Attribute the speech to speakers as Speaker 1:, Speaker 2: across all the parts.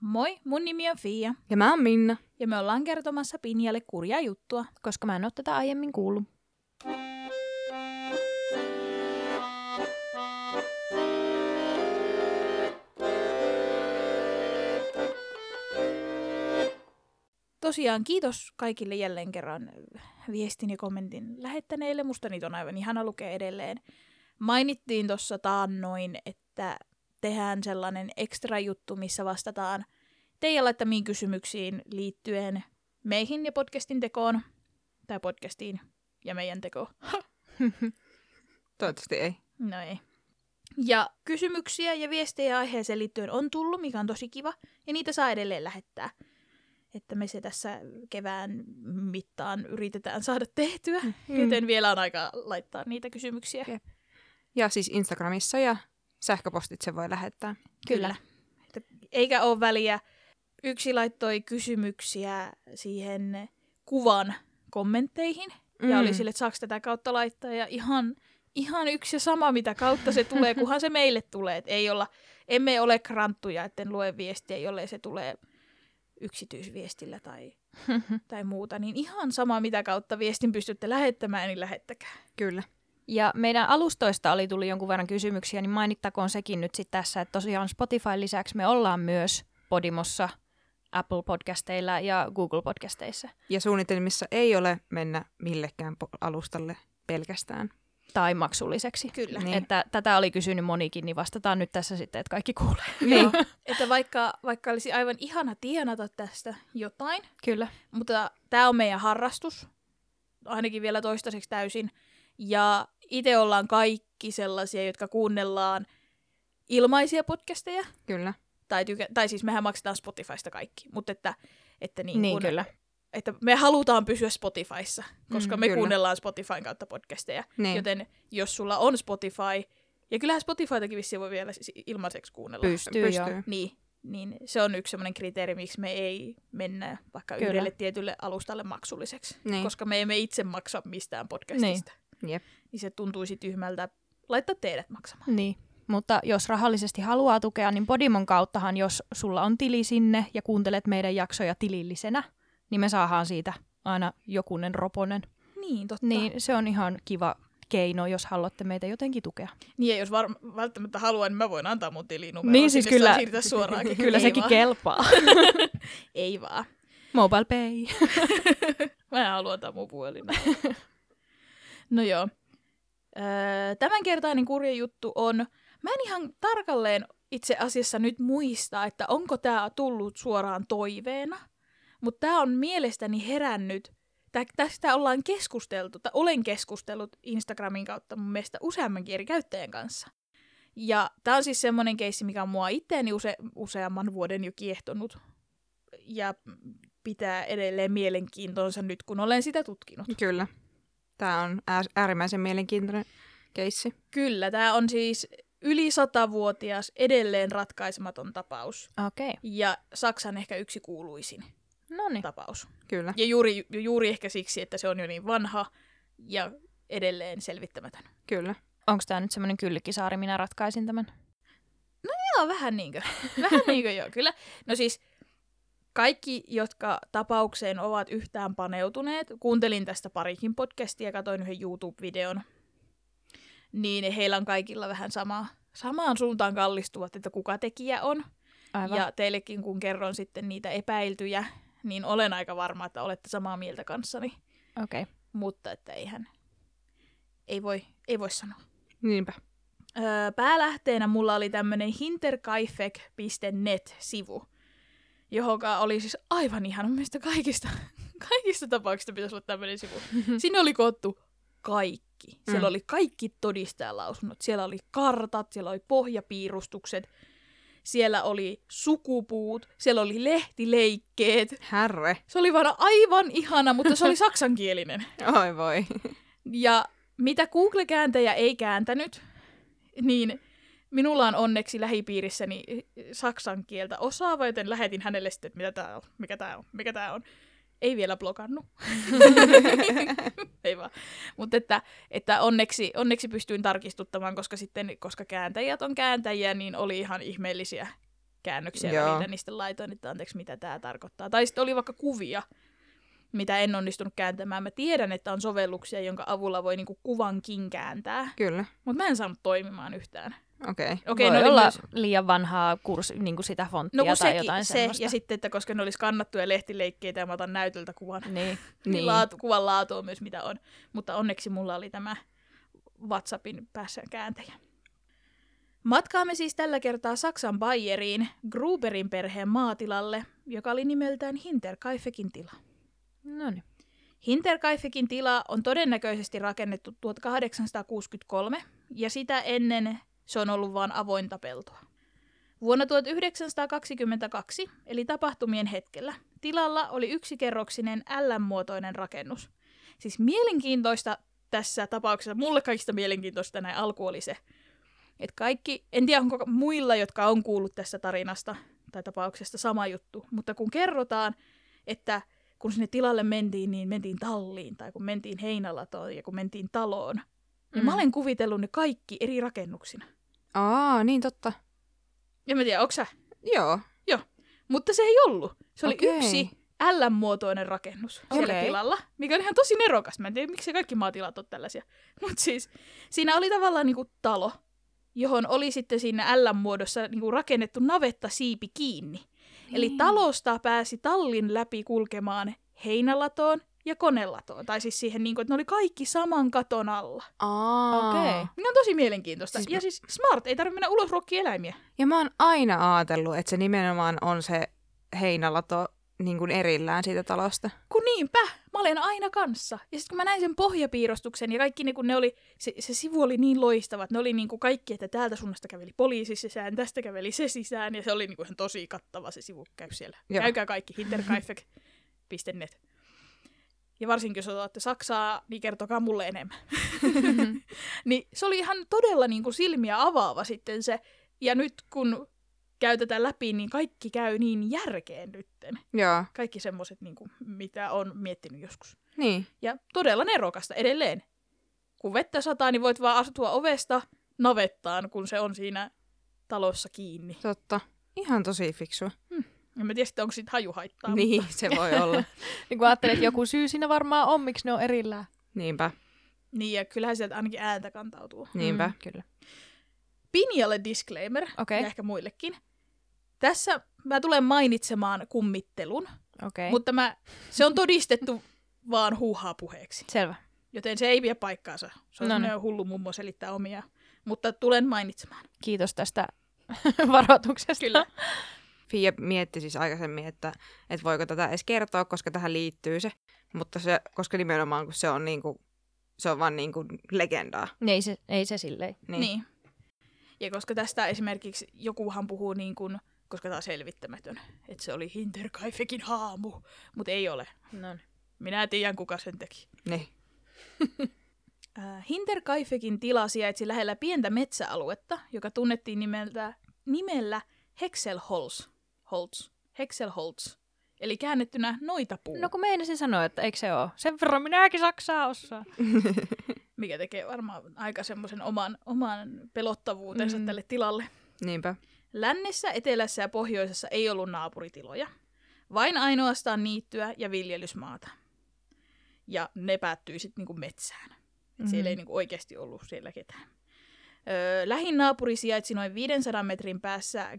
Speaker 1: Moi, mun nimi on Fia,
Speaker 2: Ja mä oon Minna.
Speaker 1: ja me ollaan kertomassa Pinjalle kurjaa juttua.
Speaker 2: Koska mä en oo tätä aiemmin kuullut.
Speaker 1: Tosiaan kiitos kaikille jälleen kerran viestin ja kommentin lähettäneille. Musta niitä on aivan ihana lukea edelleen. Mainittiin tuossa taannoin, että tehdään sellainen ekstra juttu, missä vastataan teidän laittamiin kysymyksiin liittyen meihin ja podcastin tekoon. Tai podcastiin ja meidän tekoon.
Speaker 2: Toivottavasti ei.
Speaker 1: No ei. Ja kysymyksiä ja viestejä aiheeseen liittyen on tullut, mikä on tosi kiva, ja niitä saa edelleen lähettää. Että me se tässä kevään mittaan yritetään saada tehtyä, mm. joten vielä on aika laittaa niitä kysymyksiä.
Speaker 2: Mm-hmm. Kyllä. Ja siis Instagramissa ja sähköpostitse voi lähettää.
Speaker 1: Kyllä. Että eikä ole väliä. Yksi laittoi kysymyksiä siihen kuvan kommentteihin, ja
Speaker 2: Mm.
Speaker 1: oli sille, että saako tätä kautta laittaa. Ja ihan, ihan yksi ja sama, mitä kautta se tulee, kunhan se meille tulee. Et ei olla, emme ole kranttuja, etten lue viestiä, jollei se tulee yksityisviestillä tai, tai muuta. Niin ihan sama, mitä kautta viestin pystytte lähettämään, niin lähettäkää.
Speaker 2: Kyllä.
Speaker 3: Ja meidän alustoista oli tullut jonkun verran kysymyksiä, niin mainittakoon sekin nyt sitten tässä, että tosiaan Spotify lisäksi me ollaan myös Podimossa, Apple podcasteilla ja Google podcasteissa.
Speaker 2: Ja suunnitelmissa ei ole mennä millekään po- alustalle pelkästään.
Speaker 3: Tai maksulliseksi.
Speaker 1: Kyllä.
Speaker 2: Niin.
Speaker 3: Että tätä oli kysynyt monikin, niin vastataan nyt tässä sitten, että kaikki kuulee.
Speaker 1: Niin. että vaikka, vaikka olisi aivan ihana tienata tästä jotain,
Speaker 3: Kyllä.
Speaker 1: mutta tämä on meidän harrastus, ainakin vielä toistaiseksi täysin. Ja itse ollaan kaikki sellaisia, jotka kuunnellaan ilmaisia podcasteja,
Speaker 2: Kyllä.
Speaker 1: tai, tykä- tai siis mehän maksetaan Spotifysta kaikki, mutta että, että, niin
Speaker 3: Niin
Speaker 1: kun,
Speaker 3: kyllä.
Speaker 1: että me halutaan pysyä Spotifyssa, koska
Speaker 2: Mm,
Speaker 1: me
Speaker 2: kyllä.
Speaker 1: kuunnellaan Spotifyn kautta podcasteja.
Speaker 2: Niin.
Speaker 1: Joten jos sulla on Spotify, ja kyllähän Spotifytakin vissiin voi vielä siis ilmaiseksi kuunnella.
Speaker 3: Pystyy, joo.
Speaker 2: Pystyy.
Speaker 1: Niin, niin se on yksi semmoinen kriteeri, miksi me ei mennä vaikka Kyllä.
Speaker 3: Kyllä.
Speaker 1: yhdelle tietylle alustalle maksulliseksi,
Speaker 2: Niin.
Speaker 1: koska me emme itse maksa mistään podcastista.
Speaker 2: Niin. Jep.
Speaker 1: niin se tuntuisi tyhmältä laittaa teidät maksamaan.
Speaker 3: Niin. Mutta jos rahallisesti haluaa tukea, niin Podimon kauttahan, jos sulla on tili sinne ja kuuntelet meidän jaksoja tilillisenä, niin me saadaan siitä aina jokunen roponen.
Speaker 1: Niin, totta. Niin,
Speaker 3: Niin se on ihan kiva keino, jos haluatte meitä jotenkin tukea.
Speaker 1: niin ja jos var- välttämättä haluan, niin mä voin antaa mun tilinumeron.
Speaker 3: Niin, siis
Speaker 1: Sinne saa
Speaker 3: kyllä-
Speaker 1: siirtää suoraankin.
Speaker 3: Kyllä
Speaker 1: ei
Speaker 3: sekin
Speaker 1: vaan.
Speaker 3: kelpaa.
Speaker 1: Ei vaan.
Speaker 3: Mobile pay.
Speaker 1: Mä en halua antaa mun puhelin. no joo. Öö, tämänkertainen kurja juttu on, mä en ihan tarkalleen itse asiassa nyt muista, että onko tämä tullut suoraan toiveena, mutta tämä on mielestäni herännyt, tä- tästä ollaan keskusteltu, tai olen keskustellut Instagramin kautta mun mielestä useammankin eri käyttäjän kanssa. Ja tämä on siis semmoinen keissi, mikä on mua itteeni use- useamman vuoden jo kiehtonut. Ja pitää edelleen mielenkiintonsa nyt, kun olen sitä tutkinut.
Speaker 2: Kyllä. Tämä on ääs- äärimmäisen mielenkiintoinen keissi.
Speaker 1: Kyllä, tämä on siis yli satavuotias edelleen ratkaisematon tapaus.
Speaker 3: Okei. Okay.
Speaker 1: Ja Saksan ehkä yksi kuuluisin
Speaker 3: No niin.
Speaker 1: tapaus.
Speaker 2: Kyllä.
Speaker 1: Ja juuri, ju- juuri ehkä siksi, että se on jo niin vanha ja edelleen selvittämätön.
Speaker 2: Kyllä.
Speaker 3: Onko tämä nyt semmoinen kyllikisaari, minä ratkaisin tämän?
Speaker 1: Joo, vähän niinkö. Vähän niinkö joo, kyllä. No siis kaikki, jotka tapaukseen ovat yhtään paneutuneet, kuuntelin tästä parikin podcastia, katoin yhden YouTube-videon, niin heillä on kaikilla vähän sama, samaan suuntaan kallistuvat, että kuka tekijä on.
Speaker 3: Aivan. Ja,
Speaker 1: Ja teillekin, kun kerron sitten niitä epäiltyjä, niin olen aika varma, että olette samaa mieltä kanssani.
Speaker 3: okay.
Speaker 1: Mutta että eihän, ei voi, ei voi sanoa.
Speaker 2: Niinpä.
Speaker 1: Öö, päälähteenä mulla oli tämmönen hinterkaifek.net-sivu, johonka oli siis aivan ihan mun mielestä kaikista, kaikista tapauksista pitäisi olla tämmöinen sivu. Sinne oli koottu kaikki. Siellä
Speaker 2: Mm.
Speaker 1: oli kaikki todistajalausunnot, siellä oli kartat, siellä oli pohjapiirustukset, siellä oli sukupuut, siellä oli lehtileikkeet.
Speaker 2: Härre.
Speaker 1: Se oli vaan aivan ihana, mutta se oli saksankielinen.
Speaker 2: Oi voi.
Speaker 1: Ja mitä Google-kääntäjä ei kääntänyt, niin minulla on onneksi lähipiirissäni eh, saksan kieltä osaava, joten lähetin hänelle sitten, että mitä tää on, mikä tää on, mikä tää on. Ei vielä blokannut. ei vaan. Mutta että, että onneksi, onneksi pystyin tarkistuttamaan, koska sitten, koska kääntäjät on kääntäjiä, niin oli ihan ihmeellisiä käännöksiä Joo.
Speaker 2: Joo.
Speaker 1: välillä, niin sitten laitoin, että anteeksi, mitä tämä tarkoittaa. Tai sitten oli vaikka kuvia, mitä en onnistunut kääntämään. Mä tiedän, että on sovelluksia, jonka avulla voi niinku kuvankin kääntää,
Speaker 2: Kyllä,
Speaker 1: mutta mä en saanut toimimaan yhtään.
Speaker 2: okei.
Speaker 1: Okei,
Speaker 3: Voi
Speaker 1: ne oli
Speaker 3: olla
Speaker 1: myös-
Speaker 3: liian vanhaa kurs, niin kuin sitä fonttia
Speaker 1: No kun
Speaker 3: tai
Speaker 1: sekin,
Speaker 3: jotain
Speaker 1: se,
Speaker 3: semmoista.
Speaker 1: ja sitten, että koska ne oli skannattuja lehtileikkeitä ja mä otan näytöltä kuvan, niin,
Speaker 3: Niin.
Speaker 1: niin.
Speaker 2: Niin.
Speaker 1: Laatu, kuvan laatu on myös mitä on. Mutta onneksi mulla oli tämä WhatsAppin päässä kääntäjä. Matkaamme siis tällä kertaa Saksan Bayeriin, Gruberin perheen maatilalle, joka oli nimeltään Hinterkaifekin tila.
Speaker 3: No niin.
Speaker 1: Hinterkaifekin tila on todennäköisesti rakennettu 1863 ja sitä ennen se on ollut vain avointa peltoa. Vuonna 1922, eli tapahtumien hetkellä, tilalla oli yksikerroksinen L-muotoinen rakennus. Siis mielenkiintoista tässä tapauksessa, mulle kaikista mielenkiintoista näin alku oli se, että kaikki, en tiedä onko muilla, jotka on kuullut tästä tarinasta tai tapauksesta sama juttu, mutta kun kerrotaan, että kun sinne tilalle mentiin, niin mentiin talliin tai kun mentiin heinälatoon ja kun mentiin taloon. Mm. Niin mä olen kuvitellut ne kaikki eri rakennuksina.
Speaker 2: Aa, niin totta.
Speaker 1: Ja mä tiedä, onko sä?
Speaker 2: Joo.
Speaker 1: Mutta se ei ollut. Se oli okay.
Speaker 2: Okei.
Speaker 1: yksi L-muotoinen rakennus siellä
Speaker 2: Okei.
Speaker 1: tilalla, mikä on ihan tosi nerokas. Mä en tiedä, miksi kaikki maatilat on tällaisia. Mutta siis siinä oli tavallaan niinku talo, johon oli sitten siinä L-muodossa niinku rakennettu navetta siipi kiinni. Eli talosta pääsi tallin läpi kulkemaan heinälatoon ja konelatoon. Tai siis siihen, niin kuin, että ne oli kaikki saman katon alla.
Speaker 2: Aa.
Speaker 3: Okei.
Speaker 1: Ne on tosi mielenkiintoista. Siis...
Speaker 2: Siis-
Speaker 1: Ja siis smart, ei tarvitse mennä ulos ruokki eläimiä.
Speaker 2: Ja mä oon aina ajatellut, että se nimenomaan on se heinälato niin kuin erillään siitä talosta.
Speaker 1: Kun niinpä, mä olen aina kanssa. Ja sitten kun mä näin sen pohjapiirustuksen ja kaikki niin kun ne oli, se, se sivu oli niin loistava, että ne oli niin kuin kaikki, että täältä suunnasta käveli poliisi sisään, tästä käveli se sisään. Ja se oli niin kuin ihan tosi kattava se sivu, käy siellä. Joo.
Speaker 2: Joo.
Speaker 1: Käykää kaikki, hinterkaifek.net. Ja varsinkin jos otatte Saksaa, niin kertokaa mulle enemmän. niin se oli ihan todella niin kuin silmiä avaava sitten se. Ja nyt kun käytetään läpi, niin kaikki käy niin järkeen nytten
Speaker 2: Joo,
Speaker 1: kaikki semmoiset, niin kuin, mitä on miettinyt joskus.
Speaker 2: niin.
Speaker 1: Ja todella nerokasta edelleen. Kun vettä sataa, niin voit vaan astua ovesta navettaan, kun se on siinä talossa kiinni.
Speaker 2: Totta. Ihan tosi fiksua.
Speaker 1: En mä tiedä, sitten, onko siitä hajuhaittaa.
Speaker 2: Niin, se voi olla.
Speaker 3: Niin kun ajattelet, että joku syy siinä varmaan on, miksi ne on erillään.
Speaker 2: Niinpä,
Speaker 1: Mutta, niin, ja kyllähän sieltä ainakin ääntä kantautuu.
Speaker 2: niinpä.
Speaker 3: Mm, kyllä.
Speaker 1: Pinjalle disclaimer,
Speaker 3: Okei,
Speaker 1: ja ehkä muillekin. Tässä mä tulen mainitsemaan kummittelun,
Speaker 3: okei.
Speaker 1: mutta mä, se on todistettu vaan huuhaa puheeksi.
Speaker 3: Selvä.
Speaker 1: Joten se ei vie paikkaansa. Se on
Speaker 3: No niin.
Speaker 1: no, hullu mummo selittää omia. Mutta tulen mainitsemaan.
Speaker 3: Kiitos tästä varoituksesta.
Speaker 1: Kyllä.
Speaker 2: Fia mietti siis aikaisemmin, että, että voiko tätä edes kertoa, koska tähän liittyy se. Mutta se, koska nimenomaan kun se on niinku, se on vaan niinku legendaa.
Speaker 3: Ei se, ei se silleen.
Speaker 1: Niin. niin. Ja koska tästä esimerkiksi jokuhan puhuu niin kuin, koska tämä on selvittämätön, että se oli Hinterkaifekin haamu, mutta ei ole.
Speaker 3: No
Speaker 1: Minä tiedän, kuka sen teki.
Speaker 2: niin.
Speaker 1: Äh, Hinterkaifekin tila sijaitsi lähellä pientä metsäaluetta, joka tunnettiin nimeltä, nimellä Hexelholz. Holz. Hexelholz. Eli käännettynä noitapuu,
Speaker 3: No kun meinasin sanoa, että eikö se ole. Sen verran minäkin Saksaa osaa.
Speaker 1: mikä tekee varmaan aika semmoisen oman, oman pelottavuutensa mm.
Speaker 3: Mm.
Speaker 1: tälle tilalle.
Speaker 2: Niinpä.
Speaker 1: Lännessä, etelässä ja pohjoisessa ei ollut naapuritiloja. Vain ainoastaan niittyä ja viljelysmaata. Ja ne päättyi sitten niinku metsään. Et Siellä ei niinku oikeasti ollut siellä ketään. Öö, lähin naapuri sijaitsi noin 500 metrin päässä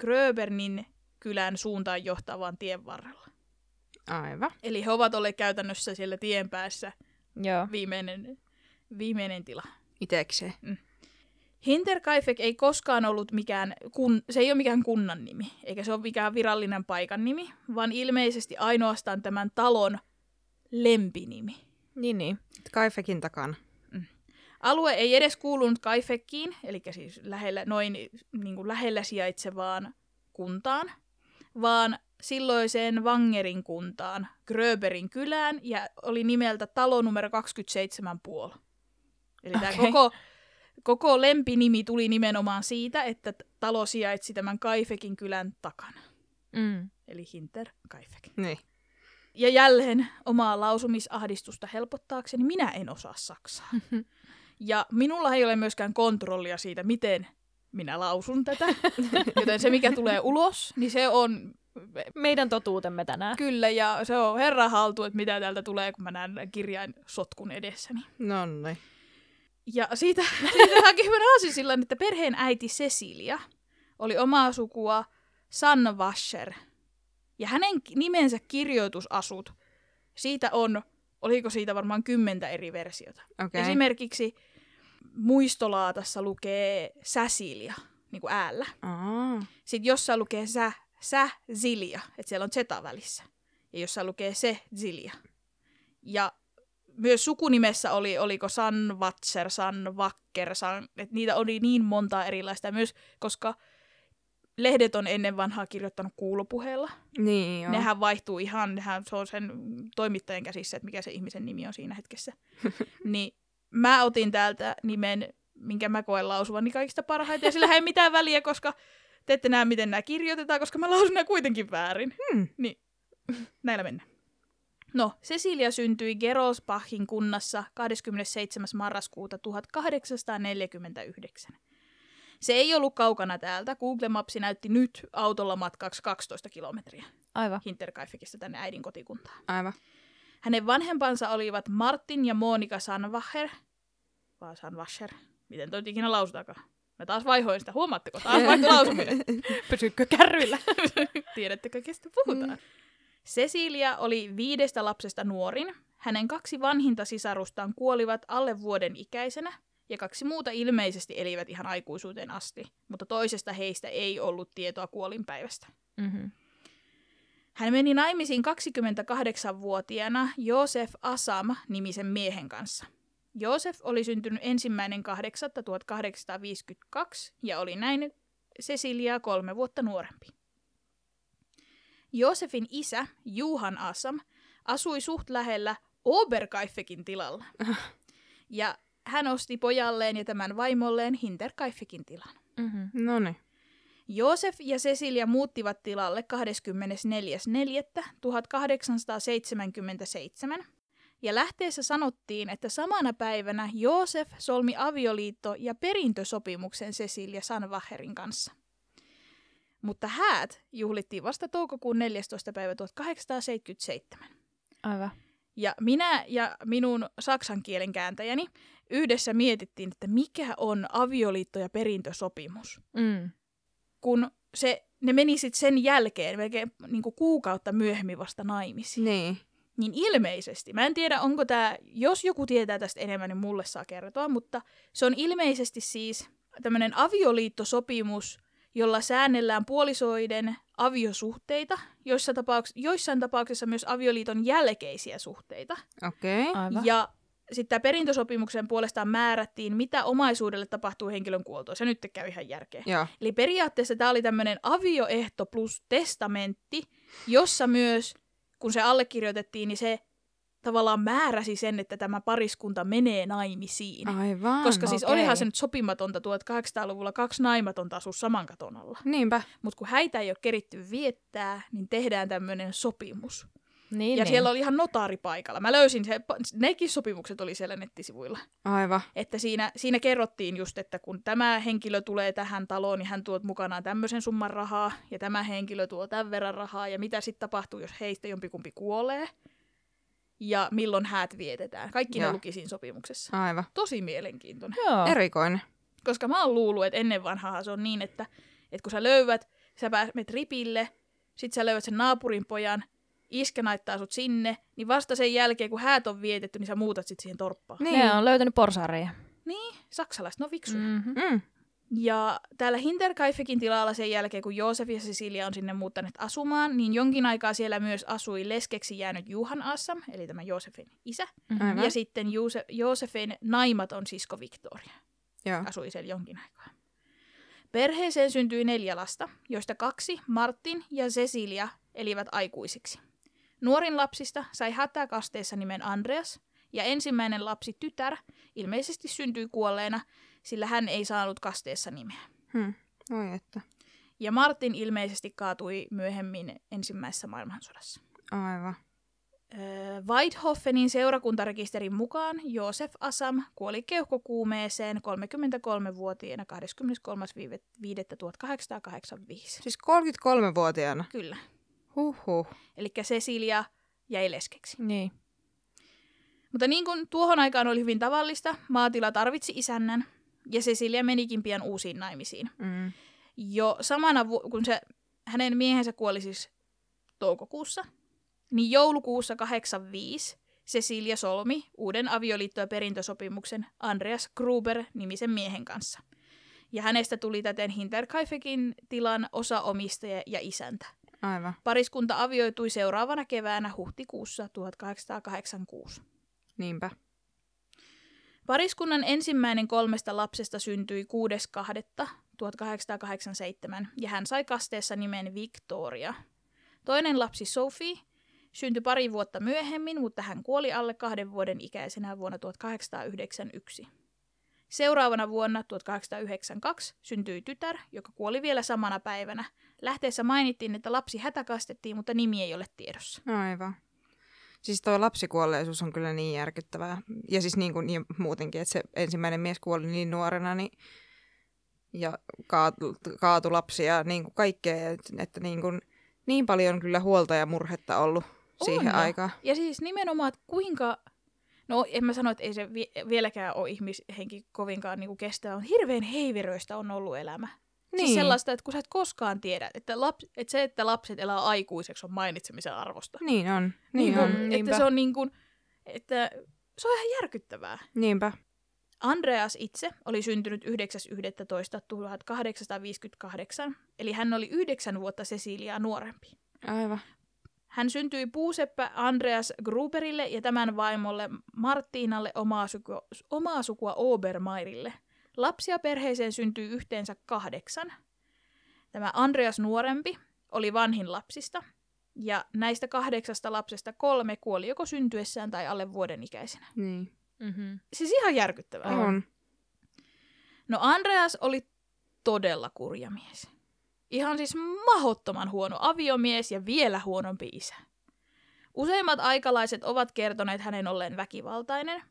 Speaker 1: Gröbernin kylän suuntaan johtavan tien varrella.
Speaker 2: Aivan.
Speaker 1: Eli he ovat olleet käytännössä siellä tien päässä
Speaker 3: Joo.
Speaker 1: viimeinen, viimeinen tila.
Speaker 2: Itekseen.
Speaker 1: Hinterkaifek ei koskaan ollut mikään, kun, se ei ole mikään kunnan nimi, eikä se ole mikään virallinen paikan nimi, vaan ilmeisesti ainoastaan tämän talon lempinimi.
Speaker 3: Niin, niin.
Speaker 2: Kaifekin takana.
Speaker 1: Alue ei edes kuulunut Kaifekkiin, eli siis lähellä, noin niin kuin lähellä sijaitsevaan kuntaan, vaan silloiseen Vangerin kuntaan, Gröberin kylään, ja oli nimeltä talo numero 27 puol. Eli okay. tämä
Speaker 3: Okei.
Speaker 1: koko, koko lempinimi tuli nimenomaan siitä, että t- talo sijaitsi tämän Kaifekin kylän takana,
Speaker 3: Mm.
Speaker 1: eli Hinter Kaifek.
Speaker 2: Niin.
Speaker 1: Ja jälleen omaa lausumisahdistusta helpottaakseni, minä en osaa saksaa. Ja minulla ei ole myöskään kontrollia siitä, miten minä lausun tätä. Joten se, mikä tulee ulos, niin se on
Speaker 3: Meidän totuutemme tänään.
Speaker 1: kyllä, ja se on herra haltu, että mitä täältä tulee, kun mä näen kirjain sotkun edessäni.
Speaker 2: No niin.
Speaker 1: Ja siitä, siitä haki hyvän aasinsillan, että perheen äiti Cecilia oli omaa sukua Sanvasher. Ja hänen ki- nimensä kirjoitusasut, siitä on, oliko siitä varmaan kymmentä eri versiota.
Speaker 2: Okei.
Speaker 1: Okay. Esimerkiksi muistolaatassa lukee Säsilia, niin kuin äällä.
Speaker 2: Aa,
Speaker 1: Sitten jossain lukee sä, sä zilja, että siellä on zeta välissä. Ja jossain lukee se zilja. Ja myös sukunimessä oli, oliko San Vatser, San Vakker, San, että niitä oli niin montaa erilaista. Ja myös, koska lehdet on ennen vanhaa kirjoittanut kuulopuheella.
Speaker 2: Niin
Speaker 1: Joo.
Speaker 2: joo.
Speaker 1: Nehän vaihtuu ihan, nehän, se on sen toimittajan käsissä, että mikä se ihmisen nimi on siinä hetkessä. niin mä otin täältä nimen, minkä mä koen lausuvani kaikista parhaiten. Ja sillä ei mitään väliä, koska te ette näe, miten nämä kirjoitetaan, koska mä lausun nämä kuitenkin väärin.
Speaker 2: Hmm.
Speaker 1: Niin, näillä mennään. No, Cecilia syntyi Gerolsbachin kunnassa 27. marraskuuta 1849. Se ei ollut kaukana täältä. Google Mapsi näytti nyt autolla matkaksi 12 kilometriä.
Speaker 3: Aivan.
Speaker 1: Hinterkaifekista tänne äidin kotikuntaan.
Speaker 2: Aivan.
Speaker 1: Hänen vanhempansa olivat Martin ja Monika Sanvacher. Vai Sanvacher? Miten toi nyt ikinä lausutaankaan? Mä taas vaihoin sitä, huomaatteko? Taas vaihtui lausuminen.
Speaker 3: Pysykö kärryillä?
Speaker 1: Tiedättekö, kestä puhutaan? Mm. Cecilia oli viidestä lapsesta nuorin. Hänen kaksi vanhinta sisarustaan kuolivat alle vuoden ikäisenä, ja kaksi muuta ilmeisesti elivät ihan aikuisuuteen asti, mutta toisesta heistä ei ollut tietoa kuolinpäivästä.
Speaker 3: Mm-hmm.
Speaker 1: Hän meni naimisiin 28-vuotiaana Josef Asam nimisen miehen kanssa. Josef oli syntynyt ensimmäinen 8.1852 ja oli näin Cecilia kolme vuotta nuorempi. Josefin isä, Juhan Asam, asui suht lähellä Oberkaifekin tilalla. Ja hän osti pojalleen ja tämän vaimolleen Hinterkaifekin tilan.
Speaker 3: Mm-hmm.
Speaker 2: No niin.
Speaker 1: Joosef ja Cecilia muuttivat tilalle 24.4.1877, ja lähteessä sanottiin, että samana päivänä Joosef solmi avioliitto- ja perintösopimuksen Cecilia Sanvaherin kanssa. Mutta häät juhlittiin vasta toukokuun 14. päivä 1877.
Speaker 3: Aivan.
Speaker 1: Ja minä ja minun saksan kielen kääntäjäni yhdessä mietittiin, että mikä on avioliitto- ja perintösopimus
Speaker 3: Mm.
Speaker 1: kun se, ne meni sitten sen jälkeen, melkein niin kuin kuukautta myöhemmin vasta naimisiin.
Speaker 2: Niin.
Speaker 1: Niin ilmeisesti, mä en tiedä onko tämä, jos joku tietää tästä enemmän, niin mulle saa kertoa, mutta se on ilmeisesti siis tämmöinen avioliittosopimus, jolla säännellään puolisoiden aviosuhteita, joissa tapauks- joissain tapauksissa myös avioliiton jälkeisiä suhteita.
Speaker 2: Okei. Okay.
Speaker 3: Aivan.
Speaker 1: Ja sitten tämä perintösopimuksen puolestaan määrättiin, mitä omaisuudelle tapahtuu henkilön kuoltua. Se nyt käy ihan järkeä.
Speaker 2: Joo.
Speaker 1: Eli periaatteessa tämä oli tämmöinen avioehto plus testamentti, jossa myös, kun se allekirjoitettiin, niin se tavallaan määräsi sen, että tämä pariskunta menee naimisiin.
Speaker 3: niin.
Speaker 1: Ah,
Speaker 2: Aivan.
Speaker 1: Koska siis
Speaker 3: okei.
Speaker 1: olihan se nyt sopimatonta 1800-luvulla kaksi naimatonta asua saman katon alla.
Speaker 2: Niinpä.
Speaker 1: Mutta kun häitä ei ole keritty viettää, niin tehdään tämmöinen sopimus.
Speaker 3: Niin,
Speaker 1: Ja
Speaker 3: niin.
Speaker 1: siellä oli ihan notaari paikalla. Mä löysin, se, nekin sopimukset oli siellä nettisivuilla.
Speaker 2: Aivan.
Speaker 1: Että siinä, siinä kerrottiin just, että kun tämä henkilö tulee tähän taloon, niin hän tuot mukanaan tämmöisen summan rahaa, ja tämä henkilö tuo tämän verran rahaa, ja mitä sitten tapahtuu, jos heistä jompikumpi kuolee, ja milloin häät vietetään. Kaikki ne
Speaker 2: Joo.
Speaker 1: luki siinä sopimuksessa.
Speaker 2: Aivan.
Speaker 1: Tosi mielenkiintoinen.
Speaker 3: Joo.
Speaker 2: Erikoinen.
Speaker 1: Koska mä oon luullut, että ennen vanhaa se on niin, että, että kun sä löydät, sä pääset ripille, sit sä löydät sen naapurin pojan, iskä naittaa sut sinne, niin vasta sen jälkeen, kun häät on vietetty, niin sä muutat sit siihen torppaan.
Speaker 2: Niin.
Speaker 3: Ne on löytänyt porsareja.
Speaker 1: Saksalaiset, no fiksuja.
Speaker 3: Mm-hmm.
Speaker 2: Mm.
Speaker 1: Ja täällä Hinterkaifekin tilalla sen jälkeen, kun Joosef ja Cecilia on sinne muuttaneet asumaan, niin jonkin aikaa siellä myös asui leskeksi jäänyt Juhan Assam, eli tämä Joosefin isä.
Speaker 3: Mm-hmm.
Speaker 2: Aivan.
Speaker 1: Ja sitten Juuse- Joosefin naimaton sisko Victoria
Speaker 2: Joo.
Speaker 1: asui siellä jonkin aikaa. Perheeseen syntyi neljä lasta, joista kaksi, Martin ja Cecilia, elivät aikuisiksi. Nuorin lapsista sai hätäkasteessa nimen Andreas, ja ensimmäinen lapsi, tytär, ilmeisesti syntyi kuolleena, sillä hän ei saanut kasteessa nimeä.
Speaker 2: Hmm. Oi että.
Speaker 1: Ja Martin ilmeisesti kaatui myöhemmin ensimmäisessä maailmansodassa.
Speaker 2: Aivan.
Speaker 1: Öö, Weidhoffenin seurakuntarekisterin mukaan Joosef Asam kuoli keuhkokuumeeseen 33-vuotiaana 23.5.1885.
Speaker 2: Siis 33-vuotiaana.
Speaker 1: Kyllä.
Speaker 2: Huhhuh.
Speaker 1: Eli Cecilia jäi leskeksi.
Speaker 3: Niin.
Speaker 1: Mutta niin kuin tuohon aikaan oli hyvin tavallista, maatila tarvitsi isännän, ja Cecilia menikin pian uusiin naimisiin.
Speaker 2: Mm.
Speaker 1: Jo samana, vu- kun se, hänen miehensä kuoli siis toukokuussa, niin joulukuussa 85 Cecilia solmi uuden avioliitto- ja perintösopimuksen Andreas Gruber-nimisen miehen kanssa. Ja hänestä tuli täten Hinterkaifekin tilan osaomistaja ja isäntä.
Speaker 2: Aivan.
Speaker 1: Pariskunta avioitui seuraavana keväänä huhtikuussa 1886.
Speaker 2: Niinpä.
Speaker 1: Pariskunnan ensimmäinen kolmesta lapsesta syntyi 6.2.1887 ja hän sai kasteessa nimen Victoria. Toinen lapsi Sophie syntyi pari vuotta myöhemmin, mutta hän kuoli alle kahden vuoden ikäisenä vuonna 1891. Seuraavana vuonna 1892 syntyi tytär, joka kuoli vielä samana päivänä. Lähteessä mainittiin, että lapsi hätäkastettiin, mutta nimi ei ole tiedossa.
Speaker 2: Aivan. Siis tuo lapsikuolleisuus on kyllä niin järkyttävää. Ja siis niin kuin, niin muutenkin, että se ensimmäinen mies kuoli niin nuorena niin, ja kaatu, kaatu lapsia niin kuin kaikkea. Että, että niin, kuin, niin paljon kyllä huolta ja murhetta ollut
Speaker 1: On,
Speaker 2: siihen
Speaker 1: ja-
Speaker 2: aikaan.
Speaker 1: Ja siis nimenomaan, että kuinka... No en mä sano, että ei se vi- vieläkään ole ihmishenki kovinkaan niinku kestävä, mutta hirveän heiveröistä on ollut elämä. Niin. Siis sellaista, että kun sä et koskaan tiedä, että, laps, että se, että lapset elää aikuiseksi on mainitsemisen arvosta.
Speaker 2: niin on. Niin
Speaker 1: Niinku,
Speaker 2: on.
Speaker 1: Että
Speaker 3: niinpä.
Speaker 1: se on niin kuin, että se on ihan järkyttävää.
Speaker 2: Niinpä.
Speaker 1: Andreas itse oli syntynyt 9.11.1858, eli hän oli yhdeksän vuotta Ceciliaa nuorempi.
Speaker 2: Aivan.
Speaker 1: Hän syntyi puuseppä Andreas Gruberille ja tämän vaimolle Marttiinalle omaa sukua, omaa sukua Obermairille. Lapsia perheeseen syntyi yhteensä kahdeksan. Tämä Andreas nuorempi oli vanhin lapsista, ja näistä kahdeksasta lapsesta kolme kuoli joko syntyessään tai alle vuoden ikäisenä.
Speaker 2: Niin.
Speaker 3: Mm-hmm.
Speaker 1: Siis ihan järkyttävää.
Speaker 2: On. on.
Speaker 1: No Andreas oli todella kurja mies. Ihan siis mahottoman huono aviomies ja vielä huonompi isä. Useimmat aikalaiset ovat kertoneet hänen olleen väkivaltainen.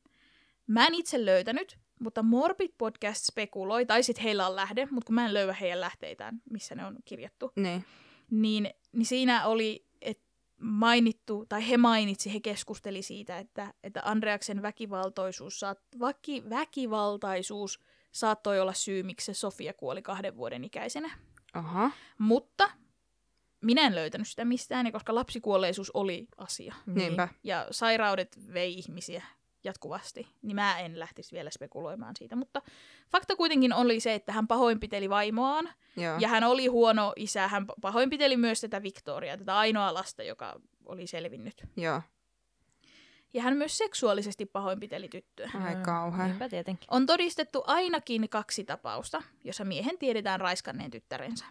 Speaker 1: Mä en itse löytänyt, mutta Morbid Podcast spekuloi, tai sitten heillä on lähde, mutta kun mä en löyä heidän lähteitään, missä ne on kirjattu,
Speaker 2: Niin.
Speaker 1: niin, niin siinä oli et mainittu, tai he mainitsi, he keskusteli siitä, että, että Andreaksen väkivaltaisuus, saat, vaki, väkivaltaisuus saattoi olla syy, miksi se Sofia kuoli kahden vuoden ikäisenä.
Speaker 2: Aha.
Speaker 1: Mutta minä en löytänyt sitä mistään, ja koska lapsikuolleisuus oli asia niin
Speaker 2: Niinpä.
Speaker 1: ja sairaudet vei ihmisiä jatkuvasti, niin mä en lähtisi vielä spekuloimaan siitä. Mutta fakta kuitenkin oli se, että hän pahoinpiteli vaimoaan,
Speaker 2: Joo.
Speaker 1: ja hän oli huono isä, hän pa- pahoinpiteli myös tätä Victoriaa, tätä ainoa lasta, joka oli selvinnyt.
Speaker 2: Joo.
Speaker 1: Ja hän myös seksuaalisesti pahoinpiteli tyttöä.
Speaker 2: Ai kauhean.
Speaker 3: Niinpä tietenkin.
Speaker 1: On todistettu ainakin kaksi tapausta, jossa miehen tiedetään raiskanneen tyttärensä.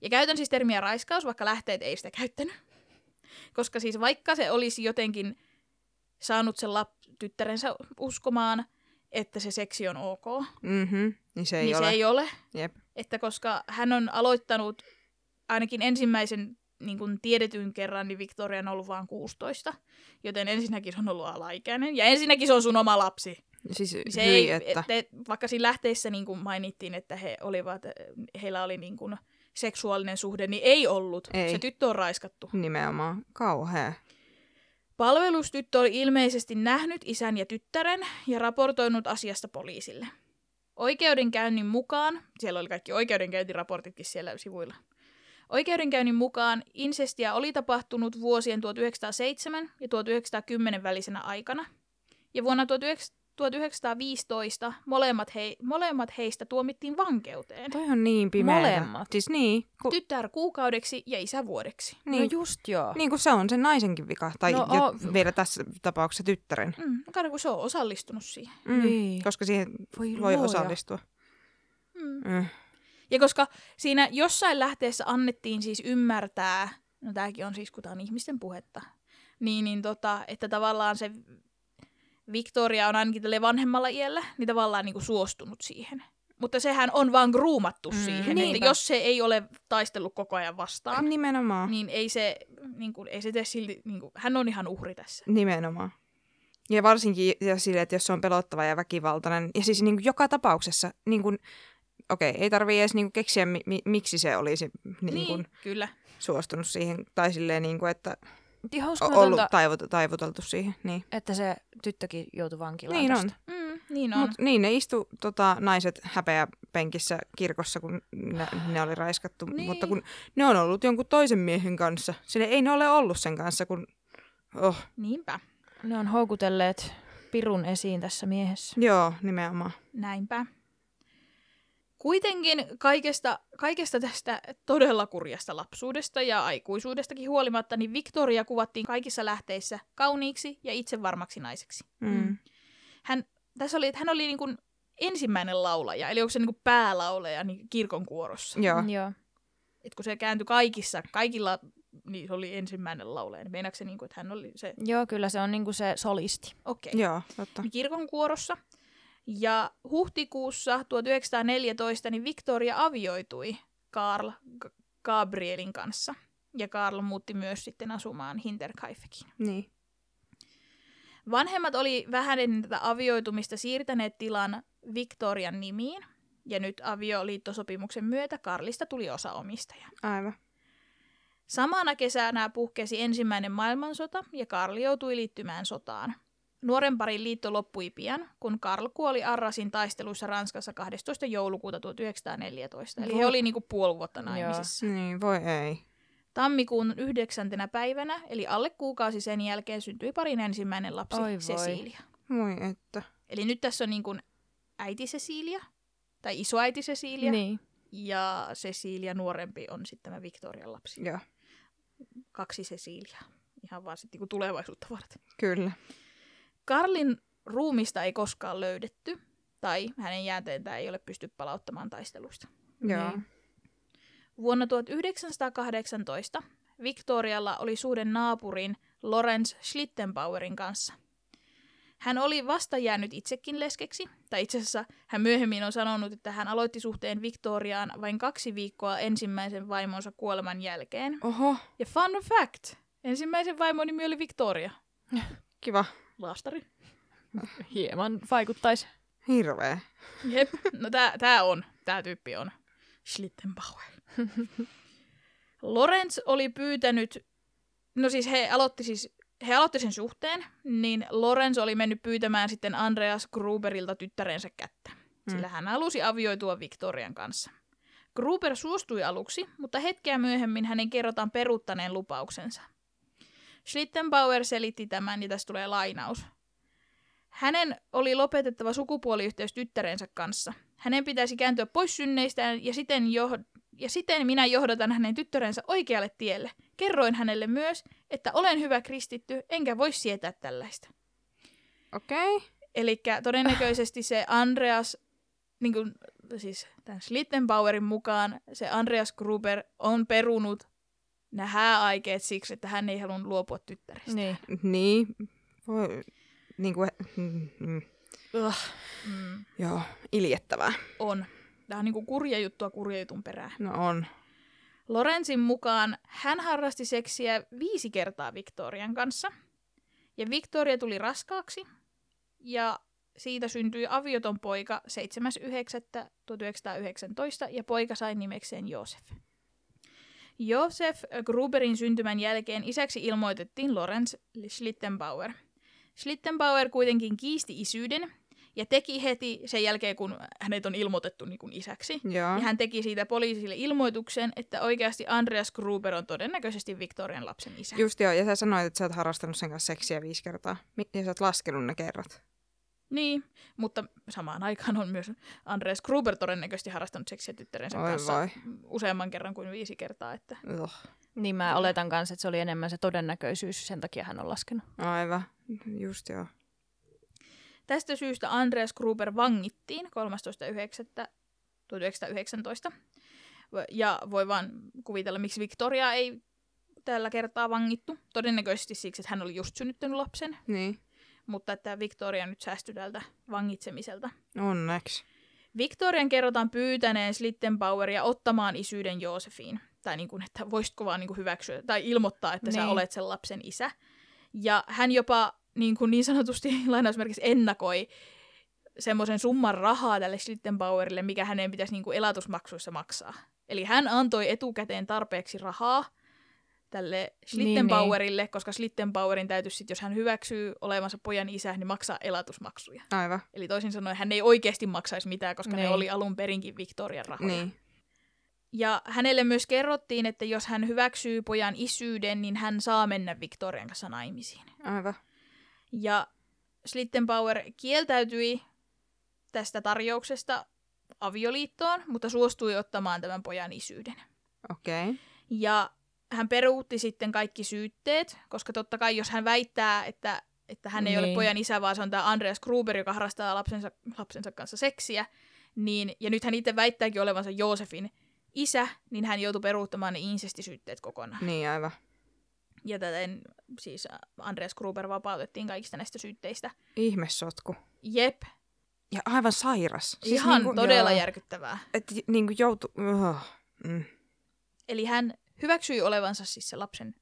Speaker 1: Ja käytän siis termiä raiskaus, vaikka lähteet ei sitä käyttänyt. Koska siis vaikka se olisi jotenkin saanut sen lap- tyttärensä uskomaan, että se seksi on ok,
Speaker 2: Mhm. Niin se ei
Speaker 1: niin
Speaker 2: ole.
Speaker 1: se ei ole.
Speaker 2: Jep.
Speaker 1: Että koska hän on aloittanut ainakin ensimmäisen niin kuin tiedetyn kerran, niin Victoria on ollut vain 16. Joten ensinnäkin se on ollut alaikäinen. Ja ensinnäkin se on sun oma lapsi.
Speaker 2: Siis
Speaker 1: Niin
Speaker 2: se
Speaker 1: Se
Speaker 2: hyi,
Speaker 1: ei,
Speaker 2: ei, että.
Speaker 1: Ette, vaikka siinä lähteissä niin kuin mainittiin, että he olivat, eh, heillä oli niin kuin seksuaalinen suhde, niin ei ollut.
Speaker 2: Ei.
Speaker 1: Se tyttö on raiskattu.
Speaker 2: Nimenomaan. Kauhea.
Speaker 1: Palvelustyttö oli ilmeisesti nähnyt isän ja tyttären ja raportoinut asiasta poliisille. Oikeudenkäynnin mukaan, siellä oli kaikki oikeudenkäyntiraportitkin siellä sivuilla. Oikeudenkäynnin mukaan insestiä oli tapahtunut vuosien 1907 ja 1910 välisenä aikana. Ja vuonna 1900 1915 molemmat, hei, molemmat heistä tuomittiin vankeuteen.
Speaker 2: Toi on niin pimeää.
Speaker 3: Molemmat.
Speaker 2: Siis niin, ku,
Speaker 1: Tytär kuukaudeksi ja isä vuodeksi.
Speaker 2: niin,
Speaker 3: No just joo.
Speaker 2: niin kun se on sen naisenkin vika. Tai no,
Speaker 3: No,
Speaker 2: ja
Speaker 3: o-
Speaker 2: vielä tässä tapauksessa tyttären.
Speaker 1: Mm, kato, kun se on osallistunut siihen.
Speaker 2: Mm,
Speaker 3: Niin.
Speaker 2: Koska siihen
Speaker 3: Voi
Speaker 2: voi
Speaker 3: luoja.
Speaker 2: osallistua.
Speaker 1: Mm.
Speaker 2: Mm.
Speaker 1: Ja koska siinä jossain lähteessä annettiin siis ymmärtää, no tämäkin on siis, kun tämä on ihmisten puhetta, niin, niin tota, että tavallaan se Victoria on ainakin tälle vanhemmalla iällä, niin tavallaan niin kuin suostunut siihen. Mutta sehän on vaan gruumattu
Speaker 3: Mm,
Speaker 1: siihen,
Speaker 2: niinpä.
Speaker 1: että jos se ei ole taistellut koko ajan vastaan,
Speaker 2: Ah, Nimenomaan.
Speaker 1: niin ei se niin kuin, ei se tee silti, niin kuin, hän on ihan uhri tässä.
Speaker 2: Nimenomaan. Ja varsinkin ja sille, että jos se on pelottava ja väkivaltainen. Ja siis niin kuin joka tapauksessa, niin kuin, okei, ei tarvii edes niin kuin keksiä, mi- mi- miksi se olisi niin kuin,
Speaker 1: kyllä.
Speaker 2: suostunut siihen. Tai silleen, niin kuin, että o-
Speaker 3: Ihan
Speaker 2: ollut
Speaker 3: uskomatonta,
Speaker 2: taivut- taivuteltu siihen. Niin,
Speaker 3: Niin että se tyttökin joutui vankilaan
Speaker 2: niin on.
Speaker 3: tästä.
Speaker 1: Mm, niin on.
Speaker 2: Mut, niin, ne istu tota, naiset häpeä penkissä kirkossa, kun ne, ne oli raiskattu.
Speaker 1: Niin.
Speaker 2: Niin. Mutta kun ne on ollut jonkun toisen miehen kanssa. Sille ei ne ole ollut sen kanssa, kun... Oh,
Speaker 1: Niinpä,
Speaker 3: Ne on houkutelleet pirun esiin tässä miehessä.
Speaker 2: joo, nimenomaan.
Speaker 1: näinpä. Kuitenkin kaikesta, kaikesta tästä todella kurjasta lapsuudesta ja aikuisuudestakin huolimatta, niin Victoria kuvattiin kaikissa lähteissä kauniiksi ja itsevarmaksi naiseksi.
Speaker 2: Mm.
Speaker 1: Hän, tässä oli, että hän oli niin kuin ensimmäinen laulaja, eli onko se niin kuin päälaulaja niin kirkon kuorossa.
Speaker 2: Joo.
Speaker 3: Joo.
Speaker 1: Et kun se kääntyi kaikissa, kaikilla, niin se oli ensimmäinen laulaja. Niin Meinaatko se, niin kuin, että hän oli se,
Speaker 3: Joo, kyllä se on niinku se solisti.
Speaker 1: okei.
Speaker 2: Joo, totta.
Speaker 1: kirkon kuorossa. Niin Ja huhtikuussa 1914 niin Victoria avioitui Karl G- Gabrielin kanssa. Ja Karl muutti myös sitten asumaan Hinterkaifekiin.
Speaker 2: Niin.
Speaker 1: Vanhemmat oli vähän ennen tätä avioitumista siirtäneet tilan Victorian nimiin. Ja nyt avioliittosopimuksen myötä Karlista tuli osaomistaja.
Speaker 2: Aivan.
Speaker 1: Samana kesänä puhkesi ensimmäinen maailmansota ja Karl joutui liittymään sotaan. Nuoren parin liitto loppui pian, kun Karl kuoli Arrasin taisteluissa Ranskassa 12. joulukuuta 1914. Eli he
Speaker 2: Voi-
Speaker 1: oli niinku puoli vuotta
Speaker 3: Joo.
Speaker 1: naimisissa.
Speaker 2: Niin, voi ei.
Speaker 1: Tammikuun 9. päivänä, eli alle kuukausi sen jälkeen, syntyi parin ensimmäinen lapsi,
Speaker 3: Oi voi.
Speaker 1: Cecilia.
Speaker 2: Voi että.
Speaker 1: Eli nyt tässä on niinku äiti Cecilia, tai isoäiti Cecilia,
Speaker 3: Niin.
Speaker 1: ja Cecilia nuorempi on sitten tämä Victorian lapsi.
Speaker 2: Joo,
Speaker 1: kaksi Ceciliaa. Ihan vaan sitten niin tulevaisuutta varten.
Speaker 2: kyllä.
Speaker 1: Karlin ruumista ei koskaan löydetty, tai hänen jääteentään ei ole pysty palauttamaan taisteluista.
Speaker 2: Joo.
Speaker 3: Niin.
Speaker 1: Vuonna 1918 Victorialla oli suhde naapurin Lorenz Schlittenbauerin kanssa. Hän oli vasta jäänyt itsekin leskeksi, tai itse asiassa hän myöhemmin on sanonut, että hän aloitti suhteen Victoriaan vain kaksi viikkoa ensimmäisen vaimonsa kuoleman jälkeen.
Speaker 2: Oho,
Speaker 1: Ja fun fact, ensimmäisen vaimon nimi oli Victoria.
Speaker 2: kiva.
Speaker 1: Laastari.
Speaker 3: Hieman vaikuttaisi.
Speaker 2: Hirveä.
Speaker 1: Jep. No tää, tää on. Tää tyyppi on. Schlittenbauer. Lorenz oli pyytänyt, no siis he aloitti siis, he aloitti sen suhteen, niin Lorenz oli mennyt pyytämään sitten Andreas Gruberilta tyttärensä kättä. Sillä hän halusi avioitua Victorian kanssa. Gruber suostui aluksi, mutta hetkeä myöhemmin hänen kerrotaan peruuttaneen lupauksensa. Schlittenbauer selitti tämän, ja tässä tulee lainaus. Hänen oli lopetettava sukupuoliyhteys tyttärensä kanssa. Hänen pitäisi kääntyä pois synneistään ja siten, joh- ja siten minä johdatan hänen tyttärensä oikealle tielle. Kerroin hänelle myös, että olen hyvä kristitty, enkä voi sietää tällaista.
Speaker 2: Okei. Okay.
Speaker 1: Eli todennäköisesti se Andreas, niin kuin, siis tämän Schlittenbauerin mukaan, se Andreas Gruber on perunut nämä hääaikeet siksi, että hän ei halunnut luopua tyttärestä.
Speaker 3: Niin.
Speaker 2: Niin. Voi, niin kuin, mm, mm,
Speaker 3: Ugh.
Speaker 1: Mm,
Speaker 2: joo, iljettävää.
Speaker 1: on. Tämä on niin kuin kurja juttua kurja jutun perään.
Speaker 2: No on.
Speaker 1: Lorenzin mukaan hän harrasti seksiä viisi kertaa Victorian kanssa. Ja Victoria tuli raskaaksi ja siitä syntyi avioton poika 7.9.1919 ja poika sai nimekseen Joosef. Joosef Gruberin syntymän jälkeen isäksi ilmoitettiin Lorenz Schlittenbauer. Schlittenbauer kuitenkin kiisti isyyden ja teki heti sen jälkeen, kun hänet on ilmoitettu niin kuin isäksi,
Speaker 2: Joo.
Speaker 1: ja hän teki siitä poliisille ilmoituksen, että oikeasti Andreas Gruber on todennäköisesti Victorian lapsen isä.
Speaker 2: Just joo, ja sä sanoit, että sä oot harrastanut sen kanssa seksiä viisi kertaa. Mi- Ja sä oot laskenut ne kerrat.
Speaker 1: Niin, mutta samaan aikaan on myös Andreas Gruber todennäköisesti harrastanut seksiä tyttärensä
Speaker 2: Oi
Speaker 1: kanssa
Speaker 2: voi.
Speaker 1: useamman kerran kuin viisi kertaa. Että...
Speaker 2: Ugh.
Speaker 3: Niin mä oletan kanssa, että se oli enemmän se todennäköisyys, sen takia hän on laskenut.
Speaker 2: Aivan. Just joo.
Speaker 1: Tästä syystä Andreas Gruber vangittiin 13.9.1919. Ja voi vaan kuvitella, miksi Victoria ei tällä kertaa vangittu. Todennäköisesti siksi, että hän oli just synnyttänyt lapsen.
Speaker 2: Niin.
Speaker 1: mutta että Victoria nyt säästyi tältä vangitsemiselta.
Speaker 2: Onneksi.
Speaker 1: Victorian kerrotaan pyytäneen Schlittenbaueria ottamaan isyyden Joosefiin. tai niin kuin, että voisitko vaan niin kuin hyväksyä tai ilmoittaa, että niin. sä
Speaker 3: Niin.
Speaker 1: olet sen lapsen isä. Ja hän jopa niin, kuin niin sanotusti lainausmerkissä ennakoi semmoisen summan rahaa tälle Schlittenbauerille, mikä hänen pitäisi niin kuin elatusmaksuissa maksaa. Eli hän antoi etukäteen tarpeeksi rahaa tälle Schlittenbauerille, niin, koska Schlittenbauerin täytyisi sitten, jos hän hyväksyy olevansa pojan isä, niin maksaa elatusmaksuja.
Speaker 2: Aivan.
Speaker 1: Eli toisin sanoen hän ei oikeasti maksaisi mitään, koska ne
Speaker 3: Niin.
Speaker 1: oli alun perinkin Victorian rahoja.
Speaker 2: Niin.
Speaker 1: Ja hänelle myös kerrottiin, että jos hän hyväksyy pojan isyyden, niin hän saa mennä Victorian kanssa naimisiin.
Speaker 2: Aivan.
Speaker 1: Ja Schlittenbauer kieltäytyi tästä tarjouksesta avioliittoon, mutta suostui ottamaan tämän pojan isyyden.
Speaker 2: Okei. Okay.
Speaker 1: Ja hän peruutti sitten kaikki syytteet, koska totta kai jos hän väittää, että, että hän ei niin. ole
Speaker 3: Niin.
Speaker 1: pojan isä, vaan se on tämä Andreas Gruber, joka harrastaa lapsensa, lapsensa kanssa seksiä, niin, ja nyt hän itse väittääkin olevansa Joosefin isä, niin hän joutui peruuttamaan ne insestisyytteet kokonaan.
Speaker 2: Niin, aivan.
Speaker 1: Ja täten siis Andreas Gruber vapautettiin kaikista näistä syytteistä.
Speaker 2: Ihmessotku.
Speaker 1: Jep,
Speaker 2: Ja aivan sairas.
Speaker 1: siis ihan
Speaker 2: niinku-
Speaker 1: niin todella
Speaker 2: joo.
Speaker 1: järkyttävää.
Speaker 2: Et niinku joutu... Oh. Mm.
Speaker 1: Eli hän hyväksyi olevansa siis se lapsen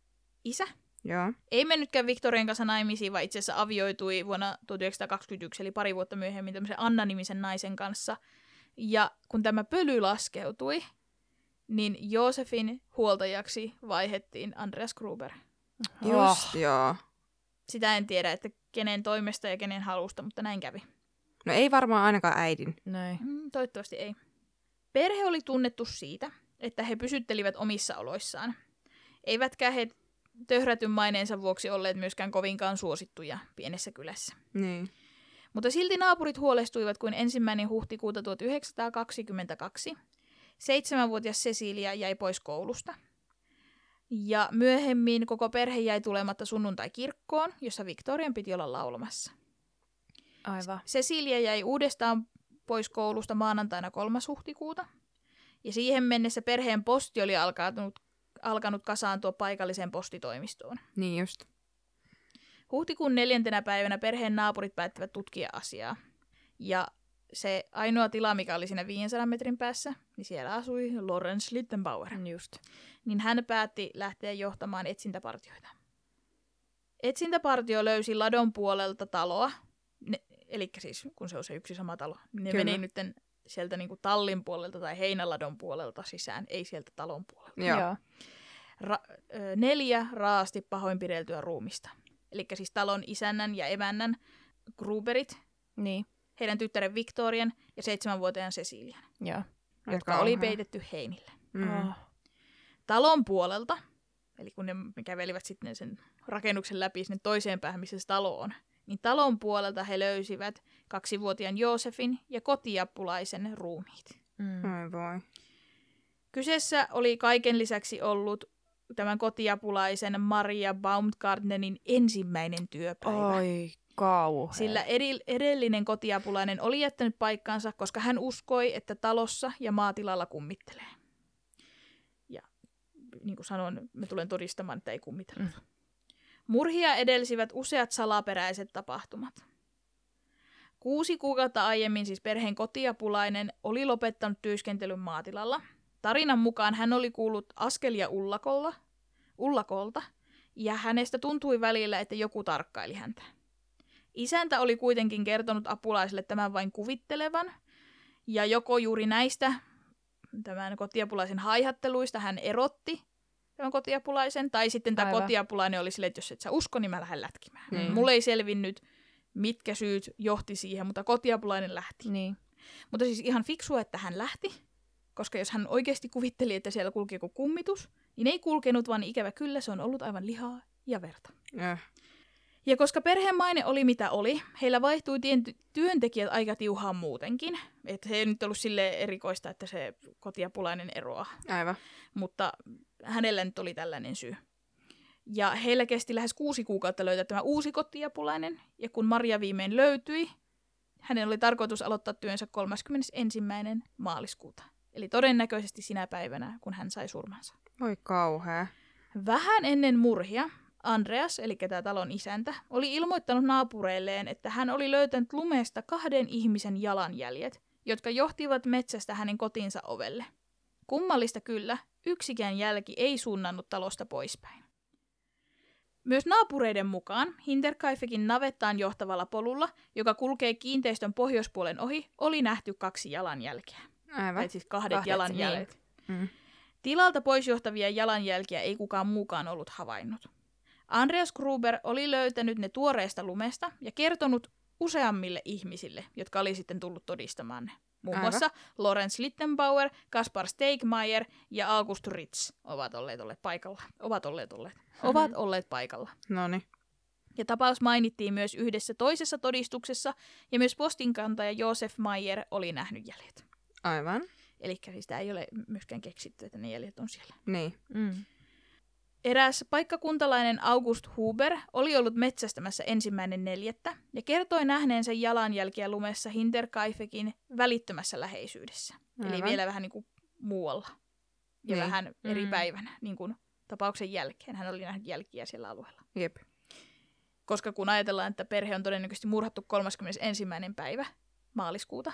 Speaker 1: isä,
Speaker 2: Joo.
Speaker 1: ei mennytkään Victorian kanssa naimisiin, vaan itse asiassa avioitui vuonna 1921, eli pari vuotta myöhemmin tämmöisen Anna-nimisen naisen kanssa. Ja kun tämä pöly laskeutui, niin Joosefin huoltajaksi vaihettiin Andreas Gruber. Ah.
Speaker 2: Just, joo.
Speaker 1: Sitä en tiedä, että kenen toimesta ja kenen halusta, mutta näin kävi.
Speaker 2: No ei varmaan ainakaan äidin.
Speaker 3: Näin.
Speaker 1: Mm, toivottavasti ei. Perhe oli tunnettu siitä, että he pysyttelivät omissa oloissaan. Eivätkä he töhrätyn maineensa vuoksi olleet myöskään kovinkaan suosittuja pienessä kylässä.
Speaker 2: Niin.
Speaker 1: Mutta silti naapurit huolestuivat, kun ensimmäinen huhtikuuta 1922 seitsemänvuotias Cecilia jäi pois koulusta. Ja myöhemmin koko perhe jäi tulematta sunnuntai-kirkkoon, jossa Victorian piti olla laulamassa.
Speaker 3: Aivan.
Speaker 1: Cecilia jäi uudestaan pois koulusta maanantaina 3. huhtikuuta. Ja siihen mennessä perheen posti oli alkanut, alkanut kasaantua paikalliseen postitoimistoon.
Speaker 2: Niin just.
Speaker 1: Huhtikuun neljäntenä päivänä perheen naapurit päättivät tutkia asiaa. Ja se ainoa tila, mikä oli siinä 500 metrin päässä, niin siellä asui Lawrence Littenbauer.
Speaker 3: Just.
Speaker 1: Niin hän päätti lähteä johtamaan etsintäpartioita. Etsintäpartio löysi ladon puolelta taloa, ne, eli siis kun se on se yksi sama talo. Ne
Speaker 2: Kyllä.
Speaker 1: Kyllä. meni nytten sieltä niinku tallin puolelta tai heinäladon puolelta sisään, ei sieltä talon puolelta
Speaker 2: Joo. joo.
Speaker 1: ra- ö, neljä raasti pahoinpideltyä ruumista. Eli siis talon isännän ja emännän Gruberit,
Speaker 3: Niin.
Speaker 1: heidän tyttären Victorian ja seitsemänvuotiaan Cecilian,
Speaker 3: Joo.
Speaker 1: jotka oli Ah. peitetty heinille.
Speaker 2: Mm.
Speaker 3: Oh.
Speaker 1: Talon puolelta, eli kun ne kävelivät sitten sen rakennuksen läpi sinne toiseen päähän, missä se talo on, niin talon puolelta he löysivät kaksivuotiaan Joosefin ja kotiapulaisen ruumiit.
Speaker 3: Mm.
Speaker 2: Ai voi.
Speaker 1: Kyseessä oli kaiken lisäksi ollut tämän kotiapulaisen Maria Baumgartnerin ensimmäinen työpäivä.
Speaker 3: Oi kauhea.
Speaker 1: Sillä edi- edellinen kotiapulainen oli jättänyt paikkansa, koska hän uskoi, että talossa ja maatilalla kummittelee. Ja niin kuin sanoin, me tulen todistamaan, että ei kummitella.
Speaker 3: Mm.
Speaker 1: Murhia edelsivät useat salaperäiset tapahtumat. Kuusi kuukautta aiemmin siis perheen kotiapulainen oli lopettanut työskentelyn maatilalla. Tarinan mukaan hän oli kuullut askelia ullakolla, ullakolta, ja hänestä tuntui välillä, että joku tarkkaili häntä. Isäntä oli kuitenkin kertonut apulaisille tämän vain kuvittelevan, ja joko juuri näistä tämän kotiapulaisen haihatteluista hän erotti tämän kotiapulaisen, tai sitten tämä
Speaker 3: Aivan.
Speaker 1: kotiapulainen oli silleen, että jos et sä usko, niin mä lähden lätkimään.
Speaker 2: Niin.
Speaker 1: Mm. Mulle ei selvinnyt, mitkä syyt johti siihen, mutta kotiapulainen lähti. Mm.
Speaker 3: Niin.
Speaker 1: Mutta siis ihan fiksua, että hän lähti, koska jos hän oikeasti kuvitteli, että siellä kulki joku kummitus, niin ei kulkenut, vaan ikävä kyllä se on ollut aivan lihaa ja verta.
Speaker 2: Äh.
Speaker 1: Ja koska perheen maine oli mitä oli, heillä vaihtui tien- työntekijät aika tiuhaan muutenkin. Että se ei nyt ollut sille erikoista, että se kotiapulainen eroaa,
Speaker 2: Aivan.
Speaker 1: mutta hänellä nyt oli tällainen syy. Ja heillä kesti lähes kuusi kuukautta löytää tämä uusi kotiapulainen, ja kun Maria viimein löytyi, hänen oli tarkoitus aloittaa työnsä 31. maaliskuuta. Eli todennäköisesti sinä päivänä, kun hän sai surmansa.
Speaker 2: Voi kauhea.
Speaker 1: Vähän ennen murhia Andreas, eli tämä talon isäntä, oli ilmoittanut naapureilleen, että hän oli löytänyt lumesta kahden ihmisen jalanjäljet, jotka johtivat metsästä hänen kotinsa ovelle. Kummallista kyllä, yksikään jälki ei suunnannut talosta poispäin. Myös naapureiden mukaan Hinterkaifekin navettaan johtavalla polulla, joka kulkee kiinteistön pohjoispuolen ohi, oli nähty kaksi jalanjälkeä.
Speaker 2: Aivan.
Speaker 1: Tai siis kahdet,
Speaker 3: Kahdet,
Speaker 1: jalanjäljet.
Speaker 2: Mm.
Speaker 1: Tilalta pois johtavia jalanjälkiä ei kukaan muukaan ollut havainnut. Andreas Gruber oli löytänyt ne tuoreesta lumesta ja kertonut useammille ihmisille, jotka oli sitten tullut todistamaan ne. Muun
Speaker 2: Aivan.
Speaker 1: muassa Lorenz Littenbauer, Kaspar Steigmeier ja August Ritz ovat olleet olleet paikalla. Ovat olleet olleet.
Speaker 2: Mm-hmm.
Speaker 1: Ovat olleet paikalla.
Speaker 2: No niin.
Speaker 1: Ja tapaus mainittiin myös yhdessä toisessa todistuksessa, ja myös postinkantaja Josef Mayer oli nähnyt jäljet.
Speaker 2: Aivan.
Speaker 1: Eli sitä siis ei ole myöskään keksitty, että ne jäljet on siellä.
Speaker 2: Niin.
Speaker 3: Mm.
Speaker 1: Eräs paikkakuntalainen August Huber oli ollut metsästämässä ensimmäinen neljättä ja kertoi nähneensä jalanjälkiä lumessa Hinterkaifekin välittömässä läheisyydessä. Aivan. Eli
Speaker 2: Aivan.
Speaker 1: vielä vähän niin kuin muualla ja
Speaker 2: Niin.
Speaker 1: vähän eri
Speaker 3: Mm.
Speaker 1: päivänä niin kuin tapauksen jälkeen. Hän oli nähnyt jälkiä siellä alueella.
Speaker 2: Jep.
Speaker 1: Koska kun ajatellaan, että perhe on todennäköisesti murhattu 31. päivä maaliskuuta,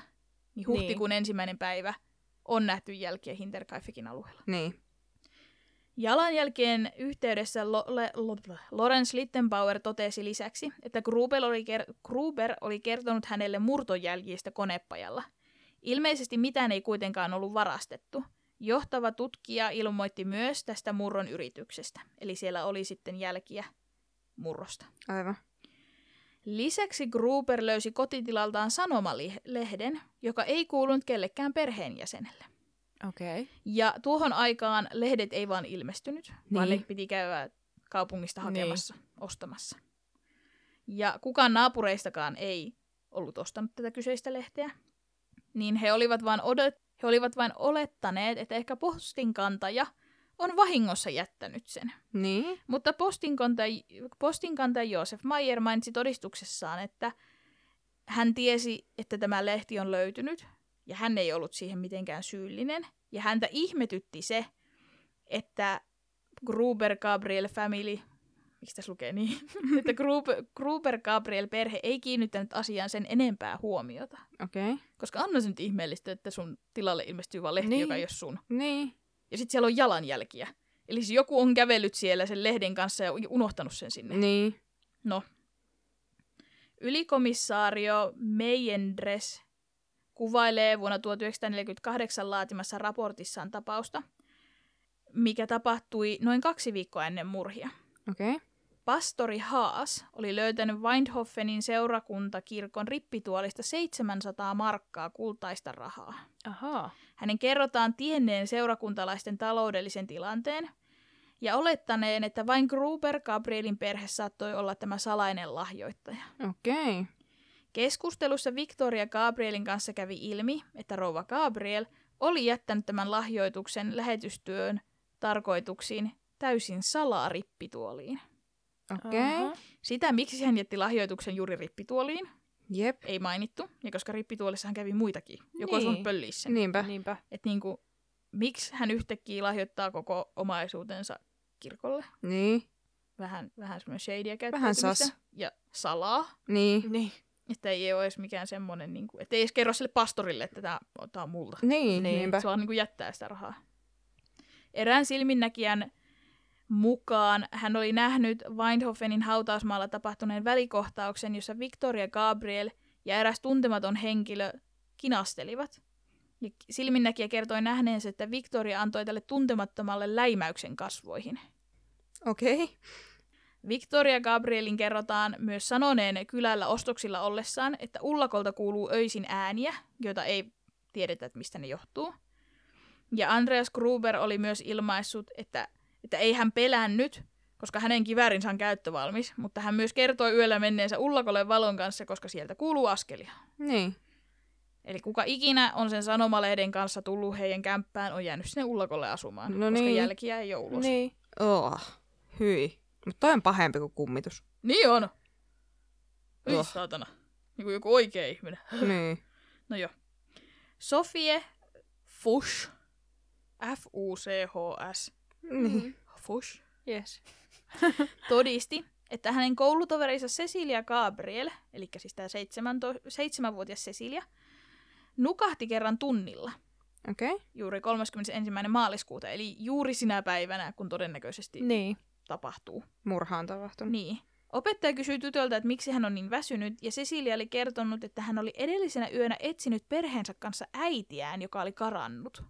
Speaker 1: niin huhtikuun ensimmäinen päivä on nähty jälkiä Hinterkaifekin alueella.
Speaker 2: Niin.
Speaker 1: Jalanjälkien yhteydessä Lo- Le- Lo- Lorenz Littenbauer totesi lisäksi, että Gruber oli, ker- Gruber oli kertonut hänelle murtojäljistä konepajalla. Ilmeisesti mitään ei kuitenkaan ollut varastettu. Johtava tutkija ilmoitti myös tästä murron yrityksestä, eli siellä oli sitten jälkiä murrosta.
Speaker 2: Aivan.
Speaker 1: Lisäksi Gruber löysi kotitilaltaan sanomalehden, joka ei kuulunut kellekään perheenjäsenelle.
Speaker 3: Okei. Okay.
Speaker 1: Ja tuohon aikaan lehdet ei vaan ilmestynyt, niin. vaan
Speaker 2: Niin.
Speaker 1: ne piti käydä kaupungista
Speaker 3: Niin.
Speaker 1: hakemassa, niin. ostamassa. Ja kukaan naapureistakaan ei ollut ostanut tätä kyseistä lehteä. Niin he olivat vain, odot- he olivat vain olettaneet, että ehkä postinkantaja on vahingossa jättänyt sen.
Speaker 2: Niin.
Speaker 1: Mutta postinkantaja, postinkantaja Joosef Mayer mainitsi todistuksessaan, että hän tiesi, että tämä lehti on löytynyt, ja hän ei ollut siihen mitenkään syyllinen. Ja häntä ihmetytti se, että Gruber Gabriel Family, miksi tässä lukee niin, että Gruber, Gruber Gabriel perhe ei kiinnittänyt asiaan sen enempää huomiota.
Speaker 2: Okei. Okay.
Speaker 1: Koska on se nyt ihmeellistä, että sun tilalle ilmestyy vaan lehti, niin.
Speaker 3: Niin.
Speaker 1: joka ei ole sun.
Speaker 2: Niin.
Speaker 1: Ja sitten siellä on jalanjälkiä. Eli siis joku on kävellyt siellä sen lehden kanssa ja unohtanut sen sinne.
Speaker 2: Niin.
Speaker 1: No. Ylikomissaario Meijendres kuvailee vuonna 1948 laatimassa raportissaan tapausta, mikä tapahtui noin kaksi viikkoa ennen murhia.
Speaker 2: Okei. Okay.
Speaker 1: Pastori Haas oli löytänyt Weindhoffenin seurakuntakirkon rippituolista 700 markkaa kultaista rahaa.
Speaker 3: Ahaa.
Speaker 1: Hänen kerrotaan tienneen seurakuntalaisten taloudellisen tilanteen ja olettaneen, että vain Gruber Gabrielin perhe saattoi olla tämä salainen lahjoittaja.
Speaker 2: Okei. Okay.
Speaker 1: Keskustelussa Victoria Gabrielin kanssa kävi ilmi, että rouva Gabriel oli jättänyt tämän lahjoituksen lähetystyön tarkoituksiin täysin salaa rippituoliin.
Speaker 2: Okei. Okay.
Speaker 3: Aha.
Speaker 1: Sitä, miksi hän jätti lahjoituksen juuri rippituoliin,
Speaker 2: Jep.
Speaker 1: ei mainittu, ja koska rippituolissahan kävi muitakin, joku olisi
Speaker 3: Niin.
Speaker 1: voinut pölliä sen.
Speaker 2: Niinpä.
Speaker 3: Niinpä.
Speaker 1: Että niinku, miksi hän yhtäkkiä lahjoittaa koko omaisuutensa kirkolle?
Speaker 2: Niin.
Speaker 1: Vähän, vähän semmoinen shadyä käyttäytymistä.
Speaker 2: Vähän sas.
Speaker 1: Ja salaa.
Speaker 2: Niin.
Speaker 3: Niin.
Speaker 1: Että ei ole edes mikään semmoinen, niinku, että ei edes kerro sille pastorille, että tämä ottaa multa.
Speaker 2: Niin.
Speaker 3: Niin.
Speaker 2: Niinpä.
Speaker 1: Se vaan niinku jättää sitä rahaa. Erään silminnäkijän mukaan hän oli nähnyt Weinhofenin hautausmaalla tapahtuneen välikohtauksen, jossa Victoria Gabriel ja eräs tuntematon henkilö kinastelivat. Ja silminnäkijä kertoi nähneensä, että Victoria antoi tälle tuntemattomalle läimäyksen kasvoihin.
Speaker 2: Okei. Okay.
Speaker 1: Victoria Gabrielin kerrotaan myös sanoneen kylällä ostoksilla ollessaan, että ullakolta kuuluu öisin ääniä, joita ei tiedetä, että mistä ne johtuu. Ja Andreas Gruber oli myös ilmaissut, että, että ei hän pelännyt, koska hänen kiväärinsä on käyttövalmis, mutta hän myös kertoi yöllä menneensä ullakolle valon kanssa, koska sieltä kuuluu askelia.
Speaker 2: Niin.
Speaker 1: Eli kuka ikinä on sen sanomalehden kanssa tullut heidän kämppään, on jäänyt sinne ullakolle asumaan, koska
Speaker 2: No niin.
Speaker 1: jälkiä ei ole ulos.
Speaker 3: Niin.
Speaker 2: Oh. Hyi. Mutta toi on pahempi kuin kummitus.
Speaker 1: Niin on. Oi
Speaker 2: Oh.
Speaker 1: saatana. Niin kuin joku oikea ihminen.
Speaker 2: niin.
Speaker 1: No joo. Sofie Fush. F-U-C-H-S.
Speaker 2: Niin.
Speaker 1: Fush.
Speaker 3: Yes.
Speaker 1: Todisti, että hänen koulutoverinsa Cecilia Gabriel, eli siis tämä 7-vuotias Cecilia, nukahti kerran tunnilla.
Speaker 2: Okei. Okay.
Speaker 1: juuri 31. maaliskuuta, eli juuri sinä päivänä, kun todennäköisesti
Speaker 3: Niin.
Speaker 1: tapahtuu.
Speaker 2: Murha on tapahtunut.
Speaker 1: Niin. Opettaja kysyi tytöltä, että miksi hän on niin väsynyt, ja Cecilia oli kertonut, että hän oli edellisenä yönä etsinyt perheensä kanssa äitiään, joka oli karannut.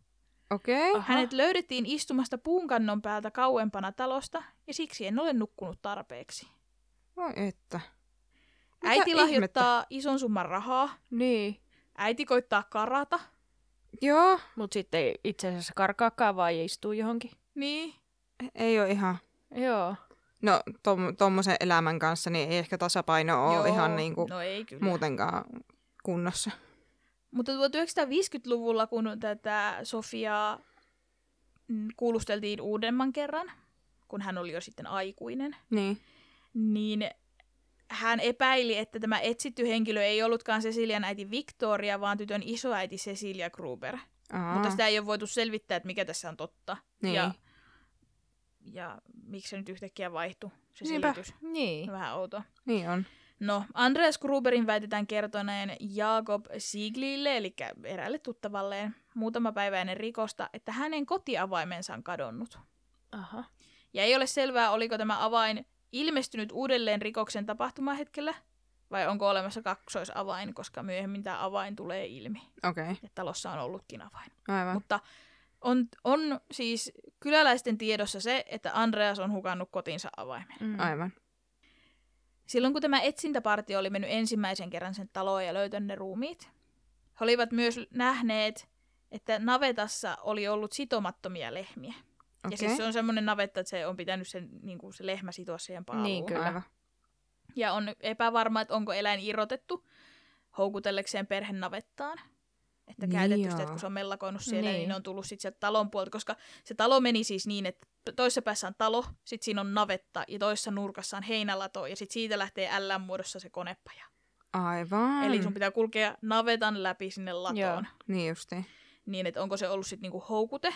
Speaker 2: Okei. Okay.
Speaker 3: Aha.
Speaker 1: Hänet löydettiin istumasta puunkannon päältä kauempana talosta, ja siksi en ole nukkunut tarpeeksi.
Speaker 2: Voi että. Mitä
Speaker 1: Äiti
Speaker 2: ihmettä?
Speaker 1: lahjoittaa ison summan rahaa,
Speaker 3: Niin.
Speaker 1: äiti koittaa karata,
Speaker 2: Joo,
Speaker 3: Mutta sitten ei itse asiassa karkaakaan vaan ja istuu johonkin.
Speaker 1: niin,
Speaker 2: ei ole ihan.
Speaker 3: Joo.
Speaker 2: No, tom, tommosen elämän kanssa niin ei ehkä tasapaino ole
Speaker 1: joo,
Speaker 2: ihan niin kuin
Speaker 1: no ei kyllä.
Speaker 2: muutenkaan kunnossa.
Speaker 1: Mutta 1950-luvulla, kun tätä Sofiaa mm, kuulusteltiin uudemman kerran, kun hän oli jo sitten aikuinen,
Speaker 2: Niin.
Speaker 1: niin hän epäili, että tämä etsitty henkilö ei ollutkaan Cecilian äiti Victoria, vaan tytön isoäiti Cecilia Gruber.
Speaker 2: Aa,
Speaker 1: Mutta sitä ei ole voitu selvittää, että mikä tässä on totta.
Speaker 2: niin.
Speaker 1: Ja, ja miksi se nyt yhtäkkiä vaihtui, se
Speaker 2: Niinpä.
Speaker 1: selitys.
Speaker 3: Niin.
Speaker 1: Vähän outoa.
Speaker 2: niin on.
Speaker 1: No, Andreas Gruberin väitetään kertoneen Jakob Sieglille, eli eräälle tuttavalleen, muutama päivä ennen rikosta, että hänen kotiavaimensa on kadonnut.
Speaker 3: Aha.
Speaker 1: Ja ei ole selvää, oliko tämä avain ilmestynyt uudelleen rikoksen tapahtumahetkellä, vai onko olemassa kaksoisavain, koska myöhemmin tämä avain tulee ilmi,
Speaker 2: Okei, okay.
Speaker 1: että talossa on ollutkin avain.
Speaker 2: aivan.
Speaker 1: Mutta on, on siis kyläläisten tiedossa se, että Andreas on hukannut kotinsa avaimen.
Speaker 3: Mm.
Speaker 2: Aivan.
Speaker 1: Silloin kun tämä etsintäpartio oli mennyt ensimmäisen kerran sen taloon ja löytänyt ne ruumiit, he olivat myös nähneet, että navetassa oli ollut sitomattomia lehmiä. Okay.
Speaker 2: Okei,
Speaker 1: Ja siis se on semmoinen navetta, että se on pitänyt sen, niin kuin se lehmä sitoa siihen paaluun.
Speaker 3: Niin, kyllä.
Speaker 2: aivan.
Speaker 1: Ja on epävarma, että onko eläin irrotettu houkutellekseen perhen navettaan. Että
Speaker 2: Niin
Speaker 1: käytetty
Speaker 2: joo.
Speaker 1: sitä, että kun se on mellakoinut siellä, niin,
Speaker 3: Niin.
Speaker 1: niin ne on tullut sitten sieltä talon puolta. Koska se talo meni siis niin, että toisessa päässä on talo, sitten siinä on navetta ja toisessa nurkassa on heinälato ja sitten siitä lähtee L-muodossa se konepaja.
Speaker 2: Aivan.
Speaker 1: Eli sun pitää kulkea navetan läpi sinne latoon.
Speaker 3: Mm. Joo.
Speaker 2: Niin justiin.
Speaker 1: Niin, että onko se ollut sitten niinku houkute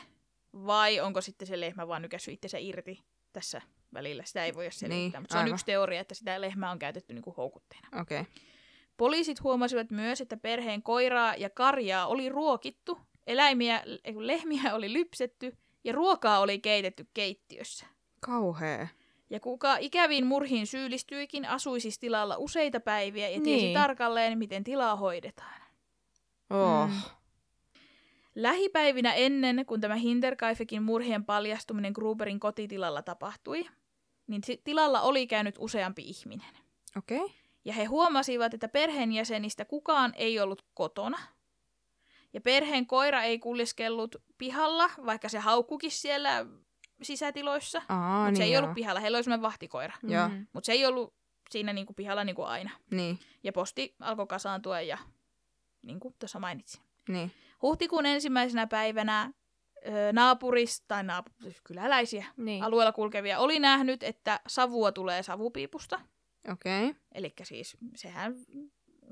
Speaker 1: vai onko sitten se lehmä vaan nykässyt itsensä irti tässä välillä. Sitä ei voi selvittää,
Speaker 2: Niin,
Speaker 1: niin, mutta se on
Speaker 2: aivan.
Speaker 1: yksi teoria, että sitä lehmää on käytetty niinku houkutteena.
Speaker 2: Okei. Okay.
Speaker 1: Poliisit huomasivat myös, että perheen koiraa ja karjaa oli ruokittu, eläimiä, ei kun lehmiä oli lypsetty ja ruokaa oli keitetty keittiössä.
Speaker 2: Kauhea.
Speaker 1: Ja kuka ikäviin murhiin syyllistyikin, asui siis tilalla useita päiviä ja tiesi
Speaker 3: Niin.
Speaker 1: tarkalleen, miten tilaa hoidetaan.
Speaker 2: Oh.
Speaker 3: Mm.
Speaker 1: Lähipäivinä ennen, kun tämä Hinterkaifekin murhien paljastuminen Gruberin kotitilalla tapahtui, niin si- tilalla oli käynyt useampi ihminen.
Speaker 2: Okei. Okay.
Speaker 1: Ja he huomasivat, että perheenjäsenistä kukaan ei ollut kotona. Ja perheen koira ei kuljeskellut pihalla, vaikka se haukkukin siellä sisätiloissa.
Speaker 2: Aa,
Speaker 1: mutta
Speaker 2: niin
Speaker 1: se ei
Speaker 2: joo.
Speaker 1: ollut pihalla, heillä oli semmoinen vahtikoira.
Speaker 2: Joo.
Speaker 3: Mm.
Speaker 1: Mutta se ei ollut siinä niinku pihalla niinku aina.
Speaker 2: Niin,
Speaker 1: Ja posti alkoi kasaantua ja niin kuin tuossa mainitsin.
Speaker 2: niin.
Speaker 1: Huhtikuun ensimmäisenä päivänä ö, naapurista tai naap- siis kyläläisiä
Speaker 3: Niin.
Speaker 1: alueella kulkevia oli nähnyt, että savua tulee savupiipusta.
Speaker 2: Okei. Okay.
Speaker 1: Eli siis sehän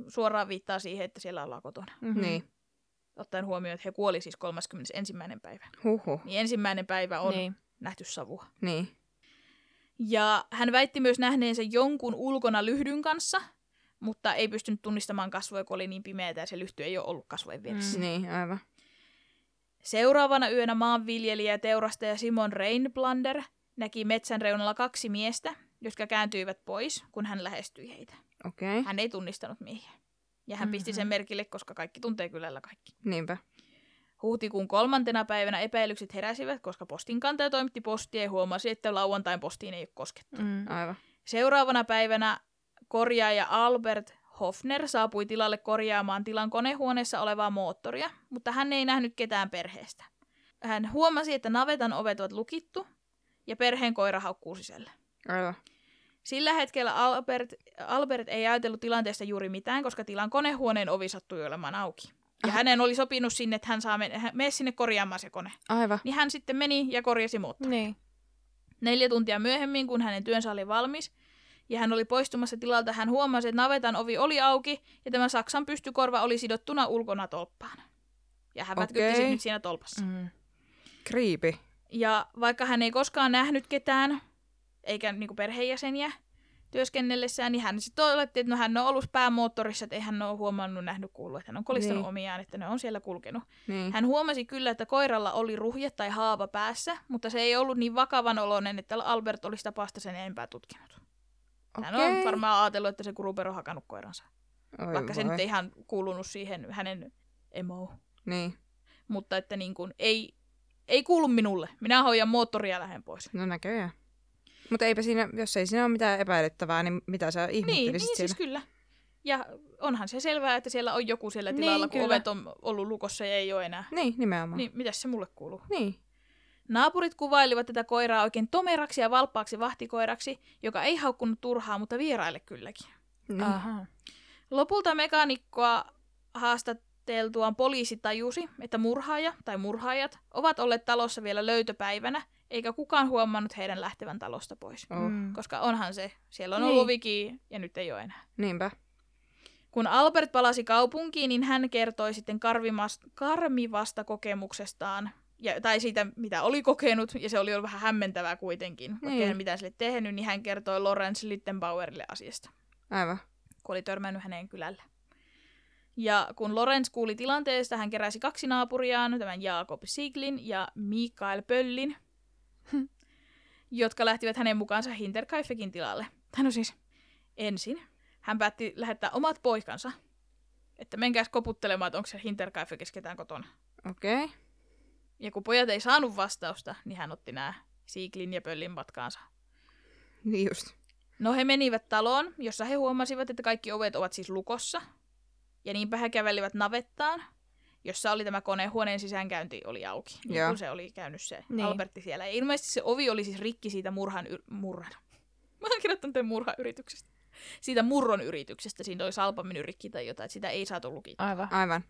Speaker 1: suoraan viittaa siihen, että siellä ollaan kotona.
Speaker 3: Mhm.
Speaker 2: Niin.
Speaker 1: Ottaen huomioon, että he kuoli siis 31. päivä.
Speaker 2: Huhu.
Speaker 1: Niin ensimmäinen päivä on niin.
Speaker 3: Niin.
Speaker 1: nähty savua.
Speaker 2: Niin.
Speaker 1: Mm. Ja hän väitti myös nähneensä jonkun ulkona lyhdyn kanssa, mutta ei pystynyt tunnistamaan kasvoja, kun oli niin pimeää ja se lyhty ei ole ollut kasvojen vieressä.
Speaker 3: Mm.
Speaker 2: Niin, aivan.
Speaker 1: Seuraavana yönä maanviljelijä ja teurastaja Simon Reinblander näki metsän reunalla kaksi miestä, jotka kääntyivät pois, kun hän lähestyi heitä.
Speaker 2: Okei. Okay.
Speaker 1: Hän ei tunnistanut miehiä. Ja hän pisti
Speaker 3: Mhm.
Speaker 1: sen merkille, koska kaikki tuntee kylällä kaikki.
Speaker 2: Niinpä.
Speaker 1: Mm. Huhtikuun kolmantena päivänä epäilykset heräsivät, koska postinkantaja toimitti postia ja huomasi, että lauantain postiin ei ole koskettu.
Speaker 3: Mm.
Speaker 2: Aivan.
Speaker 1: Seuraavana päivänä korjaaja Albert Hofner saapui tilalle korjaamaan tilan konehuoneessa olevaa moottoria, mutta hän ei nähnyt ketään perheestä. Hän huomasi, että navetan ovet ovat lukittu ja perheen koira haukkuu sisällä.
Speaker 2: Aivan.
Speaker 1: Sillä hetkellä Albert, Albert ei ajatellut tilanteesta juuri mitään, koska tilan konehuoneen ovi sattui olemaan auki. Ja
Speaker 2: Aha.
Speaker 1: hänen oli sopinut sinne, että hän saa mennä, hän- mene sinne korjaamaan se kone.
Speaker 2: Aivan.
Speaker 1: Niin hän sitten meni ja korjasi moottorin.
Speaker 3: Niin.
Speaker 1: Neljä tuntia myöhemmin, kun hänen työnsä oli valmis ja hän oli poistumassa tilalta, hän huomasi, että navetan ovi oli auki ja tämä Saksan pystykorva oli sidottuna ulkona tolppaan. Ja hän vätkytti
Speaker 2: Okei.
Speaker 1: sen nyt siinä tolpassa. Mm.
Speaker 2: Niin.
Speaker 3: Mm.
Speaker 2: Kriipi.
Speaker 1: Ja vaikka hän ei koskaan nähnyt ketään, eikä niinku perheenjäseniä, työskennellessään, niin hän sitten oletti, että no hän on ollut päämoottorissa, että ei hän ole huomannut, nähnyt, kuullut, että hän on kolistanut
Speaker 2: Niin.
Speaker 1: niin. omiaan, että ne on siellä kulkenut.
Speaker 2: Niin.
Speaker 1: Mm. Hän huomasi kyllä, että koiralla oli ruhje tai haava päässä, mutta se ei ollut niin vakavan oloinen, että Albert olisi tapasta sen enempää tutkinut. Hän on
Speaker 2: Okei.
Speaker 1: varmaan ajatellut, että se kurupero on hakannut koiransa,
Speaker 2: Oi
Speaker 1: vaikka se
Speaker 2: voi.
Speaker 1: nyt ei ihan kuulunut siihen hänen emoon.
Speaker 2: Niin,
Speaker 1: Mutta että niin kuin, ei, ei kuulu minulle. Minä hoidan moottoria lähen pois.
Speaker 2: no näköjään. Mutta eipä siinä, jos ei siinä ole mitään epäilyttävää, niin mitä sä
Speaker 1: Niin,
Speaker 2: ihmettelisit
Speaker 1: niin
Speaker 2: siinä?
Speaker 1: siis kyllä. Ja onhan se selvää, että siellä on joku siellä tilalla,
Speaker 3: Niin,
Speaker 1: niin, kun
Speaker 3: kyllä.
Speaker 1: ovet on ollut lukossa ja ei ole enää.
Speaker 2: Niin, nimenomaan. Niin.
Speaker 1: Niin, mitäs se mulle kuuluu?
Speaker 2: niin.
Speaker 1: Naapurit kuvailivat tätä koiraa oikein tomeraksi ja valppaaksi vahtikoiraksi, joka ei haukkunut turhaa, mutta vieraille kylläkin.
Speaker 2: niin.
Speaker 3: Aha.
Speaker 1: Lopulta mekaanikkoa haastateltuaan poliisi tajusi, että murhaaja tai murhaajat ovat olleet talossa vielä löytöpäivänä, eikä kukaan huomannut heidän lähtevän talosta pois.
Speaker 2: Oh. Mm.
Speaker 3: Mm.
Speaker 1: Koska onhan se, siellä on ollut
Speaker 3: Niin.
Speaker 1: viki ja nyt ei ole enää.
Speaker 2: Niinpä.
Speaker 1: Kun Albert palasi kaupunkiin, niin hän kertoi sitten karvimas, karmivasta kokemuksestaan, ja, tai siitä, mitä oli kokenut, ja se oli ollut vähän hämmentävää kuitenkin, vaikka
Speaker 2: Niin.
Speaker 1: ei hän mitään sille tehnyt, niin hän kertoi Lorenz Littenbauerille asiasta,
Speaker 2: Aivan.
Speaker 1: kun oli törmännyt häneen kylällä. Ja kun Lorenz kuuli tilanteesta, hän keräsi kaksi naapuriaan, tämän Jaakob Siglin ja Mikael Pöllin, jotka lähtivät hänen mukaansa Hinterkaifekin tilalle. Tai no siis, ensin hän päätti lähettää omat poikansa, että menkääs koputtelemaan, että onko se Hinterkaifekes ketään kotona.
Speaker 2: Okei. Okay.
Speaker 1: Ja kun pojat ei saanut vastausta, niin hän otti nämä Siiklin ja Pöllin matkaansa.
Speaker 2: Niin just.
Speaker 1: No he menivät taloon, jossa he huomasivat, että kaikki ovet ovat siis lukossa. Ja niinpä he kävelivät navettaan, jossa oli tämä konehuoneen sisäänkäynti oli auki. Niin
Speaker 2: Joo.
Speaker 1: kuin se oli käynyt se
Speaker 3: Niin.
Speaker 1: niin. Albertti siellä. Ja ilmeisesti se ovi oli siis rikki siitä murhan... yr- murhan. Mä oon kirjoittanut tämän murhan yrityksestä. Siitä murron yrityksestä. Siinä oli salpa mennyt rikki tai jotain. että Sitä ei saatu lukittua.
Speaker 3: Aivan.
Speaker 2: Aivan.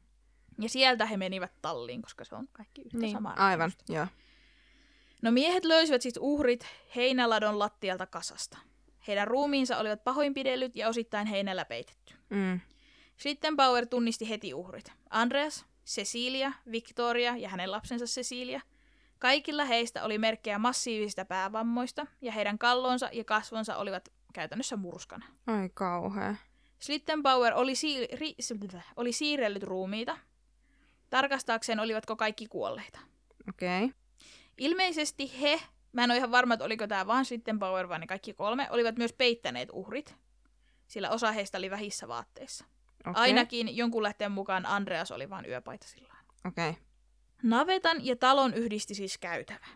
Speaker 1: Ja sieltä he menivät talliin, koska se on kaikki yhtä
Speaker 3: Niin,
Speaker 1: niin, samaa.
Speaker 2: Aivan.
Speaker 1: rakennusta.
Speaker 2: Joo.
Speaker 1: No miehet löysivät siis uhrit heinäladon lattialta kasasta. Heidän ruumiinsa olivat pahoinpidellyt ja osittain heinällä peitetty.
Speaker 2: Mm.
Speaker 1: Sitten Bauer tunnisti heti uhrit. Andreas, Cecilia, Victoria ja hänen lapsensa Cecilia. Kaikilla heistä oli merkkejä massiivisista päävammoista ja heidän kallonsa ja kasvonsa olivat käytännössä murskana.
Speaker 2: Ai kauhea.
Speaker 1: Schlittenbauer oli, siir- ri- s- oli siirrellyt ruumiita tarkastaakseen, olivatko kaikki kuolleita.
Speaker 2: Okei. Okay.
Speaker 1: Ilmeisesti he, mä en ole ihan varma, että oliko tämä vaan sitten Power vai ne kaikki kolme, olivat myös peittäneet uhrit, sillä osa heistä oli vähissä vaatteissa.
Speaker 2: Okay.
Speaker 1: Okay. Ainakin jonkun lähteen mukaan Andreas oli vain yöpaita silloin.
Speaker 2: Okei. Okay.
Speaker 1: Navetan ja talon yhdisti siis käytävä.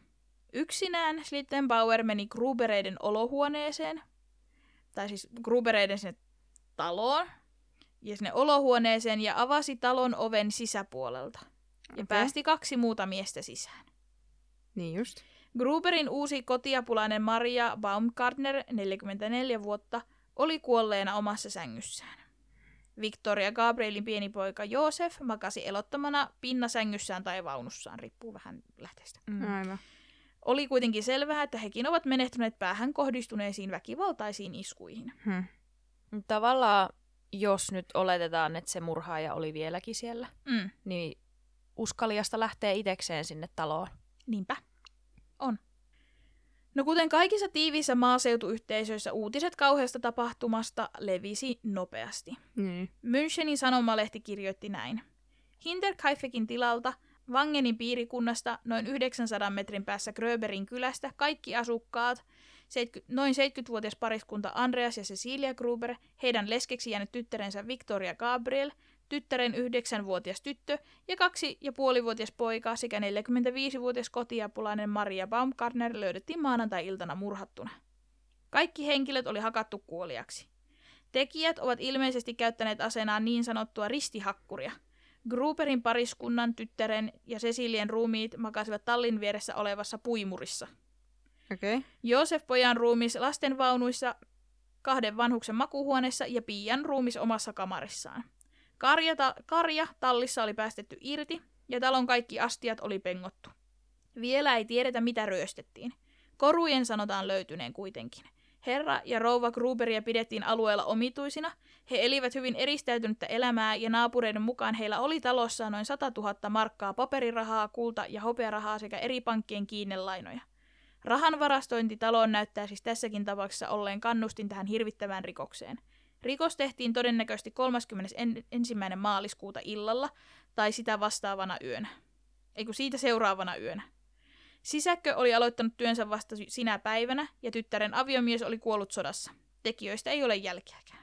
Speaker 1: Yksinään Schlittenbauer meni Grubereiden olohuoneeseen, tai siis Grubereiden sinne taloon, ja sinne olohuoneeseen ja avasi talon oven sisäpuolelta. Ja
Speaker 2: Okei.
Speaker 1: okay. päästi kaksi muuta miestä sisään.
Speaker 2: Niin just.
Speaker 1: Gruberin uusi kotiapulainen Maria Baumgartner, 44 vuotta, oli kuolleena omassa sängyssään. Victoria Gabrielin pieni poika Joosef makasi elottomana pinnasängyssään tai vaunussaan, riippuu vähän lähteestä.
Speaker 3: Mm.
Speaker 2: Aivan.
Speaker 1: Oli kuitenkin selvää, että hekin ovat menehtyneet päähän kohdistuneisiin väkivaltaisiin iskuihin.
Speaker 2: Hmm.
Speaker 3: Mut Tavallaan, jos nyt oletetaan, että se murhaaja oli vieläkin siellä,
Speaker 1: Mm,
Speaker 3: niin uskaliasta lähtee itekseen sinne taloon.
Speaker 1: niinpä. On. No kuten kaikissa tiiviissä maaseutuyhteisöissä uutiset kauheasta tapahtumasta levisi nopeasti.
Speaker 2: Niin.
Speaker 1: Münchenin sanomalehti kirjoitti näin. Hinterkaifekin tilalta, Wangenin piirikunnasta, noin 900 metrin päässä Gröberin kylästä, kaikki asukkaat, 70, noin 70-vuotias pariskunta Andreas ja Cecilia Gruber, heidän leskeksi jäänyt tyttärensä Victoria Gabriel, tyttären 9-vuotias tyttö ja 2,5-vuotias poika sekä 45-vuotias kotiapulainen Maria Baumgartner löydettiin maanantai-iltana murhattuna. Kaikki henkilöt oli hakattu kuoliaksi. Tekijät ovat ilmeisesti käyttäneet asenaan niin sanottua ristihakkuria. Gruberin pariskunnan, tyttären ja Cecilien ruumiit makasivat tallin vieressä olevassa puimurissa.
Speaker 2: Okei. Okay.
Speaker 1: Joosef pojan ruumis lastenvaunuissa, kahden vanhuksen makuuhuoneessa ja Pian ruumis omassa kamarissaan. Karja, ta- karja tallissa oli päästetty irti ja talon kaikki astiat oli pengottu. Vielä ei tiedetä, mitä ryöstettiin. Korujen sanotaan löytyneen kuitenkin. Herra ja rouva Gruberia pidettiin alueella omituisina. He elivät hyvin eristäytynyttä elämää ja naapureiden mukaan heillä oli talossa noin 100 000 markkaa paperirahaa, kulta- ja hopearahaa sekä eri pankkien kiinnelainoja. Rahan varastointi taloon näyttää siis tässäkin tapauksessa olleen kannustin tähän hirvittävään rikokseen. Rikos tehtiin todennäköisesti 31. maaliskuuta illalla tai sitä vastaavana yönä. Eiku siitä seuraavana yönä. Sisäkkö oli aloittanut työnsä vasta sy- sinä päivänä ja tyttären aviomies oli kuollut sodassa. Tekijöistä ei ole jälkeäkään.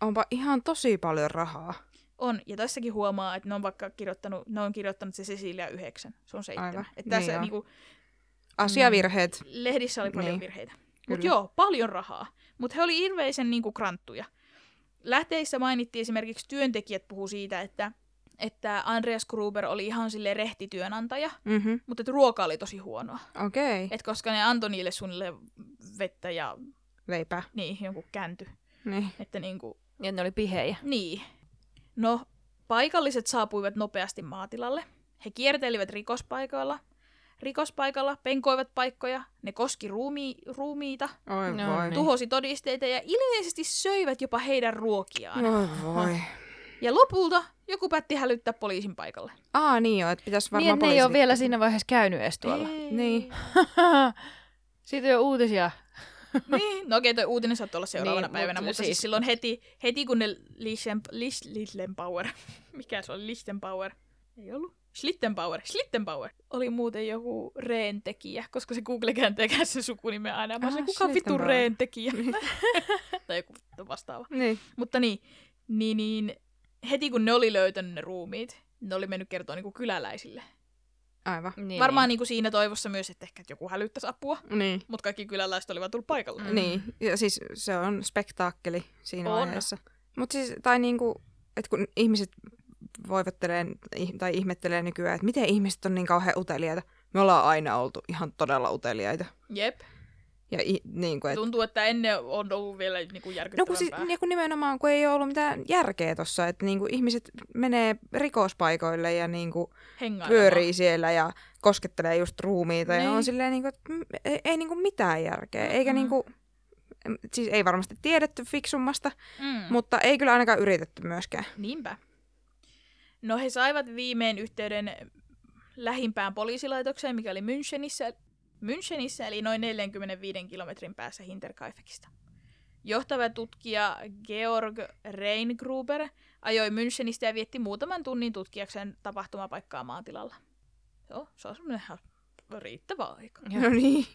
Speaker 2: Onpa ihan tosi paljon rahaa.
Speaker 1: On, ja tässäkin huomaa, että ne on vaikka kirjoittanut, ne on kirjoittanut se Cecilia 9, se on
Speaker 2: Aivan.
Speaker 1: seitsemän. Että
Speaker 2: Niin
Speaker 1: tässä
Speaker 2: joo.
Speaker 1: niin niinku,
Speaker 2: Mm. Asiavirheet.
Speaker 1: lehdissä oli paljon
Speaker 2: Niin.
Speaker 1: niin. virheitä. Mutta
Speaker 2: Kyllä.
Speaker 1: joo, paljon rahaa. Mutta he oli ilmeisen niinku kranttuja. Lähteissä mainittiin esimerkiksi työntekijät puhu siitä, että, että Andreas Gruber oli ihan sille rehti työnantaja,
Speaker 2: Mhm.
Speaker 1: mutta että ruoka oli tosi huonoa.
Speaker 2: Niin. Okei.
Speaker 1: Et koska ne antoi niille suunnilleen vettä ja
Speaker 2: Leipää.
Speaker 1: niin, jonkun känty.
Speaker 2: Niin.
Speaker 1: Että niinku,
Speaker 3: Ja ne oli pihejä.
Speaker 1: niin. No, paikalliset saapuivat nopeasti maatilalle. He kiertelivät rikospaikoilla. Rikospaikalla penkoivat paikkoja, ne koski ruumi, ruumiita,
Speaker 2: Oi
Speaker 3: No
Speaker 2: voi.
Speaker 3: niin.
Speaker 1: tuhosi todisteita ja ilmeisesti söivät jopa heidän ruokiaan.
Speaker 2: Oi voi.
Speaker 1: Ja lopulta joku päätti hälyttää poliisin paikalle.
Speaker 2: Aa niin joo, että pitäisi varmaan
Speaker 3: Niin, ne ei
Speaker 2: poliisi-
Speaker 3: ole vielä siinä vaiheessa käynyt edes tuolla.
Speaker 2: Niin.
Speaker 3: Siitä ei ole uutisia.
Speaker 1: niin. No okei, toi uutinen saattoi olla seuraavana
Speaker 3: Niin,
Speaker 1: päivänä,
Speaker 3: mut
Speaker 1: mutta siis,
Speaker 3: siis-
Speaker 1: silloin heti, heti kun ne Lichten, Lis, Lichtenbauer, mikä se oli, Lichtenbauer, ei ollut, Schlittenbauer, Schlittenbauer, oli muuten joku reentekijä, koska se Google kääntää se sukunimen aina. Mä sanoin,
Speaker 2: Ah,
Speaker 1: kuka vittu
Speaker 2: Schlittenbauer.
Speaker 1: reentekijä? tai joku vastaava.
Speaker 2: Niin.
Speaker 1: Mutta niin, niin, niin heti kun ne oli löytänyt ne ruumiit, ne oli mennyt kertoa niin kyläläisille.
Speaker 2: Aivan.
Speaker 3: Niin,
Speaker 1: Niin, Varmaan niin. siinä toivossa myös, että ehkä joku hälyttäisi apua,
Speaker 2: Niin.
Speaker 1: mutta kaikki kyläläiset olivat tullut paikalle.
Speaker 3: Mm.
Speaker 2: Niin, ja siis se on spektaakkeli siinä
Speaker 1: On.
Speaker 2: vaiheessa. Mutta siis, tai niinku, että kun ihmiset voivottelee ih- tai ihmettelee nykyään, että miten ihmiset on niin kauhean uteliaita. Me ollaan aina oltu ihan todella uteliaita.
Speaker 1: Jep.
Speaker 2: Ja i, niin kuin, et,
Speaker 1: Tuntuu, että ennen on ollut vielä niin kuin
Speaker 2: no kun siis
Speaker 1: järkyttävämpää.
Speaker 2: niin kun nimenomaan, kun ei ole ollut mitään järkeä tuossa, että niin kuin ihmiset menee rikospaikoille ja niin kuin
Speaker 1: Hengailemaan.
Speaker 2: pyörii siellä ja koskettelee just ruumiita ja
Speaker 1: Niin.
Speaker 2: on silleen, niin kuin, että mm, ei, ei niin kuin mitään järkeä. Eikä
Speaker 1: Mm.
Speaker 2: niin kuin, siis ei varmasti tiedetty fiksummasta,
Speaker 1: Mm. Mut...
Speaker 2: Mutta ei kyllä ainakaan yritetty myöskään.
Speaker 1: Niinpä. No he saivat viimein yhteyden lähimpään poliisilaitokseen, mikä oli Münchenissä, Münchenissä eli noin 45 kilometrin päässä Hinterkaifekista. Johtava tutkija Georg Reingruber ajoi Münchenistä ja vietti muutaman tunnin tutkijakseen tapahtumapaikkaa maatilalla. Joo, se on semmoinen ihan riittävä aika.
Speaker 3: Joo.
Speaker 2: No niin.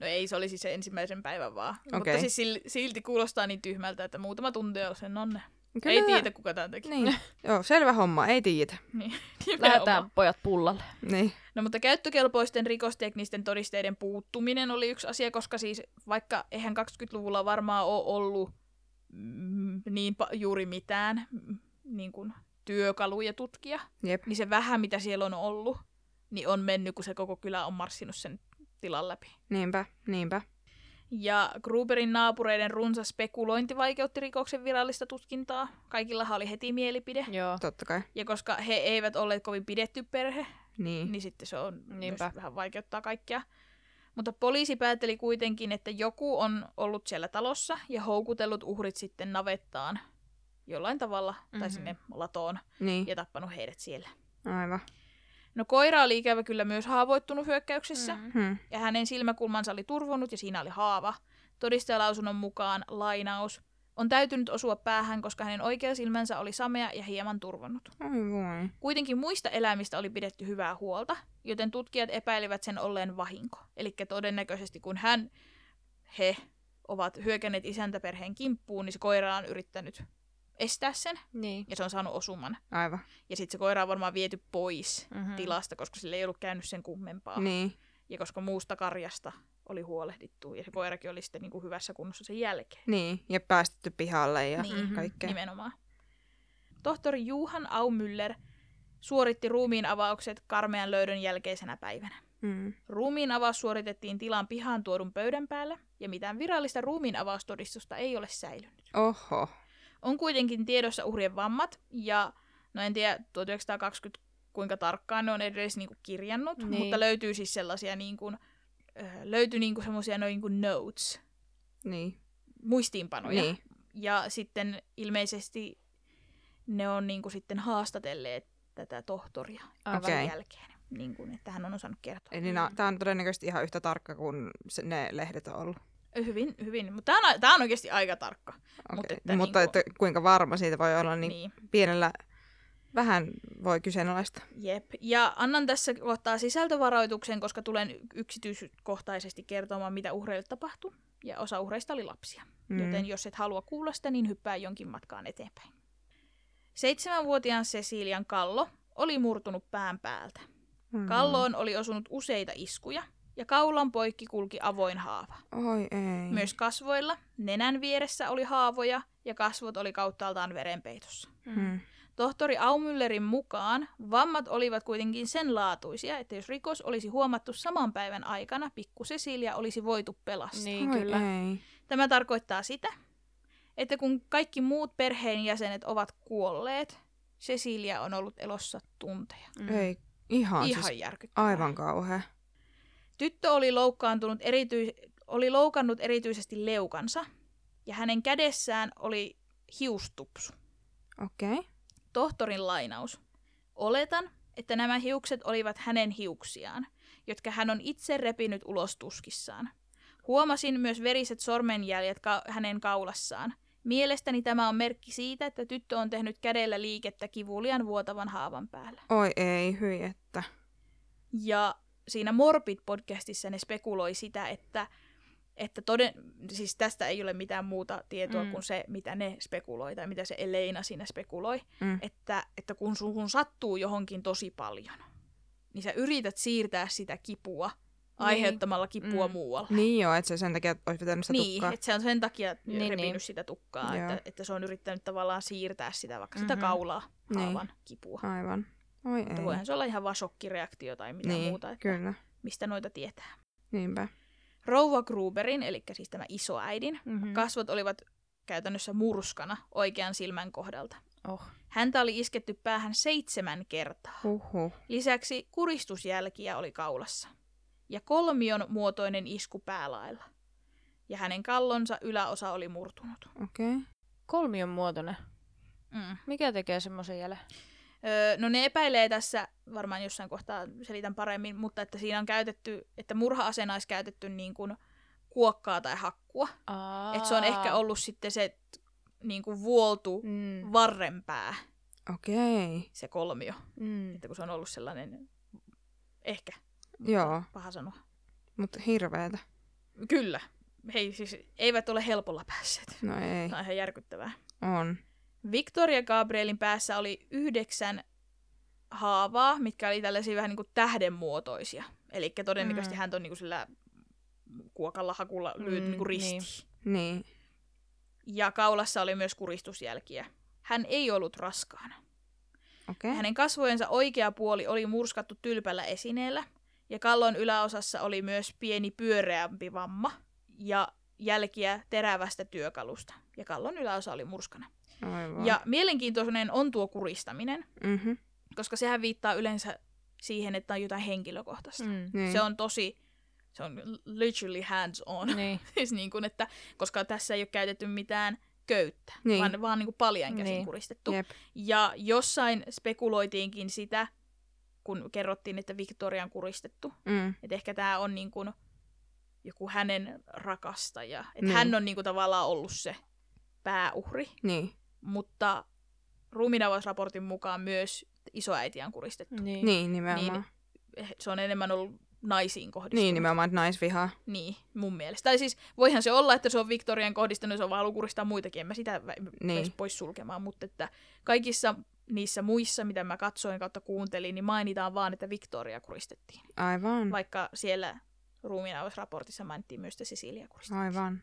Speaker 1: No ei, se oli siis se ensimmäisen päivän vaan. Okay. Mutta
Speaker 2: Okei.
Speaker 1: siis sil- silti kuulostaa niin tyhmältä, että muutama tunti on sen onne.
Speaker 2: Kyllä.
Speaker 1: Ei tiedä, kuka tämän teki.
Speaker 2: Niin. Joo, selvä homma, ei tiedä.
Speaker 1: Nimenomaan.
Speaker 3: Lähdetään pojat pullalle.
Speaker 2: Niin.
Speaker 1: No mutta käyttökelpoisten rikosteknisten todisteiden puuttuminen oli yksi asia, koska siis vaikka eihän 20-luvulla varmaan ole ollut mm, niin pa- juuri mitään mm, niin kuin työkaluja tutkia,
Speaker 2: Jep.
Speaker 1: niin se vähän mitä siellä on ollut, niin on mennyt, kun se koko kylä on marssinut sen tilan läpi.
Speaker 2: Niinpä, niinpä.
Speaker 1: Ja Gruberin naapureiden runsas spekulointi vaikeutti rikoksen virallista tutkintaa. Kaikillahan oli heti mielipide.
Speaker 3: Joo.
Speaker 2: Totta kai.
Speaker 1: Ja koska he eivät olleet kovin pidetty perhe,
Speaker 2: Niin.
Speaker 1: niin sitten se on
Speaker 3: Mm. Niinpä.
Speaker 1: myös vähän vaikeuttaa kaikkea. Mutta poliisi päätteli kuitenkin, että joku on ollut siellä talossa ja houkutellut uhrit sitten navettaan jollain tavalla mm-hmm. tai
Speaker 3: Mhm.
Speaker 1: sinne latoon
Speaker 2: Niin.
Speaker 1: ja tappanut heidät siellä.
Speaker 2: Aivan.
Speaker 1: No koira oli ikävä kyllä myös haavoittunut hyökkäyksessä
Speaker 3: Mm.
Speaker 2: Hmm.
Speaker 1: ja hänen silmäkulmansa oli turvonnut ja siinä oli haava. Todistajalausunnon mukaan lainaus on täytynyt osua päähän, koska hänen oikea silmänsä oli samea ja hieman turvonnut.
Speaker 2: Oi voi.
Speaker 1: Kuitenkin muista eläimistä oli pidetty hyvää huolta, joten tutkijat epäilivät sen olleen vahinko. Eli todennäköisesti kun hän, he ovat hyökänneet isäntäperheen kimppuun, niin se koira on yrittänyt estää sen
Speaker 3: Niin.
Speaker 1: ja se on saanut osuman.
Speaker 2: Aivan.
Speaker 1: Ja sitten se koira on varmaan viety pois
Speaker 3: Mm-hmm.
Speaker 1: tilasta, koska sillä ei ollut käynyt sen kummempaa.
Speaker 2: Niin.
Speaker 1: Ja koska muusta karjasta oli huolehdittu ja se koirakin oli sitten niin kuin hyvässä kunnossa sen jälkeen.
Speaker 2: Niin. Ja päästetty pihalle ja
Speaker 1: Niin.
Speaker 2: niin. kaikkea.
Speaker 1: Nimenomaan. Tohtori Johan Aumüller suoritti ruumiin avaukset karmean löydön jälkeisenä päivänä.
Speaker 2: Mm.
Speaker 1: Ruumiin avaus suoritettiin tilan pihaan tuodun pöydän päällä, ja mitään virallista ruumiin avaustodistusta ei ole säilynyt.
Speaker 2: Oho.
Speaker 1: On kuitenkin tiedossa uhrien vammat, ja no en tiedä 1920 kuinka tarkkaan ne on edes niinku kirjannut,
Speaker 3: Niin.
Speaker 1: niin. mutta löytyy siis sellaisia niinku, ö, löytyi niinku semmoisia noin kuin notes,
Speaker 2: Niin.
Speaker 1: muistiinpanoja.
Speaker 2: Niin.
Speaker 1: No Ja sitten ilmeisesti ne on niinku sitten haastatelleet tätä tohtoria
Speaker 3: Aivan.
Speaker 1: okay.
Speaker 2: Okei.
Speaker 1: jälkeen. niin kuin, että hän on osannut kertoa.
Speaker 2: Eli no, tämä on todennäköisesti ihan yhtä tarkka kuin se, ne lehdet on ollut.
Speaker 1: Hyvin, hyvin. Mutta tämä on, tämä on oikeasti aika tarkka. Mut
Speaker 2: Okay. Mutta,
Speaker 1: että
Speaker 2: että, Mutta
Speaker 1: niinku-
Speaker 2: että kuinka varma siitä voi olla, niin,
Speaker 1: Niin.
Speaker 2: niin
Speaker 1: niin.
Speaker 2: pienellä vähän voi kyseenalaista.
Speaker 1: Jep. Ja annan tässä kohtaa sisältövaroituksen, koska tulen yksityiskohtaisesti kertomaan, mitä uhreille tapahtui. Ja osa uhreista oli lapsia.
Speaker 2: Hmm.
Speaker 1: Mm. Joten jos et halua kuulla sitä, niin hyppää jonkin matkaan eteenpäin. Seitsemänvuotiaan Cecilian kallo oli murtunut pään päältä.
Speaker 2: Mm.
Speaker 1: Kalloon oli osunut useita iskuja ja kaulan poikki kulki avoin haava.
Speaker 2: Oi ei.
Speaker 1: Myös kasvoilla, nenän vieressä oli haavoja ja kasvot oli kauttaaltaan verenpeitossa.
Speaker 2: Mm.
Speaker 1: Tohtori Aumüllerin mukaan vammat olivat kuitenkin sen laatuisia, että jos rikos olisi huomattu saman päivän aikana, pikku Cecilia olisi voitu pelastaa. Niin.
Speaker 3: Niin,
Speaker 2: Oi
Speaker 3: kyllä.
Speaker 2: ei.
Speaker 1: Tämä tarkoittaa sitä, että kun kaikki muut perheenjäsenet ovat kuolleet, Cecilia on ollut elossa tunteja.
Speaker 3: Mm-hmm.
Speaker 2: Ei. Ihan,
Speaker 1: Mm. Ihan
Speaker 2: siis
Speaker 1: järkyttävää.
Speaker 2: aivan kauhea.
Speaker 1: Tyttö oli, loukkaantunut erity- oli loukannut erityisesti leukansa ja hänen kädessään oli hiustupsu.
Speaker 2: Okei. Okay.
Speaker 1: Tohtorin lainaus. Oletan, että nämä hiukset olivat hänen hiuksiaan, jotka hän on itse repinyt ulos tuskissaan. Huomasin myös veriset sormenjäljet ka- hänen kaulassaan. Mielestäni tämä on merkki siitä, että tyttö on tehnyt kädellä liikettä kivulian vuotavan haavan päällä.
Speaker 2: Oi ei, hyi että.
Speaker 1: Ja siinä Morbid-podcastissa ne spekuloi sitä, että, että toden, siis tästä ei ole mitään muuta tietoa
Speaker 3: Mm.
Speaker 1: mm. kuin se, mitä ne spekuloi, tai mitä se Elena siinä spekuloi,
Speaker 2: Mm.
Speaker 1: että, että kun suhun sattuu johonkin tosi paljon, niin sä yrität siirtää sitä kipua aiheuttamalla kipua
Speaker 3: Mm.
Speaker 1: mm. muualle.
Speaker 2: Niin joo, että se sen takia olisi pitänyt sitä
Speaker 1: Niin,
Speaker 2: tukkaa.
Speaker 1: että se on sen takia
Speaker 3: Niin,
Speaker 1: niin, repinyt
Speaker 3: niin.
Speaker 1: niin. sitä tukkaa,
Speaker 2: Joo.
Speaker 1: että, että se on yrittänyt tavallaan siirtää sitä, vaikka sitä
Speaker 3: Mhm.
Speaker 1: kaulaa,
Speaker 2: Niin.
Speaker 1: haavan kipua.
Speaker 2: Aivan. Oi
Speaker 1: Että
Speaker 2: ei.
Speaker 1: voihan se olla ihan vaan shokkireaktio tai mitä
Speaker 2: niin,
Speaker 1: muuta, että
Speaker 2: kyllä.
Speaker 1: mistä noita tietää.
Speaker 2: Niinpä.
Speaker 1: Rouva Gruberin, eli siis tämä isoäidin,
Speaker 3: Mm-hmm.
Speaker 1: kasvot olivat käytännössä murskana oikean silmän kohdalta.
Speaker 3: oh.
Speaker 1: Häntä oli isketty päähän seitsemän kertaa.
Speaker 2: Huhhuh.
Speaker 1: Lisäksi kuristusjälkiä oli kaulassa. Ja kolmion muotoinen isku päälailla. Ja hänen kallonsa yläosa oli murtunut.
Speaker 2: Okei. Okay.
Speaker 3: Kolmion muotoinen.
Speaker 1: Mm.
Speaker 3: Mikä tekee semmoisen jäljen?
Speaker 1: Öö, no ne epäilee tässä, varmaan jossain kohtaa selitän paremmin, mutta että siinä on käytetty, että murha-asena olisi käytetty niin kuin kuokkaa tai hakkua. Et se on ehkä ollut sitten se t- niin kuin vuoltu
Speaker 3: Mm.
Speaker 1: varrenpää,
Speaker 2: Okei.
Speaker 1: se kolmio.
Speaker 3: Mm.
Speaker 1: Että kun se on ollut sellainen, ehkä,
Speaker 2: Joo,
Speaker 1: paha sanoa.
Speaker 2: mutta hirveetä.
Speaker 1: Kyllä. Hei, siis eivät ole helpolla päässeet.
Speaker 2: No ei.
Speaker 1: Tämä on ihan järkyttävää.
Speaker 2: On.
Speaker 1: Victoria Gabrielin päässä oli yhdeksän haavaa, mitkä oli tällaisia vähän niin kuin tähdenmuotoisia. Eli todennäköisesti
Speaker 3: Mm.
Speaker 1: mm. hän on niin kuin sillä kuokalla hakulla lyöty
Speaker 3: Mm,
Speaker 1: mm, niin kuin ristiin.
Speaker 3: niin.
Speaker 1: Niin.
Speaker 2: Niin.
Speaker 1: Ja kaulassa oli myös kuristusjälkiä. Hän ei ollut raskaana.
Speaker 2: Okei. Okay.
Speaker 1: Hänen kasvojensa oikea puoli oli murskattu tylpällä esineellä, ja kallon yläosassa oli myös pieni pyöreämpi vamma ja jälkiä terävästä työkalusta. Ja kallon yläosa oli murskana.
Speaker 2: Aivan.
Speaker 1: Ja mielenkiintoinen on tuo kuristaminen,
Speaker 2: Mm-hmm.
Speaker 1: koska sehän viittaa yleensä siihen, että on jotain henkilökohtaista.
Speaker 3: Mm.
Speaker 1: Mm.
Speaker 2: Niin.
Speaker 1: Se on tosi, se on literally hands on.
Speaker 3: Niin.
Speaker 1: siis niin kuin, että, koska tässä ei ole käytetty mitään köyttä,
Speaker 2: Niin.
Speaker 1: niin. vaan, vaan niin kuin paljain käsin
Speaker 3: Niin.
Speaker 1: niin. kuristettu.
Speaker 2: Jep.
Speaker 1: Ja jossain spekuloitiinkin sitä, kun kerrottiin, että Victoria on kuristettu,
Speaker 2: Mm.
Speaker 1: että ehkä tämä on niin kuin joku hänen rakastaja. Että
Speaker 2: Niin.
Speaker 1: hän on niin kuin tavallaan ollut se pääuhri,
Speaker 2: Niin.
Speaker 1: mutta ruuminaavausraportin mukaan myös isoäitiä on kuristettu.
Speaker 3: Niin.
Speaker 2: Niin, nimenomaan. Niin,
Speaker 1: Eh, Se on enemmän ollut naisiin kohdistunut.
Speaker 2: niin nimenomaan, että naisvihaa.
Speaker 1: Niin, mun mielestä. Tai siis voihan se olla, että se on Victorian kohdistunut, se on vaan halunnut kuristaa muitakin, en mä sitä
Speaker 2: Niin.
Speaker 1: niin. pois sulkemaan, mutta että kaikissa niissä muissa, mitä mä katsoin kautta kuuntelin, niin mainitaan vaan, että Victoria kuristettiin.
Speaker 2: Aivan.
Speaker 1: Vaikka siellä ruumiinavausraportissa mainittiin myös, että Cecilia kuristettiin.
Speaker 2: Aivan.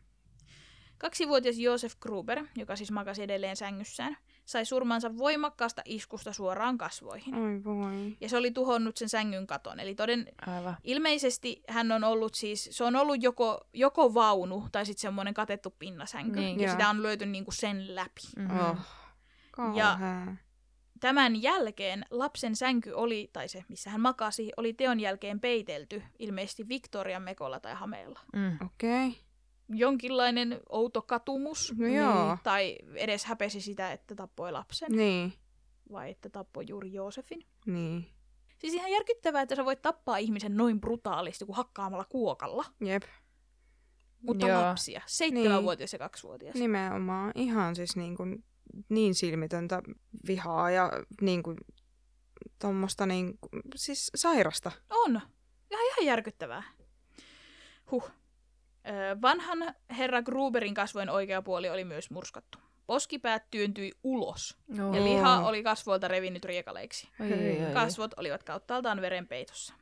Speaker 1: Kaksivuotias Josef Gruber, joka siis makasi edelleen sängyssään, sai surmansa voimakkaasta iskusta suoraan kasvoihin.
Speaker 2: Oi voi.
Speaker 1: Ja se oli tuhonnut sen sängyn katon. Eli toden,
Speaker 3: Aivan.
Speaker 1: Ilmeisesti hän on ollut siis, se on ollut joko, joko vaunu tai sitten semmoinen katettu pinnasänky.
Speaker 3: Niin.
Speaker 1: Niin, ja
Speaker 2: Joo.
Speaker 1: sitä on löyty niinku sen läpi.
Speaker 3: Mm-hmm.
Speaker 2: Oh.
Speaker 1: Ja-
Speaker 2: Kauhea.
Speaker 1: Tämän jälkeen lapsen sänky oli, tai se missä hän makasi, oli teon jälkeen peitelty ilmeisesti Victorian mekolla tai hameella.
Speaker 3: Mm.
Speaker 2: Okei. Okay.
Speaker 1: Jonkinlainen outo katumus. Niin,
Speaker 2: No joo.
Speaker 1: Tai edes häpesi sitä, että tappoi lapsen.
Speaker 2: Niin.
Speaker 1: Vai että tappoi juuri Joosefin.
Speaker 2: Niin.
Speaker 1: Siis ihan järkyttävää, että sä voit tappaa ihmisen noin brutaalisti kuin hakkaamalla kuokalla.
Speaker 2: Jep,
Speaker 1: Mutta
Speaker 3: Joo.
Speaker 1: Joo. lapsia, seitsemänvuotias ja kaksivuotias.
Speaker 2: nimenomaan. Ihan siis niin, kuin, niin silmitöntä vihaa ja niin kuin, tuommoista niin kuin, siis sairasta.
Speaker 1: On. Ihan, ihan järkyttävää. Huh. Ö, Vanhan herra Gruberin kasvojen oikea puoli oli myös murskattu. Poskipäät työntyi ulos
Speaker 3: No.
Speaker 1: ja liha oli kasvoilta revinnyt riekaleiksi.
Speaker 3: Oi, oi, oi.
Speaker 1: Kasvot olivat kauttaaltaan verenpeitossa.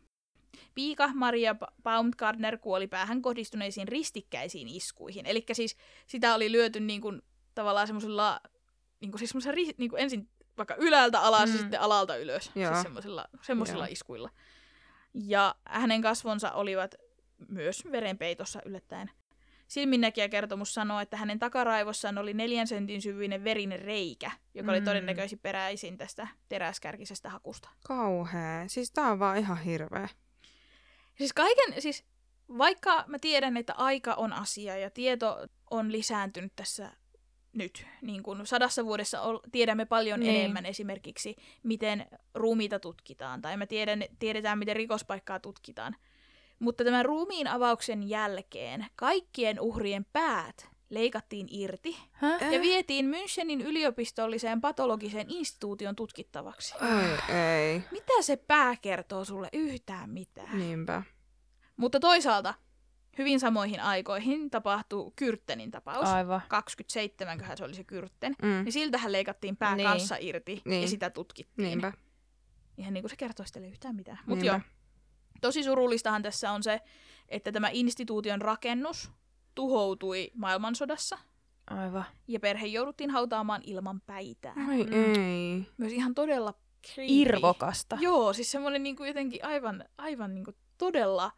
Speaker 1: Piika Maria Ba- Baumgartner kuoli päähän kohdistuneisiin ristikkäisiin iskuihin. Eli siis sitä oli lyöty niin kuin, tavallaan semmoisella, niin kuin, siis semmoisella, niin kuin ensin vaikka ylältä alas
Speaker 3: Mm.
Speaker 1: ja sitten alalta ylös.
Speaker 2: Joo.
Speaker 1: Siis semmoisilla, semmoisilla
Speaker 2: Joo.
Speaker 1: iskuilla. Ja hänen kasvonsa olivat myös verenpeitossa yllättäen. Silminnäkijä kertomus sanoo, että hänen takaraivossaan oli neljän sentin syvyinen verinen reikä, joka oli
Speaker 3: Mm.
Speaker 1: todennäköisesti peräisin tästä teräskärkisestä hakusta.
Speaker 2: Kauhea. Siis tää on vaan ihan hirveä.
Speaker 1: Siis kaiken, siis vaikka mä tiedän, että aika on asia ja tieto on lisääntynyt tässä nyt, niin kuin sadassa vuodessa ol, tiedämme paljon
Speaker 3: Niin.
Speaker 1: niin. enemmän esimerkiksi, miten ruumiita tutkitaan, tai me tiedän, tiedetään, miten rikospaikkaa tutkitaan. Mutta tämän ruumiin avauksen jälkeen kaikkien uhrien päät leikattiin irti
Speaker 3: Häh?
Speaker 2: Äh.
Speaker 1: ja vietiin Münchenin yliopistolliseen patologiseen instituution tutkittavaksi.
Speaker 2: Ei, ei.
Speaker 1: Mitä se pää kertoo sulle yhtään mitään?
Speaker 2: Niinpä.
Speaker 1: Mutta toisaalta hyvin samoihin aikoihin tapahtuu Kyrttenin tapaus. Ai.
Speaker 3: Aivan.
Speaker 1: 27, se oli se Kyrtten.
Speaker 2: Mm.
Speaker 1: Niin siltähän leikattiin pää
Speaker 3: Niin.
Speaker 1: niin. kanssa irti niin.
Speaker 2: Niin.
Speaker 1: ja sitä tutkittiin.
Speaker 2: Niinpä.
Speaker 1: Ihan niin kuin se kertoisi teille yhtään mitään. Mut
Speaker 2: Niinpä.
Speaker 1: joo, tosi surullistahan tässä on se, että tämä instituution rakennus tuhoutui maailmansodassa
Speaker 3: Aivan.
Speaker 1: ja perhe jouduttiin hautaamaan ilman päitää.
Speaker 2: Ai
Speaker 3: Mm.
Speaker 2: ei.
Speaker 1: Myös ihan todella creepy.
Speaker 3: niin. Irvokasta.
Speaker 1: Joo, siis semmoinen niin kuin jotenkin aivan, aivan niin kuin todella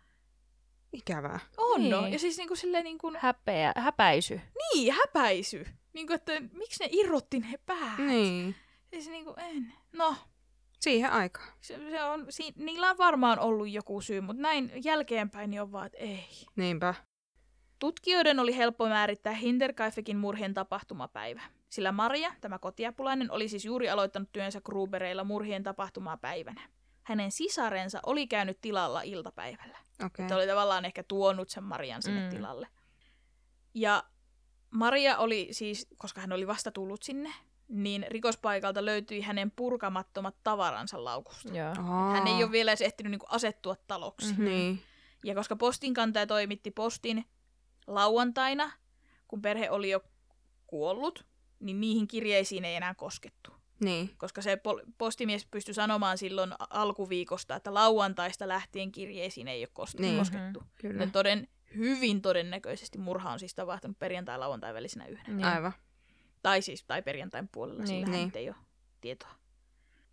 Speaker 2: Ikävää.
Speaker 1: on.
Speaker 3: Niin.
Speaker 1: Niin. Ja siis niin kuin silleen niin kuin
Speaker 3: Häpeä, häpäisy.
Speaker 1: niin häpäisy. Niin kuin, että miksi ne irrotti ne päät?
Speaker 2: Niin.
Speaker 1: Siis niin kuin, en. No,
Speaker 2: Siihen aikaan.
Speaker 1: se, se on, si, niillä on varmaan ollut joku syy, mutta näin jälkeenpäin niin on vaan, että ei.
Speaker 2: Niinpä.
Speaker 1: Tutkijoiden oli helppo määrittää Hinterkaifekin murhien tapahtumapäivä. Sillä Maria, tämä kotiapulainen, oli siis juuri aloittanut työnsä Grubereilla murhien tapahtumapäivänä. Hänen sisarensa oli käynyt tilalla iltapäivällä.
Speaker 2: Okei.
Speaker 1: Että oli tavallaan ehkä tuonut sen Marian sinne
Speaker 3: Mm.
Speaker 1: mm. tilalle. Ja Maria oli siis, koska hän oli vasta tullut sinne, niin rikospaikalta löytyi hänen purkamattomat tavaransa laukusta.
Speaker 3: Joo.
Speaker 2: Aa.
Speaker 1: Hän ei ole vielä edes ehtinyt niinku asettua taloksi. Mm.
Speaker 3: Mhm.
Speaker 2: Niin.
Speaker 1: Ja koska postinkantaja toimitti postin lauantaina, kun perhe oli jo kuollut, niin niihin kirjeisiin ei enää koskettu
Speaker 2: Niin.
Speaker 1: koska se pol- postimies pystyi sanomaan silloin a- alkuviikosta, että lauantaista lähtien kirjeisiin ei ole kost-
Speaker 2: Niin.
Speaker 1: niin. koskettu.
Speaker 2: Kyllä.
Speaker 1: Joten toden, hyvin todennäköisesti murha on siis tapahtunut perjantai-lauantai välisenä yönä.
Speaker 3: Niin.
Speaker 2: Aivan.
Speaker 1: Tai siis tai perjantain puolella,
Speaker 3: Niin.
Speaker 1: niin. sillä
Speaker 2: Niin.
Speaker 1: niin. ei ole tietoa.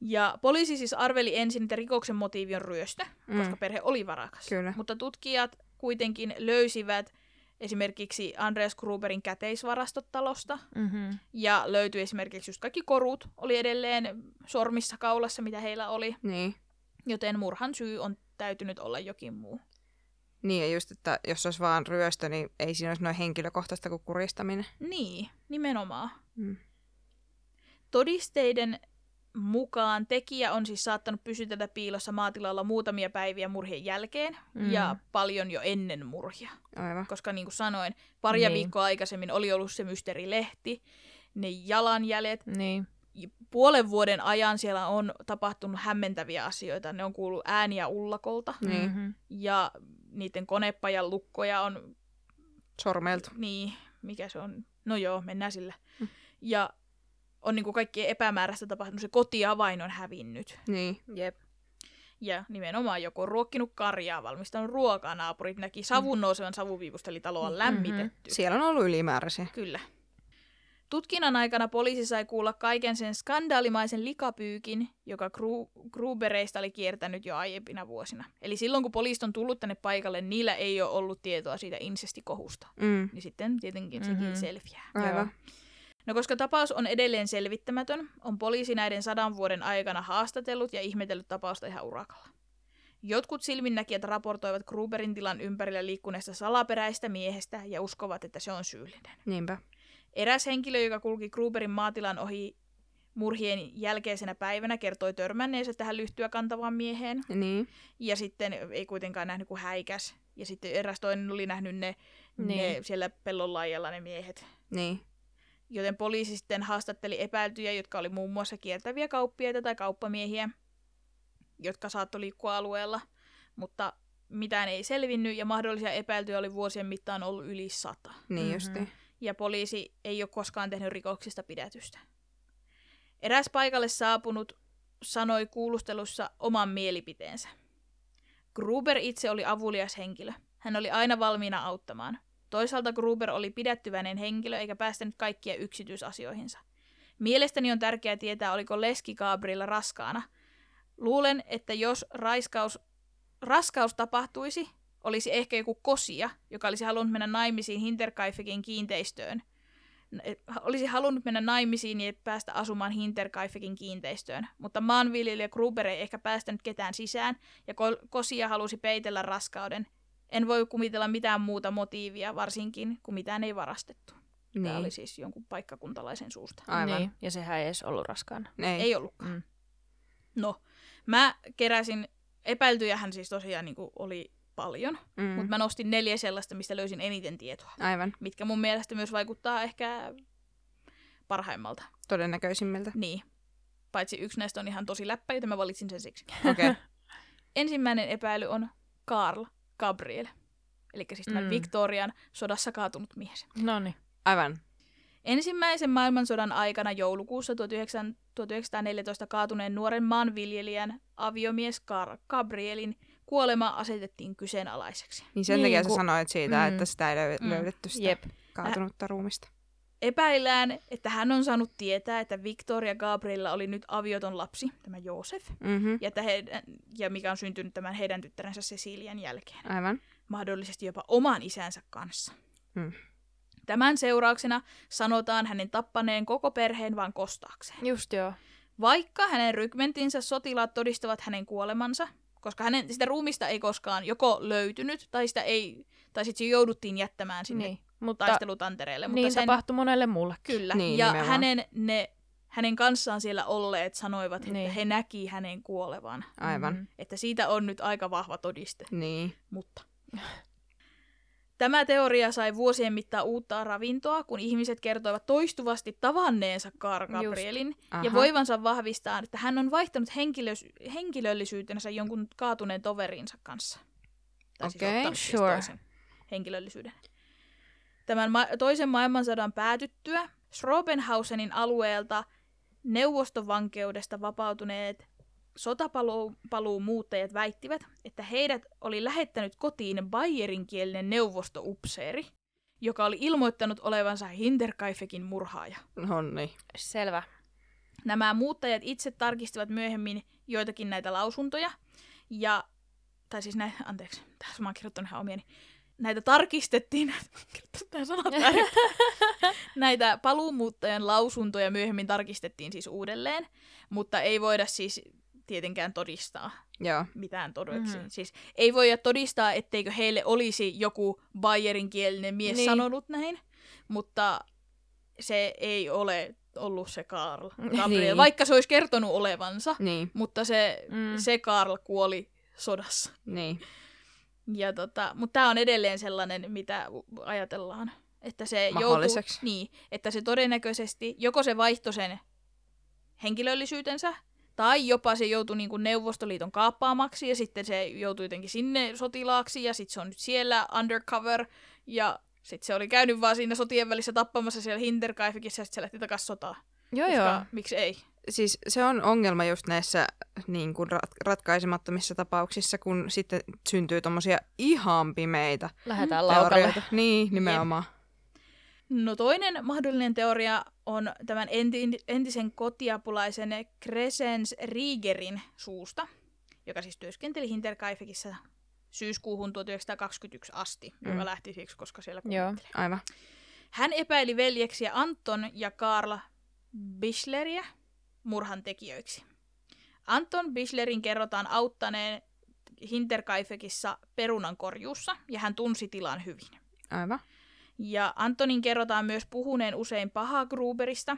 Speaker 1: Ja poliisi siis arveli ensin, että rikoksen motiivi on ryöstö,
Speaker 2: Mm.
Speaker 1: koska perhe oli varakas.
Speaker 2: Kyllä.
Speaker 1: Mutta tutkijat kuitenkin löysivät esimerkiksi Andreas Gruberin käteisvarastot talosta,
Speaker 3: Mm-hmm.
Speaker 1: ja löytyi esimerkiksi just kaikki korut oli edelleen sormissa kaulassa, mitä heillä oli,
Speaker 2: Niin.
Speaker 1: joten murhan syy on täytynyt olla jokin muu.
Speaker 2: Niin ja just, että jos olisi vaan ryöstö, niin ei siinä olisi noin henkilökohtaista kuin kuristaminen.
Speaker 1: Niin, nimenomaan.
Speaker 2: Mm.
Speaker 1: Todisteiden mukaan tekijä on siis saattanut pysytellä piilossa maatilalla muutamia päiviä murhien jälkeen
Speaker 3: Mm.
Speaker 1: mm. ja paljon jo ennen murhia.
Speaker 2: Aivan.
Speaker 1: Koska niin kuin sanoin, paria
Speaker 3: Niin.
Speaker 1: niin. viikkoa aikaisemmin oli ollut se mysteerilehti, ne jalanjäljet,
Speaker 3: Niin.
Speaker 1: puolen vuoden ajan siellä on tapahtunut hämmentäviä asioita. Ne on kuullut ääniä ullakolta
Speaker 2: Niin.
Speaker 3: Mm-hmm.
Speaker 1: ja niiden konepajan lukkoja on,
Speaker 2: Sormeltu.
Speaker 1: niin, mikä se on, no joo, mennään sillä. Ja on niin kuin kaikkien epämääräistä tapahtunut, se kotiavain on hävinnyt.
Speaker 2: Niin.
Speaker 3: Jep.
Speaker 1: Ja nimenomaan joku on ruokkinut karjaa, valmistanut ruokaa, naapurit näki savun nousevan savuviivusta, eli talo on lämmitetty.
Speaker 2: Siellä on ollut ylimääräisiä.
Speaker 1: Kyllä. Tutkinnan aikana poliisi sai kuulla kaiken sen skandaalimaisen likapyykin, joka Gru- Grubereista oli kiertänyt jo aiempina vuosina. Eli silloin, kun poliisit on tullut tänne paikalle, niillä ei ole ollut tietoa siitä insestikohusta.
Speaker 2: Mm.
Speaker 1: Niin sitten tietenkin
Speaker 3: Mhm.
Speaker 1: sekin selviää.
Speaker 2: Aivan.
Speaker 1: No koska tapaus on edelleen selvittämätön, on poliisi näiden sadan vuoden aikana haastatellut ja ihmetellyt tapausta ihan urakalla. Jotkut silminnäkijät raportoivat Gruberin tilan ympärillä liikkuneesta salaperäistä miehestä ja uskovat, että se on syyllinen.
Speaker 2: Niinpä.
Speaker 1: Eräs henkilö, joka kulki Gruberin maatilan ohi, murhien jälkeisenä päivänä kertoi törmänneensä tähän lyhtyä kantavaan mieheen.
Speaker 2: Niin.
Speaker 1: Ja sitten ei kuitenkaan nähnyt kuin häikäs. Ja sitten eräs toinen oli nähnyt ne, ne
Speaker 3: Niin.
Speaker 1: siellä pellon laajalla ne miehet.
Speaker 2: Niin.
Speaker 1: Joten poliisi sitten haastatteli epäiltyjä, jotka oli muun muassa kiertäviä kauppiaita tai kauppamiehiä, jotka saattoi liikkua alueella. Mutta mitään ei selvinnyt ja mahdollisia epäiltyjä oli vuosien mittaan ollut yli sata.
Speaker 2: Niin
Speaker 3: Mhm.
Speaker 2: justi.
Speaker 1: ja poliisi ei ole koskaan tehnyt rikoksista pidätystä. Eräs paikalle saapunut sanoi kuulustelussa oman mielipiteensä. Gruber itse oli avulias henkilö. Hän oli aina valmiina auttamaan. Toisaalta Gruber oli pidättyväinen henkilö eikä päästänyt kaikkia yksityisasioihinsa. Mielestäni on tärkeää tietää, oliko Leski Gabriella raskaana. Luulen, että jos raiskaus, raskaus tapahtuisi, olisi ehkä joku kosia, joka olisi halunnut mennä naimisiin Hinterkaifekin kiinteistöön. N- et, ha- Olisi halunnut mennä naimisiin ja päästä asumaan Hinterkaifekin kiinteistöön, mutta maanviljelijä Gruber ei ehkä päästänyt ketään sisään, ja kol- kosia halusi peitellä raskauden. En voi kumitella mitään muuta motiivia, varsinkin kun mitään ei varastettu. Niin. Tämä oli
Speaker 2: Niin.
Speaker 1: siis jonkun paikkakuntalaisen suusta.
Speaker 2: Aivan. Niin.
Speaker 3: Niin. Ja sehän ei edes ollut raskaana.
Speaker 2: Ei.
Speaker 1: Ei ollutkaan.
Speaker 3: Mm.
Speaker 1: No, mä keräsin, epäiltyjähän siis tosiaan niin kuin oli paljon, mm.
Speaker 2: Mm.
Speaker 1: mutta mä nostin neljä sellaista, mistä löysin eniten tietoa,
Speaker 2: Aivan.
Speaker 1: mitkä mun mielestä myös vaikuttaa ehkä parhaimmalta.
Speaker 2: Todennäköisimmiltä.
Speaker 1: Niin. Paitsi yksi näistä on ihan tosi läppä, joten mä valitsin sen siksi.
Speaker 2: Okei. Okay.
Speaker 1: Ensimmäinen epäily on Karl Gabriel, eli siis tämän
Speaker 3: Mm.
Speaker 1: mm. Victorian sodassa kaatunut mies.
Speaker 3: No niin.
Speaker 2: Aivan.
Speaker 1: Ensimmäisen maailmansodan aikana joulukuussa 1900 1914 kaatuneen nuoren maanviljelijän aviomies Kar- Gabrielin kuolema asetettiin kyseenalaiseksi.
Speaker 2: Niin sen
Speaker 3: Niin,
Speaker 2: takia sä
Speaker 3: kun-
Speaker 2: sanoit siitä,
Speaker 3: Mm.
Speaker 2: että sitä ei löy-
Speaker 1: Mm.
Speaker 2: löydetty sitä
Speaker 3: Jep.
Speaker 2: kaatunutta ruumista.
Speaker 1: Epäillään, että hän on saanut tietää, että Victoria Gabriella oli nyt avioton lapsi, tämä Joosef,
Speaker 2: Mm-hmm.
Speaker 1: ja, että heidän, ja mikä on syntynyt tämän heidän tyttärensä Cecilian jälkeen.
Speaker 2: Aivan.
Speaker 1: mahdollisesti jopa oman isänsä kanssa.
Speaker 2: Mm.
Speaker 1: Tämän seurauksena sanotaan hänen tappaneen koko perheen vaan kostaakseen.
Speaker 3: Just joo.
Speaker 1: Vaikka hänen rykmentinsä sotilaat todistavat hänen kuolemansa, koska hänen, sitä ruumista ei koskaan joko löytynyt tai, sitä ei, tai sitten se jouduttiin jättämään sinne niin.
Speaker 3: Niin. Mutta,
Speaker 1: taistelutantereelle.
Speaker 3: niin
Speaker 1: mutta sen,
Speaker 3: tapahtui monelle muulle.
Speaker 1: Kyllä.
Speaker 2: Niin,
Speaker 1: ja
Speaker 2: nimenomaan.
Speaker 1: hänen, ne, hänen kanssaan siellä olleet sanoivat, että
Speaker 3: Niin.
Speaker 1: he näki hänen kuolevan.
Speaker 2: Aivan.
Speaker 3: Mm.
Speaker 1: Että siitä on nyt aika vahva todiste
Speaker 2: Niin.
Speaker 1: mutta... Tämä teoria sai vuosien mittaan uutta ravintoa, kun ihmiset kertoivat toistuvasti tavanneensa Karl
Speaker 3: Just.
Speaker 1: Gabrielin
Speaker 2: Aha.
Speaker 1: ja voivansa vahvistaa, että hän on vaihtanut henkilös- henkilöllisyytensä jonkun kaatuneen toverinsa kanssa. Tai siis
Speaker 2: Okei,
Speaker 1: ottanut siis
Speaker 3: sure.
Speaker 1: toisen henkilöllisyyden. Tämän ma- toisen maailmansodan päätyttyä Schrobenhausenin alueelta neuvostovankeudesta vapautuneet sotapaluun muuttajat väittivät, että heidät oli lähettänyt kotiin bayerinkielinen neuvostoupseeri, joka oli ilmoittanut olevansa Hinterkaifekin murhaaja.
Speaker 2: Onni.
Speaker 3: Selvä.
Speaker 1: Nämä muuttajat itse tarkistivat myöhemmin joitakin näitä lausuntoja, ja, tai siis näitä, anteeksi, tässä mä oon kirjoittanut ihan omieni, näitä tarkistettiin, kirjoittanut sanat väärin. näitä paluumuuttajien lausuntoja myöhemmin tarkistettiin siis uudelleen, mutta ei voida siis tietenkään todistaa
Speaker 2: Joo.
Speaker 1: mitään todeksi.
Speaker 3: Mhm.
Speaker 1: Mm-hmm. Siis ei voida todistaa, etteikö heille olisi joku Bayerin kielinen mies
Speaker 3: Niin.
Speaker 1: niin. sanonut näin, mutta se ei ole ollut se Karl Gabriel,
Speaker 2: Niin.
Speaker 1: niin. vaikka se olisi kertonut olevansa,
Speaker 2: Niin.
Speaker 1: mutta se,
Speaker 3: Mm.
Speaker 1: mm. se Karl kuoli sodassa.
Speaker 2: Niin.
Speaker 1: Ja tota, mutta tämä on edelleen sellainen, mitä ajatellaan, että se joutuu,
Speaker 2: Mahdolliseksi.
Speaker 1: niin, että se todennäköisesti, joko se vaihtoi sen henkilöllisyytensä, tai jopa se joutui niin kuin Neuvostoliiton kaappaamaksi, ja sitten se joutui jotenkin sinne sotilaaksi, ja sitten se on nyt siellä undercover, ja sitten se oli käynyt vaan siinä sotien välissä tappamassa siellä Hinterkaifekissa, ja sitten se lähti takaisin sotaan.
Speaker 3: Joo
Speaker 1: koska
Speaker 3: joo.
Speaker 1: Miksi ei?
Speaker 2: Siis se on ongelma just näissä niin kuin rat- ratkaisemattomissa tapauksissa, kun sitten syntyy tommosia ihan pimeitä
Speaker 3: Lähdetään laukalle.
Speaker 2: teorioita. Niin, nimenomaan.
Speaker 1: No toinen mahdollinen teoria on tämän enti- entisen kotiapulaisen Crescens Riegerin suusta, joka siis työskenteli Hinterkaifekissa syyskuuhun 1921 asti,
Speaker 2: Mm.
Speaker 1: mm. joka lähti siksi, koska siellä
Speaker 3: Joo.
Speaker 1: kuunteli.
Speaker 2: Aivan.
Speaker 1: Hän epäili veljeksiä Anton ja Karl Bischleriä murhan tekijöiksi. Anton Bischlerin kerrotaan auttaneen Hinterkaifekissa perunankorjuussa, ja hän tunsi tilan hyvin.
Speaker 2: Aivan.
Speaker 1: Ja Antonin kerrotaan myös puhuneen usein pahaa Gruberista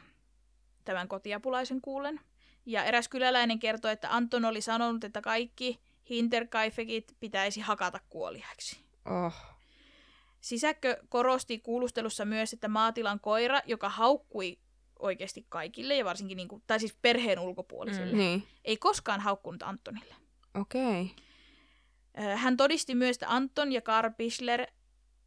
Speaker 1: tämän kotiapulaisen kuulen. Ja eräs kyläläinen kertoi, että Anton oli sanonut, että kaikki hinterkaifekit pitäisi hakata kuoliaiksi.
Speaker 2: Oh.
Speaker 1: Sisäkkö korosti kuulustelussa myös, että maatilan koira, joka haukkui oikeasti kaikille ja varsinkin, niin kuin, tai siis perheen ulkopuolisille,
Speaker 3: Mm.
Speaker 1: mm.
Speaker 2: Niin,
Speaker 1: ei koskaan haukkunut Antonille.
Speaker 2: okei. Okay.
Speaker 1: Ö, Hän todisti myös, että Anton ja Karl Pischler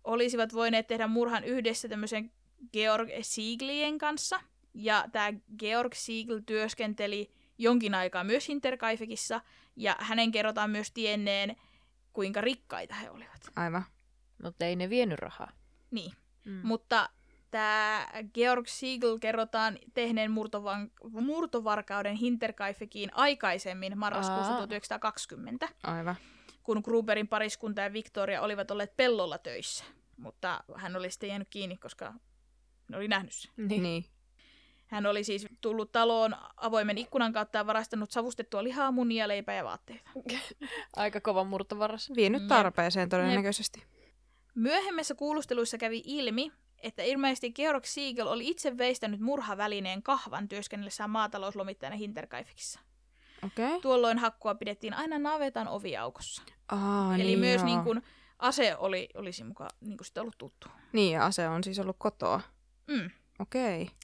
Speaker 1: olisivat voineet tehdä murhan yhdessä tämmöisen Georg Sieglien kanssa. Ja tämä Georg Siegel työskenteli jonkin aikaa myös Hinterkaifekissa, ja hänen kerrotaan myös tienneen, kuinka rikkaita he olivat.
Speaker 2: Aivan.
Speaker 3: Mutta ei ne vienyt rahaa.
Speaker 1: Niin.
Speaker 3: Mm.
Speaker 1: Mutta tämä Georg Siegel kerrotaan tehneen murtovan- murtovarkauden Hinterkaifekiin aikaisemmin marraskuussa
Speaker 3: Aa.
Speaker 1: 1920.
Speaker 2: Aivan.
Speaker 1: kun Gruberin pariskunta ja Victoria olivat olleet pellolla töissä. Mutta hän oli sitten jäänyt kiinni, koska ne oli nähnyt sen.
Speaker 2: Niin. niin.
Speaker 1: Hän oli siis tullut taloon avoimen ikkunan kautta ja varastanut savustettua lihaa, munia, leipää ja vaatteita.
Speaker 3: Aika kova murtovaras.
Speaker 2: Vienyt
Speaker 1: Jep.
Speaker 2: tarpeeseen todennäköisesti.
Speaker 1: Myöhemmässä kuulusteluissa kävi ilmi, että ilmeisesti Georg Siegel oli itse veistänyt murhavälineen kahvan työskennellessään maatalouslomittajana Hinterkaifekissa.
Speaker 2: Okei. Okay.
Speaker 1: Tuolloin hakkua pidettiin aina navetan oviaukossa.
Speaker 2: Aa,
Speaker 1: Eli
Speaker 2: niin
Speaker 1: myös
Speaker 2: joo.
Speaker 1: niin kun, ase oli, olisi mukaan niin kun sitä ollut tuttu.
Speaker 2: Niin, ja ase on siis ollut kotoa.
Speaker 1: Mm.
Speaker 2: Okei. Okay.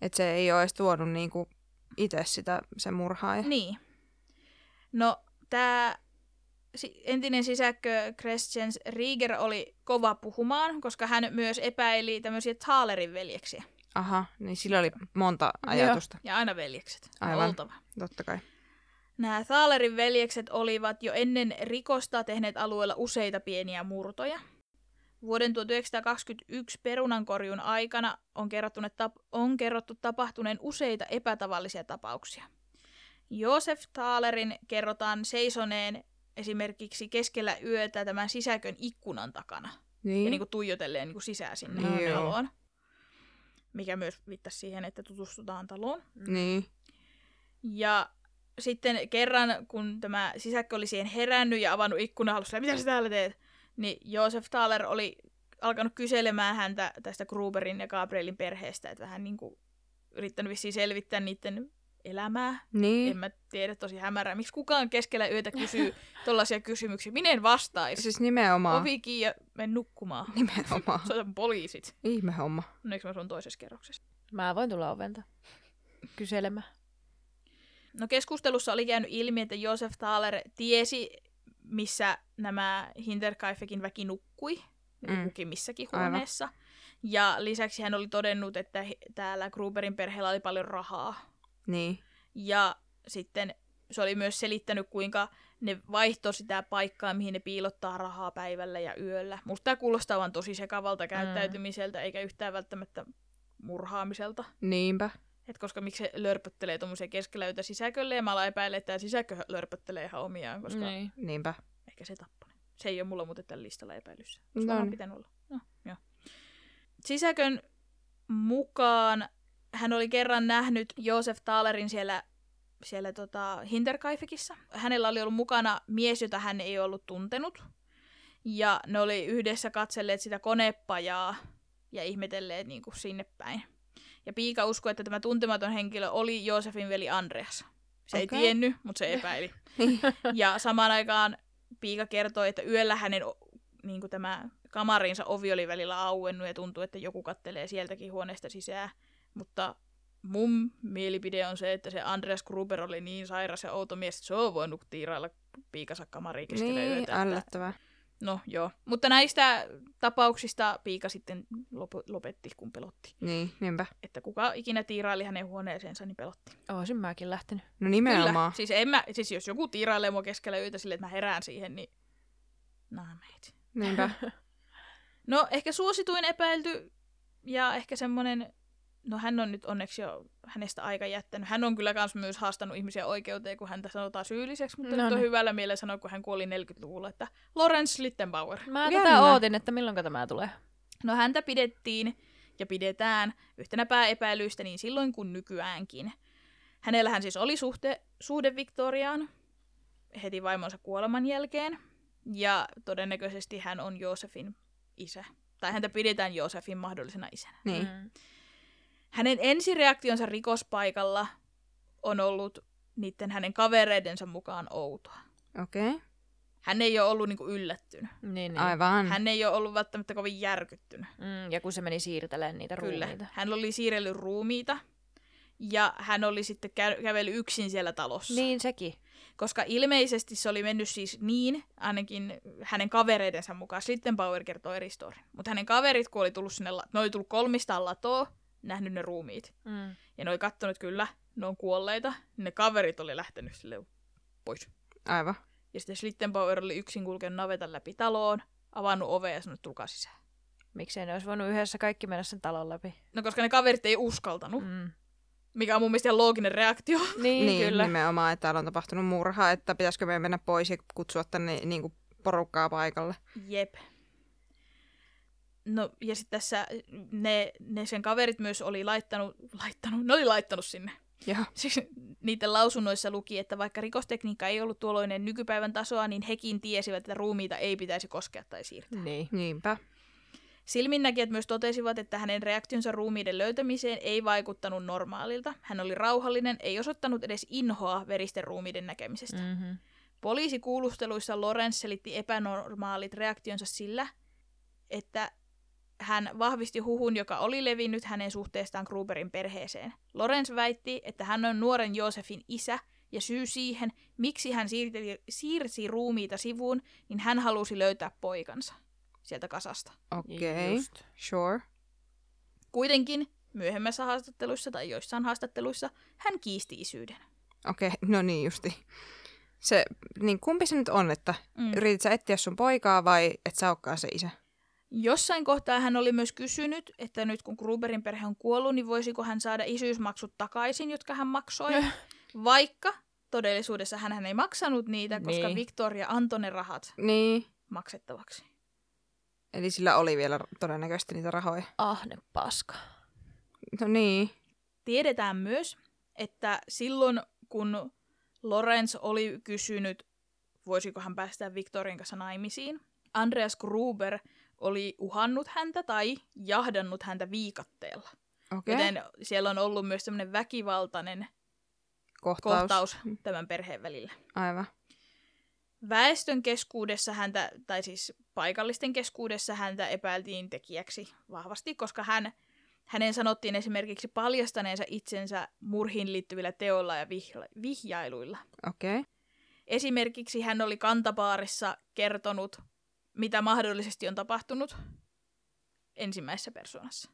Speaker 2: Et se ei ole edes tuonut niinku itse sitä, se murhaaja.
Speaker 1: Niin. No, tämä entinen sisäkkö Christians Rieger oli kova puhumaan, koska hän myös epäili tämmöisiä Taalerin veljeksiä.
Speaker 2: Aha, niin sillä oli monta ajatusta.
Speaker 1: Ja aina veljekset.
Speaker 2: Aivan.
Speaker 1: Aivan. Oltava.
Speaker 2: Totta kai.
Speaker 1: Nämä Taalerin veljekset olivat jo ennen rikosta tehneet alueella useita pieniä murtoja. Vuoden 1921 perunankorjun aikana on, kerrottu, ne tap- on kerrottu tapahtuneen useita epätavallisia tapauksia. Joosef Taalerin kerrotaan seisoneen esimerkiksi keskellä yötä tämän sisäkön ikkunan takana
Speaker 2: Niin.
Speaker 1: ja niin kuin tuijotelleen niin kuin sisään sinne
Speaker 2: Joo.
Speaker 1: taloon, mikä myös viittasi siihen, että tutustutaan taloon.
Speaker 2: niin.
Speaker 1: Ja sitten kerran, kun tämä sisäkkö oli siihen herännyt ja avannut ikkunan alussa, mitä sä täällä teet? Niin Josef Thaler oli alkanut kyselemään häntä tästä Gruberin ja Gabrielin perheestä, että vähän niin kuin yrittänyt vissiin selvittää niiden elämää.
Speaker 2: niin.
Speaker 1: En mä tiedä, tosi hämärää. Miksi kukaan keskellä yötä kysyy tollaisia kysymyksiä? Minä en vastaisi.
Speaker 2: Siis nimenomaan.
Speaker 1: Ovi kiinni ja men nukkumaan.
Speaker 2: Nimenomaan.
Speaker 1: Soitan poliisit.
Speaker 2: Ihmehomma.
Speaker 1: Onneksi mä sun toisessa kerroksessa.
Speaker 3: Mä voin tulla ovelta kyselemään.
Speaker 1: No keskustelussa oli käynyt ilmi, että Josef Thaler tiesi, missä nämä Hinterkaifekin väki nukkui,
Speaker 2: Mm.
Speaker 1: mm. kukin missäkin
Speaker 2: Aivan.
Speaker 1: huoneessa. Ja lisäksi hän oli todennut, että he- täällä Gruberin perheellä oli paljon rahaa.
Speaker 2: Niin.
Speaker 1: Ja sitten se oli myös selittänyt, kuinka ne vaihtoi sitä paikkaa, mihin ne piilottaa rahaa päivällä ja yöllä. Musta tämä kuulostaa vaan tosi sekavalta käyttäytymiseltä, eikä yhtään välttämättä murhaamiselta.
Speaker 2: Niinpä.
Speaker 1: Et koska miksi se lörpöttelee tuommoisia keskellä yötä sisäkölle, ja mä alan epäillä, että tämä sisäkö lörpöttelee ihan omiaan, koska mm.
Speaker 3: Niin.
Speaker 2: Niinpä.
Speaker 1: ehkä se tappoi. Se ei ole mulla muuten tällä listalla epäilyssä.
Speaker 2: No
Speaker 1: Sulla on
Speaker 2: niin.
Speaker 1: pitänyt olla. No, joo. Sisäkön mukaan hän oli kerran nähnyt Joosef Taalerin siellä, siellä tota Hinterkaifekissa. Hänellä oli ollut mukana mies, jota hän ei ollut tuntenut. Ja ne oli yhdessä katselleet sitä konepajaa ja ihmetelleet niin kuin sinne päin. Ja Piika uskoi, että tämä tuntematon henkilö oli Joosefin veli Andreas. Se ei
Speaker 2: Okei.
Speaker 1: tiennyt, mutta se epäili. ja samaan aikaan Piika kertoi, että yöllä hänen niin kuin tämä kamarinsa ovi oli välillä auennut ja tuntui, että joku kattelee sieltäkin huoneesta sisään. Mutta mun mielipide on se, että se Andreas Gruber oli niin sairas ja outo mies, että se on voinut tiirailla piikansa kamariin keskellä
Speaker 2: Niin,
Speaker 1: yötä. että-
Speaker 2: ällättävää.
Speaker 1: No joo, mutta näistä tapauksista Piika sitten lop- lopetti, kun pelotti.
Speaker 2: Niin, niinpä.
Speaker 1: Että kuka ikinä tiiraili hänen huoneeseensa, niin pelotti.
Speaker 3: Oisin mäkin lähtenyt.
Speaker 2: No
Speaker 1: Kyllä,
Speaker 2: nimenomaan.
Speaker 1: siis, en mä, siis jos joku tiirailee mua keskellä yötä silleen, että mä herään siihen, niin nah, mate.
Speaker 2: Niinpä.
Speaker 1: Mm. No ehkä suosituin epäilty ja ehkä semmoinen, no hän on nyt onneksi jo hänestä aika jättänyt. Hän on kyllä kans myös haastanut ihmisiä oikeuteen, kun häntä sanotaan syylliseksi, mutta
Speaker 3: No
Speaker 1: no nyt on
Speaker 3: niin.
Speaker 1: hyvällä mielellä sanoa, kun hän kuoli 40-luvulla, että Lorenz Littenbauer.
Speaker 3: Mä
Speaker 2: Jännä.
Speaker 3: tätä ootin, että milloin tämä tulee.
Speaker 1: No häntä pidettiin ja pidetään yhtenä pääepäilyistä niin silloin kuin nykyäänkin. Hänellähän siis oli suhte, suhde Victoriaan heti vaimonsa kuoleman jälkeen. Ja todennäköisesti hän on Joosefin isä. Tai häntä pidetään Joosefin mahdollisena isänä.
Speaker 2: Niin.
Speaker 3: Mm.
Speaker 1: Hänen ensireaktionsa rikospaikalla on ollut niiden hänen kavereidensa mukaan outoa.
Speaker 2: Okei. Okay.
Speaker 1: Niin. Hän ei ole ollut niinku yllättynyt.
Speaker 3: Niin, niin.
Speaker 2: Aivan.
Speaker 1: Hän ei ole ollut välttämättä kovin järkyttynyt.
Speaker 3: Mm, ja kun se meni siirtelemään niitä
Speaker 1: Kyllä.
Speaker 3: ruumiita.
Speaker 1: Hän oli siirrellyt ruumiita ja hän oli sitten kä- kävellyt yksin siellä talossa.
Speaker 3: Niin sekin.
Speaker 1: Koska ilmeisesti se oli mennyt siis niin, ainakin hänen kavereidensa mukaan. Slittenbauer kertoo eri story. Mutta hänen kaverit, kun oli tullut sinne, la- ne oli tullut kolmistaan latoa, nähnyt ne ruumiit.
Speaker 3: Mm.
Speaker 1: Ja ne oli kattonut kyllä, ne on kuolleita. niin Ne kaverit oli lähtenyt sille pois.
Speaker 2: Aivan.
Speaker 1: Ja sitten Slittenbauer oli yksin kulkenut navetan läpi taloon, avannut ovea ja sanonut, tulkaa sisään.
Speaker 3: Miksei ne olisi voinut yhdessä kaikki mennä sen talon läpi.
Speaker 1: No koska ne kaverit ei uskaltanut, mm.
Speaker 3: Mm.
Speaker 1: mikä on mun mielestä ihan looginen reaktio.
Speaker 3: Niin,
Speaker 2: Niin,
Speaker 3: niin, kyllä.
Speaker 2: nimenomaan, että täällä on tapahtunut murha, että pitäisikö meidän mennä pois ja kutsua tänne niin kuin porukkaa paikalle.
Speaker 1: Jep. No ja sitten tässä ne, ne sen kaverit myös oli laittanut, laittanut, ne oli laittanut sinne.
Speaker 2: Joo.
Speaker 1: Siis niiden lausunnoissa luki, että vaikka rikostekniikka ei ollut tuolloinen nykypäivän tasoa, niin hekin tiesivät, että ruumiita ei pitäisi koskea tai siirtää.
Speaker 3: Niin.
Speaker 2: Niinpä.
Speaker 1: Silminnäkijät myös totesivat, että hänen reaktionsa ruumiiden löytämiseen ei vaikuttanut normaalilta. Hän oli rauhallinen, ei osoittanut edes inhoa veristen ruumiiden näkemisestä. Mm.
Speaker 3: Mm-hmm.
Speaker 1: Poliisikuulusteluissa Lorenz selitti epänormaalit reaktionsa sillä, että hän vahvisti huhun, joka oli levinnyt hänen suhteestaan Gruberin perheeseen. Lorenz väitti, että hän on nuoren Joosefin isä, ja syy siihen, miksi hän siirteli, siirsi ruumiita sivuun, niin hän halusi löytää poikansa sieltä kasasta. Niin,
Speaker 2: Okei. Okay.
Speaker 3: Mm-hmm.
Speaker 2: Sure.
Speaker 1: Kuitenkin myöhemmässä haastatteluissa tai joissain haastatteluissa hän kiisti isyyden.
Speaker 2: Okei, okay. no niin justi. Se, niin kumpi se nyt on, että
Speaker 1: Mm.
Speaker 2: yritit sä etsiä sun poikaa vai et sä olekaan se isä?
Speaker 1: Jossain kohtaa hän oli myös kysynyt, että nyt kun Gruberin perhe on kuollut, niin voisiko hän saada isyysmaksut takaisin, jotka hän maksoi, vaikka todellisuudessa hän ei maksanut niitä, koska
Speaker 3: Niin.
Speaker 1: Victoria antoi ne rahat
Speaker 2: Niin.
Speaker 1: maksettavaksi.
Speaker 2: Eli sillä oli vielä todennäköisesti niitä rahoja.
Speaker 3: Ahne Ah, paska.
Speaker 2: No niin.
Speaker 1: Tiedetään myös, että silloin kun Lorenz oli kysynyt, voisiko hän päästä Victorin kanssa naimisiin, Andreas Gruber oli uhannut häntä tai jahdannut häntä viikatteella. Okay.
Speaker 2: Okei. Okay.
Speaker 1: Joten siellä on ollut myös tämmöinen väkivaltainen
Speaker 2: Kohtaus.
Speaker 1: kohtaus tämän perheen välillä.
Speaker 2: Aivan.
Speaker 1: Väestön keskuudessa häntä, tai siis paikallisten keskuudessa häntä epäiltiin tekijäksi vahvasti, koska hän, hänen sanottiin esimerkiksi paljastaneensa itsensä murhiin liittyvillä teoilla ja vihla- vihjailuilla.
Speaker 2: Okei. Okay.
Speaker 1: Esimerkiksi hän oli kantapaarissa kertonut, mitä mahdollisesti on tapahtunut ensimmäisessä persoonassa.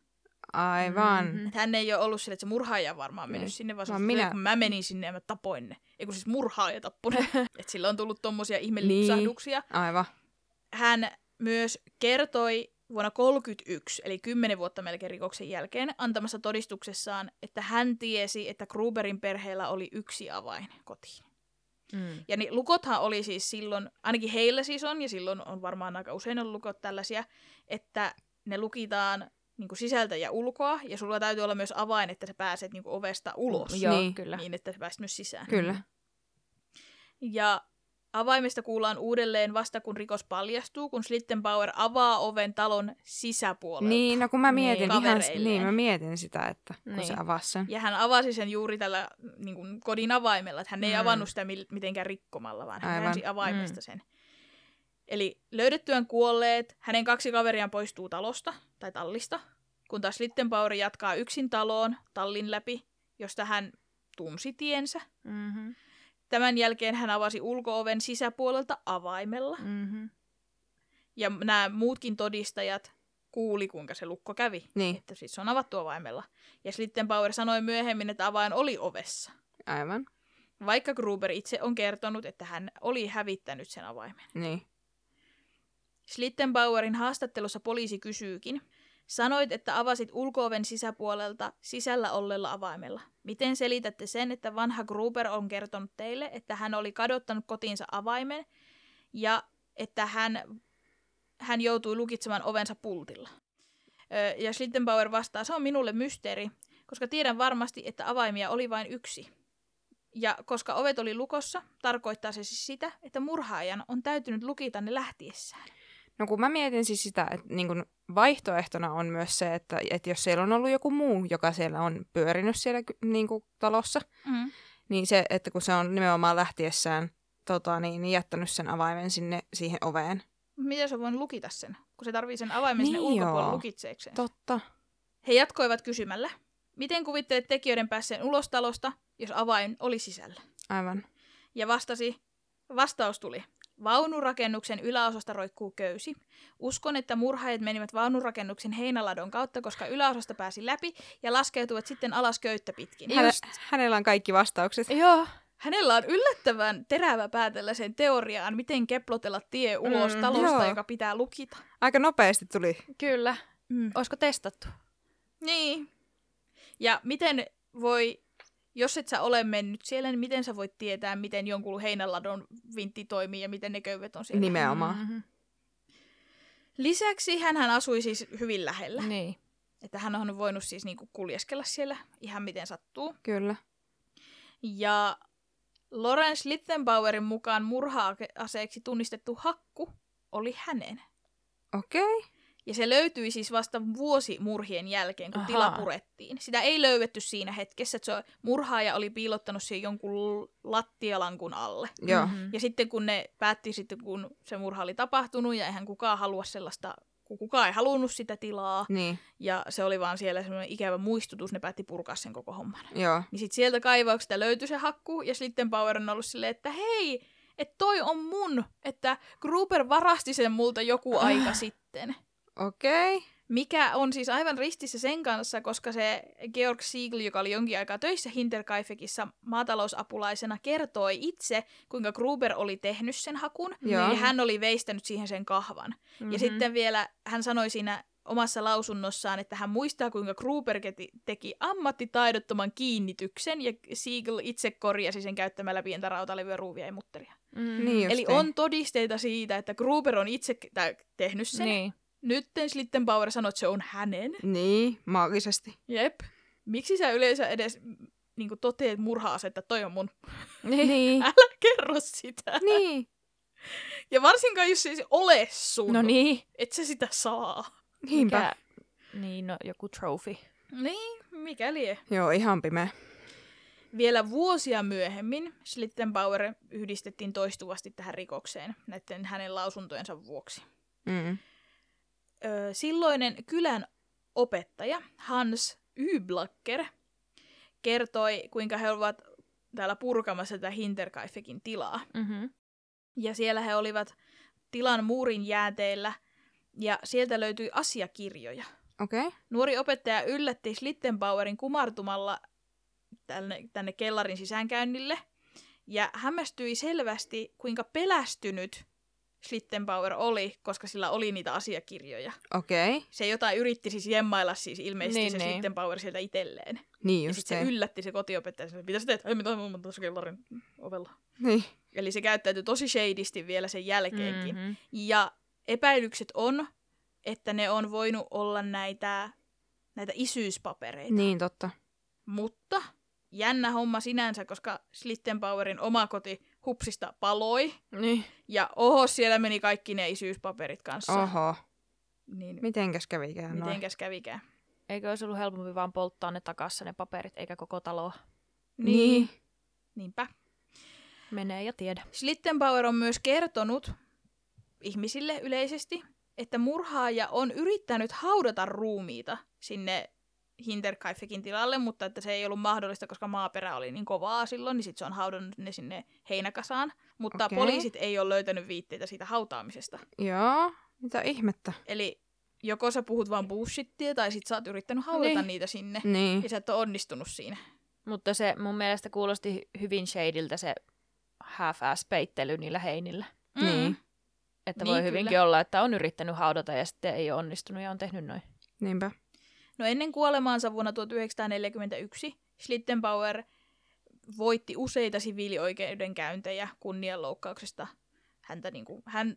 Speaker 2: Aivan.
Speaker 3: Mhm.
Speaker 2: Mm-hmm.
Speaker 1: Et hän ei ole ollut sille, että se murhaaja on varmaan mennyt
Speaker 2: Niin.
Speaker 1: sinne, vaan,
Speaker 2: Vaan
Speaker 1: vaan minä...
Speaker 2: minä-
Speaker 1: kun mä menin sinne ja mä tapoin ne. Ei kun siis murhaaja tappoi ne. Et sillä on tullut tommosia
Speaker 2: Niin.
Speaker 1: ihmelipsahduksia.
Speaker 2: Aivan.
Speaker 1: Hän myös kertoi vuonna 1931, eli 10 vuotta melkein rikoksen jälkeen, antamassa todistuksessaan, että hän tiesi, että Gruberin perheellä oli yksi avain kotiin.
Speaker 3: Mm.
Speaker 1: Ja niin lukothan oli siis silloin, ainakin heillä siis on, ja silloin on varmaan aika usein ollut lukot tällaisia, että ne lukitaan niin sisältä ja ulkoa, ja sulla täytyy olla myös avain, että sä pääset niin ovesta ulos.
Speaker 3: Mm, Joo,
Speaker 2: Niin.
Speaker 3: kyllä.
Speaker 1: Niin, että sä pääset myös sisään.
Speaker 2: Kyllä.
Speaker 1: Ja avaimesta kuullaan uudelleen vasta, kun rikos paljastuu, kun Slittenbauer avaa oven talon sisäpuolelta.
Speaker 2: Niin, no kun mä mietin
Speaker 1: Niin,
Speaker 2: niin, ihan,
Speaker 1: kavereilleen.
Speaker 2: niin mä mietin sitä, että kun
Speaker 3: Niin.
Speaker 2: se avasi sen.
Speaker 1: Ja hän avasi sen juuri tällä niin kuin, kodin avaimella, että hän ei
Speaker 3: Mm.
Speaker 1: avannut sitä mil- mitenkään rikkomalla, vaan hän
Speaker 2: Aivan.
Speaker 1: väänsi avaimesta sen. Eli löydettyään kuolleet, hänen kaksi kaveriaan poistuu talosta tai tallista, kun taas Littenbauer jatkaa yksin taloon tallin läpi, josta hän tunsi tiensä.
Speaker 3: Mm-hmm.
Speaker 1: Tämän jälkeen hän avasi ulkooven sisäpuolelta avaimella,
Speaker 3: Mm-hmm.
Speaker 1: ja nämä muutkin todistajat kuuli, kuinka se lukko kävi.
Speaker 2: Niin.
Speaker 1: Että siis se on avattu avaimella. Ja Slittenbauer sanoi myöhemmin, että avain oli ovessa.
Speaker 2: Aivan.
Speaker 1: Vaikka Gruber itse on kertonut, että hän oli hävittänyt sen avaimen.
Speaker 2: Niin.
Speaker 1: Slittenbauerin haastattelussa poliisi kysyykin. Sanoit, että avasit ulkooven sisäpuolelta sisällä ollella avaimella. Miten selitätte sen, että vanha Gruber on kertonut teille, että hän oli kadottanut kotiinsa avaimen ja että hän, hän joutui lukitsemaan ovensa pultilla? Ö, Ja Schlittenbauer vastaa, se on minulle mysteeri, koska tiedän varmasti, että avaimia oli vain yksi. Ja koska ovet oli lukossa, tarkoittaa se siis sitä, että murhaajan on täytynyt lukita ne lähtiessään.
Speaker 2: No kun mä mietin siis sitä, että niin kun vaihtoehtona on myös se, että, että jos siellä on ollut joku muu, joka siellä on pyörinyt siellä ky- niin kuin talossa,
Speaker 1: Mm.
Speaker 2: niin se, että kun se on nimenomaan lähtiessään tota, niin, niin jättänyt sen avaimen sinne siihen oveen.
Speaker 1: Miten se voin lukita sen, kun se tarvii sen avaimen sinne
Speaker 2: Niin
Speaker 1: ulkopuolelle
Speaker 2: joo.
Speaker 1: lukitseekseen?
Speaker 2: Totta.
Speaker 1: He jatkoivat kysymällä, miten kuvittelet tekijöiden päässeen ulos talosta, jos avain oli sisällä?
Speaker 2: Aivan.
Speaker 1: Ja vastasi, vastaus tuli. Vaunurakennuksen yläosasta roikkuu köysi. Uskon, että murhaajat menivät vaunurakennuksen heinäladon kautta, koska yläosasta pääsi läpi ja laskeutuivat sitten alas köyttä pitkin.
Speaker 2: Häne, hänellä on kaikki vastaukset.
Speaker 3: Joo.
Speaker 1: Hänellä on yllättävän terävä pää tällaiseen teoriaan, miten keplotella tie ulos
Speaker 2: Mm,
Speaker 1: talosta,
Speaker 2: joo.
Speaker 1: joka pitää lukita.
Speaker 2: Aika nopeasti tuli.
Speaker 3: Kyllä.
Speaker 1: Mm.
Speaker 3: Olisiko testattu?
Speaker 1: Niin. Ja miten voi, jos et sä ole mennyt siellä, niin miten sä voit tietää, miten jonkun heinäladon vintti toimii ja miten ne köyvet on siellä? Mm.
Speaker 2: Nimenomaan.
Speaker 3: Mm-hmm.
Speaker 1: Lisäksi hän asui siis hyvin lähellä.
Speaker 3: Niin.
Speaker 1: Että hän on voinut siis niinku kuljeskella siellä ihan miten sattuu.
Speaker 2: Kyllä.
Speaker 1: Ja Lawrence Littenbauerin mukaan murha-aseeksi tunnistettu hakku oli hänen.
Speaker 2: Okei. Okay.
Speaker 1: Ja se löytyi siis vasta vuosi murhien jälkeen, kun
Speaker 3: Ahaa.
Speaker 1: tila purettiin. Sitä ei löydetty siinä hetkessä, että se murhaaja oli piilottanut siihen jonkun l- lattialankun alle.
Speaker 2: Joo.
Speaker 3: Mm-hmm.
Speaker 1: Ja sitten kun ne päätti sitten, kun se murha oli tapahtunut ja eihän kukaan halua sellaista, kun kukaan ei halunnut sitä tilaa.
Speaker 2: Niin.
Speaker 1: Ja se oli vaan siellä semmoinen ikävä muistutus, ne päätti purkaa sen koko homman.
Speaker 2: Joo.
Speaker 1: Niin sitten sieltä kaivauksesta löytyi se hakku, ja sitten Power on ollut silleen, että hei, että toi on mun, että Gruber varasti sen multa joku aika sitten.
Speaker 2: Okei. Okay.
Speaker 1: Mikä on siis aivan ristissä sen kanssa, koska se Georg Siegel, joka oli jonkin aikaa töissä Hinterkaifekissa maatalousapulaisena, kertoi itse, kuinka Gruber oli tehnyt sen hakun,
Speaker 2: Joo.
Speaker 1: ja hän oli veistänyt siihen sen kahvan.
Speaker 2: Mm-hmm.
Speaker 1: Ja sitten vielä hän sanoi siinä omassa lausunnossaan, että hän muistaa, kuinka Gruber keti- teki ammattitaidottoman kiinnityksen ja Siegel itse korjasi sen käyttämällä pientä rautalevyä, ruuvia ja mutteria.
Speaker 3: Mm-hmm.
Speaker 2: Niin just
Speaker 1: Eli
Speaker 2: niin.
Speaker 1: on todisteita siitä, että Gruber on itse k- tä- tehnyt sen. Niin.
Speaker 3: Niin.
Speaker 1: Nytten Schlittenbauer sanoi, että se on hänen.
Speaker 2: Niin, maagisesti.
Speaker 1: Jep. Miksi sä yleensä edes niin toteet murha-asetta, toi on mun,
Speaker 2: Niin.
Speaker 1: älä kerro sitä.
Speaker 2: niin.
Speaker 1: Ja varsinkaan, jos se ei se ole sun,
Speaker 3: No niin.
Speaker 1: et sä sitä saa.
Speaker 2: Niinpä.
Speaker 3: Mikä- Niin, no joku trophy.
Speaker 1: Niin, mikäli ei.
Speaker 2: Joo, ihan pimeä.
Speaker 1: Vielä vuosia myöhemmin Schlittenbauer yhdistettiin toistuvasti tähän rikokseen näiden hänen lausuntojensa vuoksi.
Speaker 2: Mm.
Speaker 1: Ö, silloinen kylän opettaja Hans Yblacker kertoi, kuinka he ovat täällä purkamassa tätä Hinterkaifekin tilaa.
Speaker 3: Mm-hmm.
Speaker 1: Ja siellä he olivat tilan muurin jääteillä ja sieltä löytyi asiakirjoja.
Speaker 2: Okei. Okay.
Speaker 1: Nuori opettaja yllätti Schlittenbauerin kumartumalla tänne, tänne kellarin sisäänkäynnille ja hämmästyi selvästi, kuinka pelästynyt Schlittenbauer oli, koska sillä oli niitä asiakirjoja.
Speaker 2: Okei. Okay.
Speaker 1: Se jotain yritti siis jemmailla siis ilmeisesti niin,
Speaker 3: Niin,
Speaker 1: se
Speaker 3: niin.
Speaker 1: Schlittenbauer sieltä itselleen.
Speaker 2: Niin
Speaker 1: ja
Speaker 2: just
Speaker 1: sitten
Speaker 2: se.
Speaker 1: se yllätti se kotiopettaja, sanoi, mitä sä teet? Ei mitään, mä oon tuossa kellarin ovella.
Speaker 2: niin.
Speaker 1: Eli se käyttäytyi tosi shadisti vielä sen jälkeenkin.
Speaker 3: Mm-hmm.
Speaker 1: Ja epäilykset on, että ne on voinut olla näitä, näitä isyyspapereita.
Speaker 2: niin, totta.
Speaker 1: Mutta jännä homma sinänsä, koska Schlittenbauerin oma koti hupsista paloi.
Speaker 3: Niin.
Speaker 1: Ja oho, siellä meni kaikki ne isyyspaperit kanssa.
Speaker 2: Oho.
Speaker 1: Niin,
Speaker 2: Mitenkäs kävikään noin?
Speaker 1: mitenkäs kävikään?
Speaker 3: Eikö olisi ollut helpompi vaan polttaa ne takassa ne paperit, eikä koko taloa?
Speaker 2: Niin.
Speaker 1: Niinpä.
Speaker 3: Menee ja tiedä.
Speaker 1: Schlittenbauer on myös kertonut ihmisille yleisesti, että murhaaja on yrittänyt haudata ruumiita sinne Hinterkaifekin tilalle, mutta että se ei ollut mahdollista, koska maaperä oli niin kovaa silloin, niin sitten se on haudannut ne sinne heinäkasaan. Mutta okay.
Speaker 2: Okei.
Speaker 1: poliisit ei ole löytänyt viitteitä siitä hautaamisesta.
Speaker 2: Joo. Mitä ihmettä?
Speaker 1: Eli joko sä puhut vaan bullshittia, tai sit sä oot yrittänyt haudata
Speaker 3: Niin.
Speaker 1: niitä sinne,
Speaker 2: Niin.
Speaker 1: ja sä et ole onnistunut siinä.
Speaker 3: Mutta se mun mielestä kuulosti hyvin shadeiltä se half-ass peittely niillä heinillä.
Speaker 1: Mm.
Speaker 2: Niin.
Speaker 3: Että
Speaker 1: Niin,
Speaker 3: voi
Speaker 1: kyllä.
Speaker 3: hyvinkin olla, että on yrittänyt haudata ja sitten ei ole onnistunut ja on tehnyt noin.
Speaker 2: Niinpä.
Speaker 1: No ennen kuolemaansa vuonna 1941 Schlittenbauer voitti useita siviilioikeudenkäyntejä kunnianloukkauksesta. Häntä niin kuin, hän,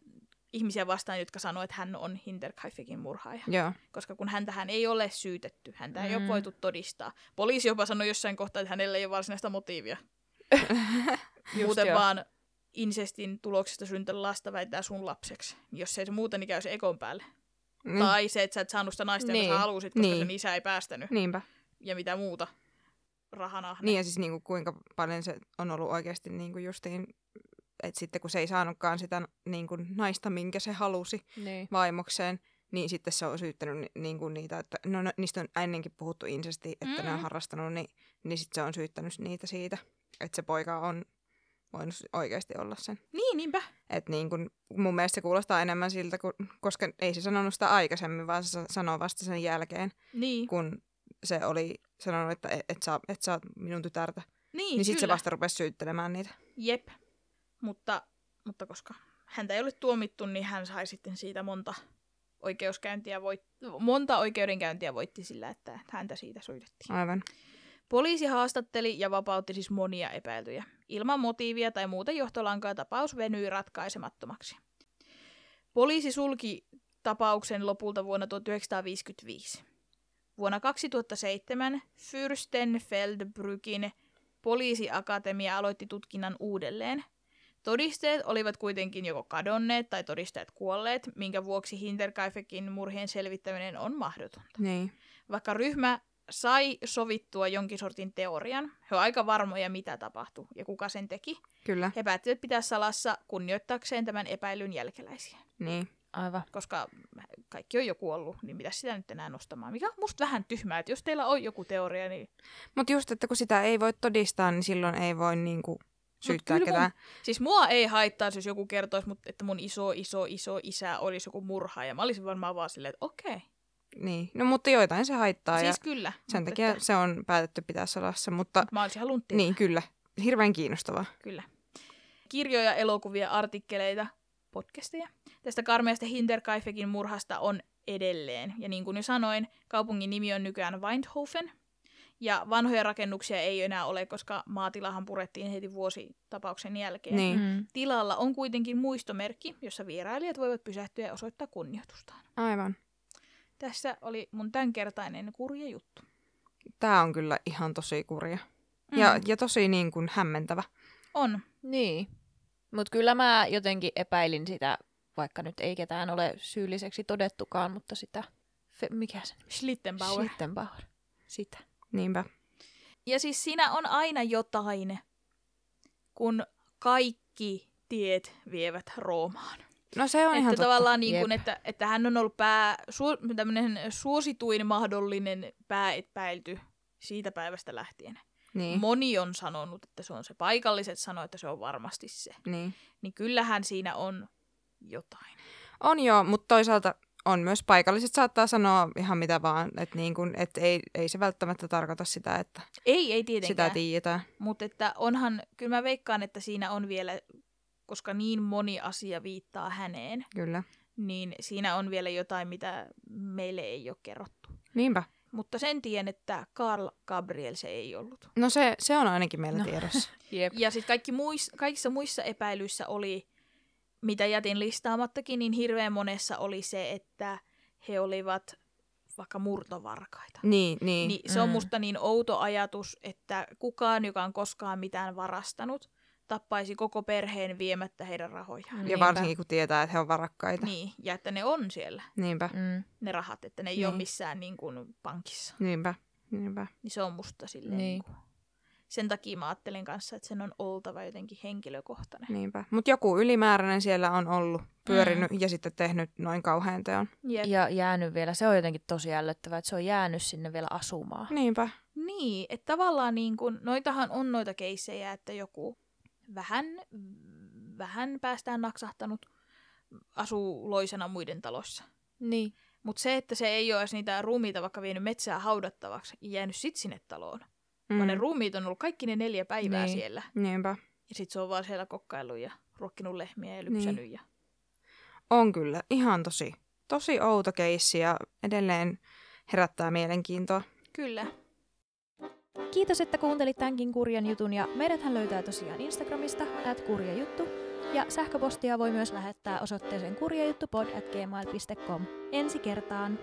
Speaker 1: ihmisiä vastaan, jotka sanoivat, että hän on Hinterkaifekin murhaaja.
Speaker 2: Joo.
Speaker 1: Koska kun häntä hän ei ole syytetty, häntä ei ole
Speaker 3: Mm.
Speaker 1: voitu todistaa. Poliisi jopa sanoi jossain kohtaa, että hänellä ei ole varsinaista motiivia.
Speaker 3: Just
Speaker 1: Muuten
Speaker 3: joo.
Speaker 1: vaan insestin tuloksesta syntynyt lasta väittää sun lapseksi. Jos ei se muuten, niin käy se ekon päälle.
Speaker 2: Niin.
Speaker 1: Mm. Tai se, että sä et saanut sitä naista, niin.
Speaker 2: Niin.
Speaker 1: jota sä halusit, koska niin.
Speaker 2: Niin.
Speaker 1: sen isä ei päästänyt. Niin.
Speaker 2: Niinpä.
Speaker 1: Ja mitä muuta. Rahana.
Speaker 2: Niin ja siis niinku, kuinka paljon se on ollut oikeasti niinku justiin, että sitten kun se ei saanutkaan sitä niinku, naista, minkä se halusi
Speaker 3: Niin.
Speaker 2: vaimokseen, niin sitten se on syyttänyt ni- niinku, niitä, että no, no niistä on ennenkin puhuttu insesti, että mm-hmm. ne on
Speaker 1: Mm.
Speaker 2: harrastanut, niin, niin sitten se on syyttänyt niitä siitä, että se poika on voinut oikeasti olla sen.
Speaker 1: niin niinpä.
Speaker 2: Et niin kun, mun mielestä se kuulostaa enemmän siltä, kun, koska ei se sanonut sitä aikaisemmin, vaan se sa- sanoo vasta sen jälkeen,
Speaker 1: Niin.
Speaker 2: kun se oli sanonut, että et, et, sä, et sä oot minun tytärtä.
Speaker 1: niin,
Speaker 2: Niin sitten se
Speaker 1: kyllä.
Speaker 2: vasta rupesi syyttelemään niitä.
Speaker 1: Jep. Mutta, mutta koska häntä ei ole tuomittu, niin hän sai sitten siitä monta oikeuskäyntiä voit, monta oikeudenkäyntiä voitti sillä, että häntä siitä syytettiin.
Speaker 2: Aivan.
Speaker 1: Poliisi haastatteli ja vapautti siis monia epäiltyjä. Ilman motiivia tai muuta johtolankaa tapaus venyi ratkaisemattomaksi. Poliisi sulki tapauksen lopulta vuonna 1955. Vuonna 2007 Fürstenfeldbrückin poliisiakatemia aloitti tutkinnan uudelleen. Todisteet olivat kuitenkin joko kadonneet tai todisteet kuolleet, minkä vuoksi Hinterkaifekin murhien selvittäminen on mahdoton.
Speaker 2: Niin.
Speaker 1: Vaikka ryhmä sai sovittua jonkin sortin teorian, he ovat aika varmoja mitä tapahtui ja kuka sen teki.
Speaker 2: Kyllä.
Speaker 1: He päättivät pitää salassa kunnioittaakseen tämän epäilyn jälkeläisiä.
Speaker 2: Niin.
Speaker 3: Aivan.
Speaker 1: Koska kaikki on jo kuollut, niin mitä sitä nyt enää nostamaan? Mikä on musta vähän tyhmää, että jos teillä on joku teoria, niin...
Speaker 2: Mutta just, että kun sitä ei voi todistaa, niin silloin ei voi niinku syyttää
Speaker 1: kyllä mun-
Speaker 2: ketään.
Speaker 1: Siis mua ei haittaisi, jos joku kertoisi, mut, että mun iso, iso, iso isä olisi joku murhaaja. Mä olisin varmaan vaan silleen, että okei.
Speaker 2: Niin. No mutta joitain se haittaa
Speaker 1: Siis
Speaker 2: siis,
Speaker 1: kyllä.
Speaker 2: ja sen
Speaker 1: mut
Speaker 2: takia
Speaker 1: Että,
Speaker 2: se on päätetty pitää salassa, mutta
Speaker 1: mä olisin halunnut tietää.
Speaker 2: niin kyllä. Hirveän kiinnostavaa.
Speaker 1: Kyllä. Kirjoja, elokuvia, artikkeleita, podcasteja. Tästä karmeasta Hinterkaifekin murhasta on edelleen. Ja niin kuin jo sanoin, kaupungin nimi on nykyään Windhofen. Ja vanhoja rakennuksia ei enää ole, koska maatilahan purettiin heti vuositapauksen jälkeen.
Speaker 2: Niin.
Speaker 3: Mm.
Speaker 1: Tilalla on kuitenkin muistomerkki, jossa vierailijat voivat pysähtyä ja osoittaa kunnioitustaan.
Speaker 2: Aivan.
Speaker 1: Tässä oli mun tämänkertainen kurja juttu.
Speaker 2: Tämä on kyllä ihan tosi kurja. Ja, ja tosi niin kuin hämmentävä.
Speaker 1: Mm. On.
Speaker 3: Niin. Mutta kyllä mä jotenkin epäilin sitä, vaikka nyt ei ketään ole syylliseksi todettukaan, mutta sitä... Fe, mikä sen?
Speaker 1: Schlittenbauer.
Speaker 3: Schlittenbauer. Sitä.
Speaker 2: Niinpä.
Speaker 1: Ja siis siinä on aina jotain, kun kaikki tiet vievät Roomaan.
Speaker 2: No se on
Speaker 1: että
Speaker 2: ihan totta.
Speaker 1: tavallaan niin kuin,
Speaker 3: Jep.
Speaker 1: että, että hän on ollut pää, su, tämmönen suosituin mahdollinen pääepäilty siitä päivästä lähtien.
Speaker 2: Niin.
Speaker 1: Moni on sanonut, että se on se. Paikalliset sanoo, että se on varmasti se.
Speaker 2: niin.
Speaker 1: Niin kyllähän siinä on jotain.
Speaker 2: On joo, mutta toisaalta on myös paikalliset saattaa sanoa ihan mitä vaan, että niin kuin, et ei, ei se välttämättä tarkoita sitä, että
Speaker 1: Ei, ei
Speaker 2: sitä
Speaker 1: tietenkään.
Speaker 2: tiedetään.
Speaker 1: Mutta että onhan, kyllä mä veikkaan, että siinä on vielä, koska niin moni asia viittaa häneen,
Speaker 2: Kyllä.
Speaker 1: niin siinä on vielä jotain, mitä meille ei ole kerrottu.
Speaker 2: Niinpä.
Speaker 1: Mutta sen tien, että Karl Gabriel se ei ollut.
Speaker 2: No se, se on ainakin meillä
Speaker 1: No.
Speaker 2: no. tiedossa.
Speaker 3: Jep.
Speaker 1: Ja sitten kaikki muis, kaikissa muissa epäilyissä oli, mitä jätin listaamattakin, niin hirveän monessa oli se, että he olivat vaikka murtovarkaita.
Speaker 2: niin, niin.
Speaker 1: Niin se on
Speaker 3: Mm.
Speaker 1: musta niin outo ajatus, että kukaan, joka on koskaan mitään varastanut, tappaisi koko perheen viemättä heidän rahojaan.
Speaker 2: ja
Speaker 3: Niinpä.
Speaker 2: varsinkin kun tietää, että he on varakkaita. Niin.
Speaker 1: Niin, ja että ne on siellä,
Speaker 2: Niinpä.
Speaker 3: Mm.
Speaker 1: ne rahat, että ne ei
Speaker 2: Niin.
Speaker 1: ole missään niin kuin pankissa.
Speaker 2: Niinpä. Niinpä.
Speaker 1: Niin se on musta silleen
Speaker 3: Niin.
Speaker 1: niin. kuin, sen takia mä ajattelin kanssa, että sen on oltava jotenkin henkilökohtainen.
Speaker 2: Niinpä. Mutta joku ylimääräinen siellä on ollut, pyörinyt mm. ja sitten tehnyt noin kauhean teon.
Speaker 1: Jep. Ja.
Speaker 3: Ja jäänyt vielä, se on jotenkin tosi ällöttävää, että se on jäänyt sinne vielä asumaan.
Speaker 2: Niinpä.
Speaker 1: Niin, että tavallaan niin kuin, noitahan on noita keissejä, että joku vähän, vähän päästään naksahtanut asuu loisena muiden talossa.
Speaker 3: Niin.
Speaker 1: Mutta se, että se ei ole edes niitä ruumiita vaikka vienyt metsään haudattavaksi ja jäänyt sit sinne taloon, mm. vaan ne
Speaker 2: Mm.
Speaker 1: ruumiit on ollut kaikki ne neljä päivää
Speaker 3: Niin.
Speaker 1: siellä.
Speaker 2: Niinpä.
Speaker 1: Ja sit se on vaan siellä kokkailu ja ruokkinut lehmiä ja lypsänyt. Ja...
Speaker 2: On kyllä. Ihan tosi. Tosi outo keissi ja edelleen herättää mielenkiintoa.
Speaker 1: Kyllä.
Speaker 3: Kiitos, että kuuntelit tämänkin kurjan jutun ja meidäthän löytää tosiaan Instagramista at kurjajuttu ja sähköpostia voi myös lähettää osoitteeseen kurjajuttupod at gmail.com. Ensi kertaan!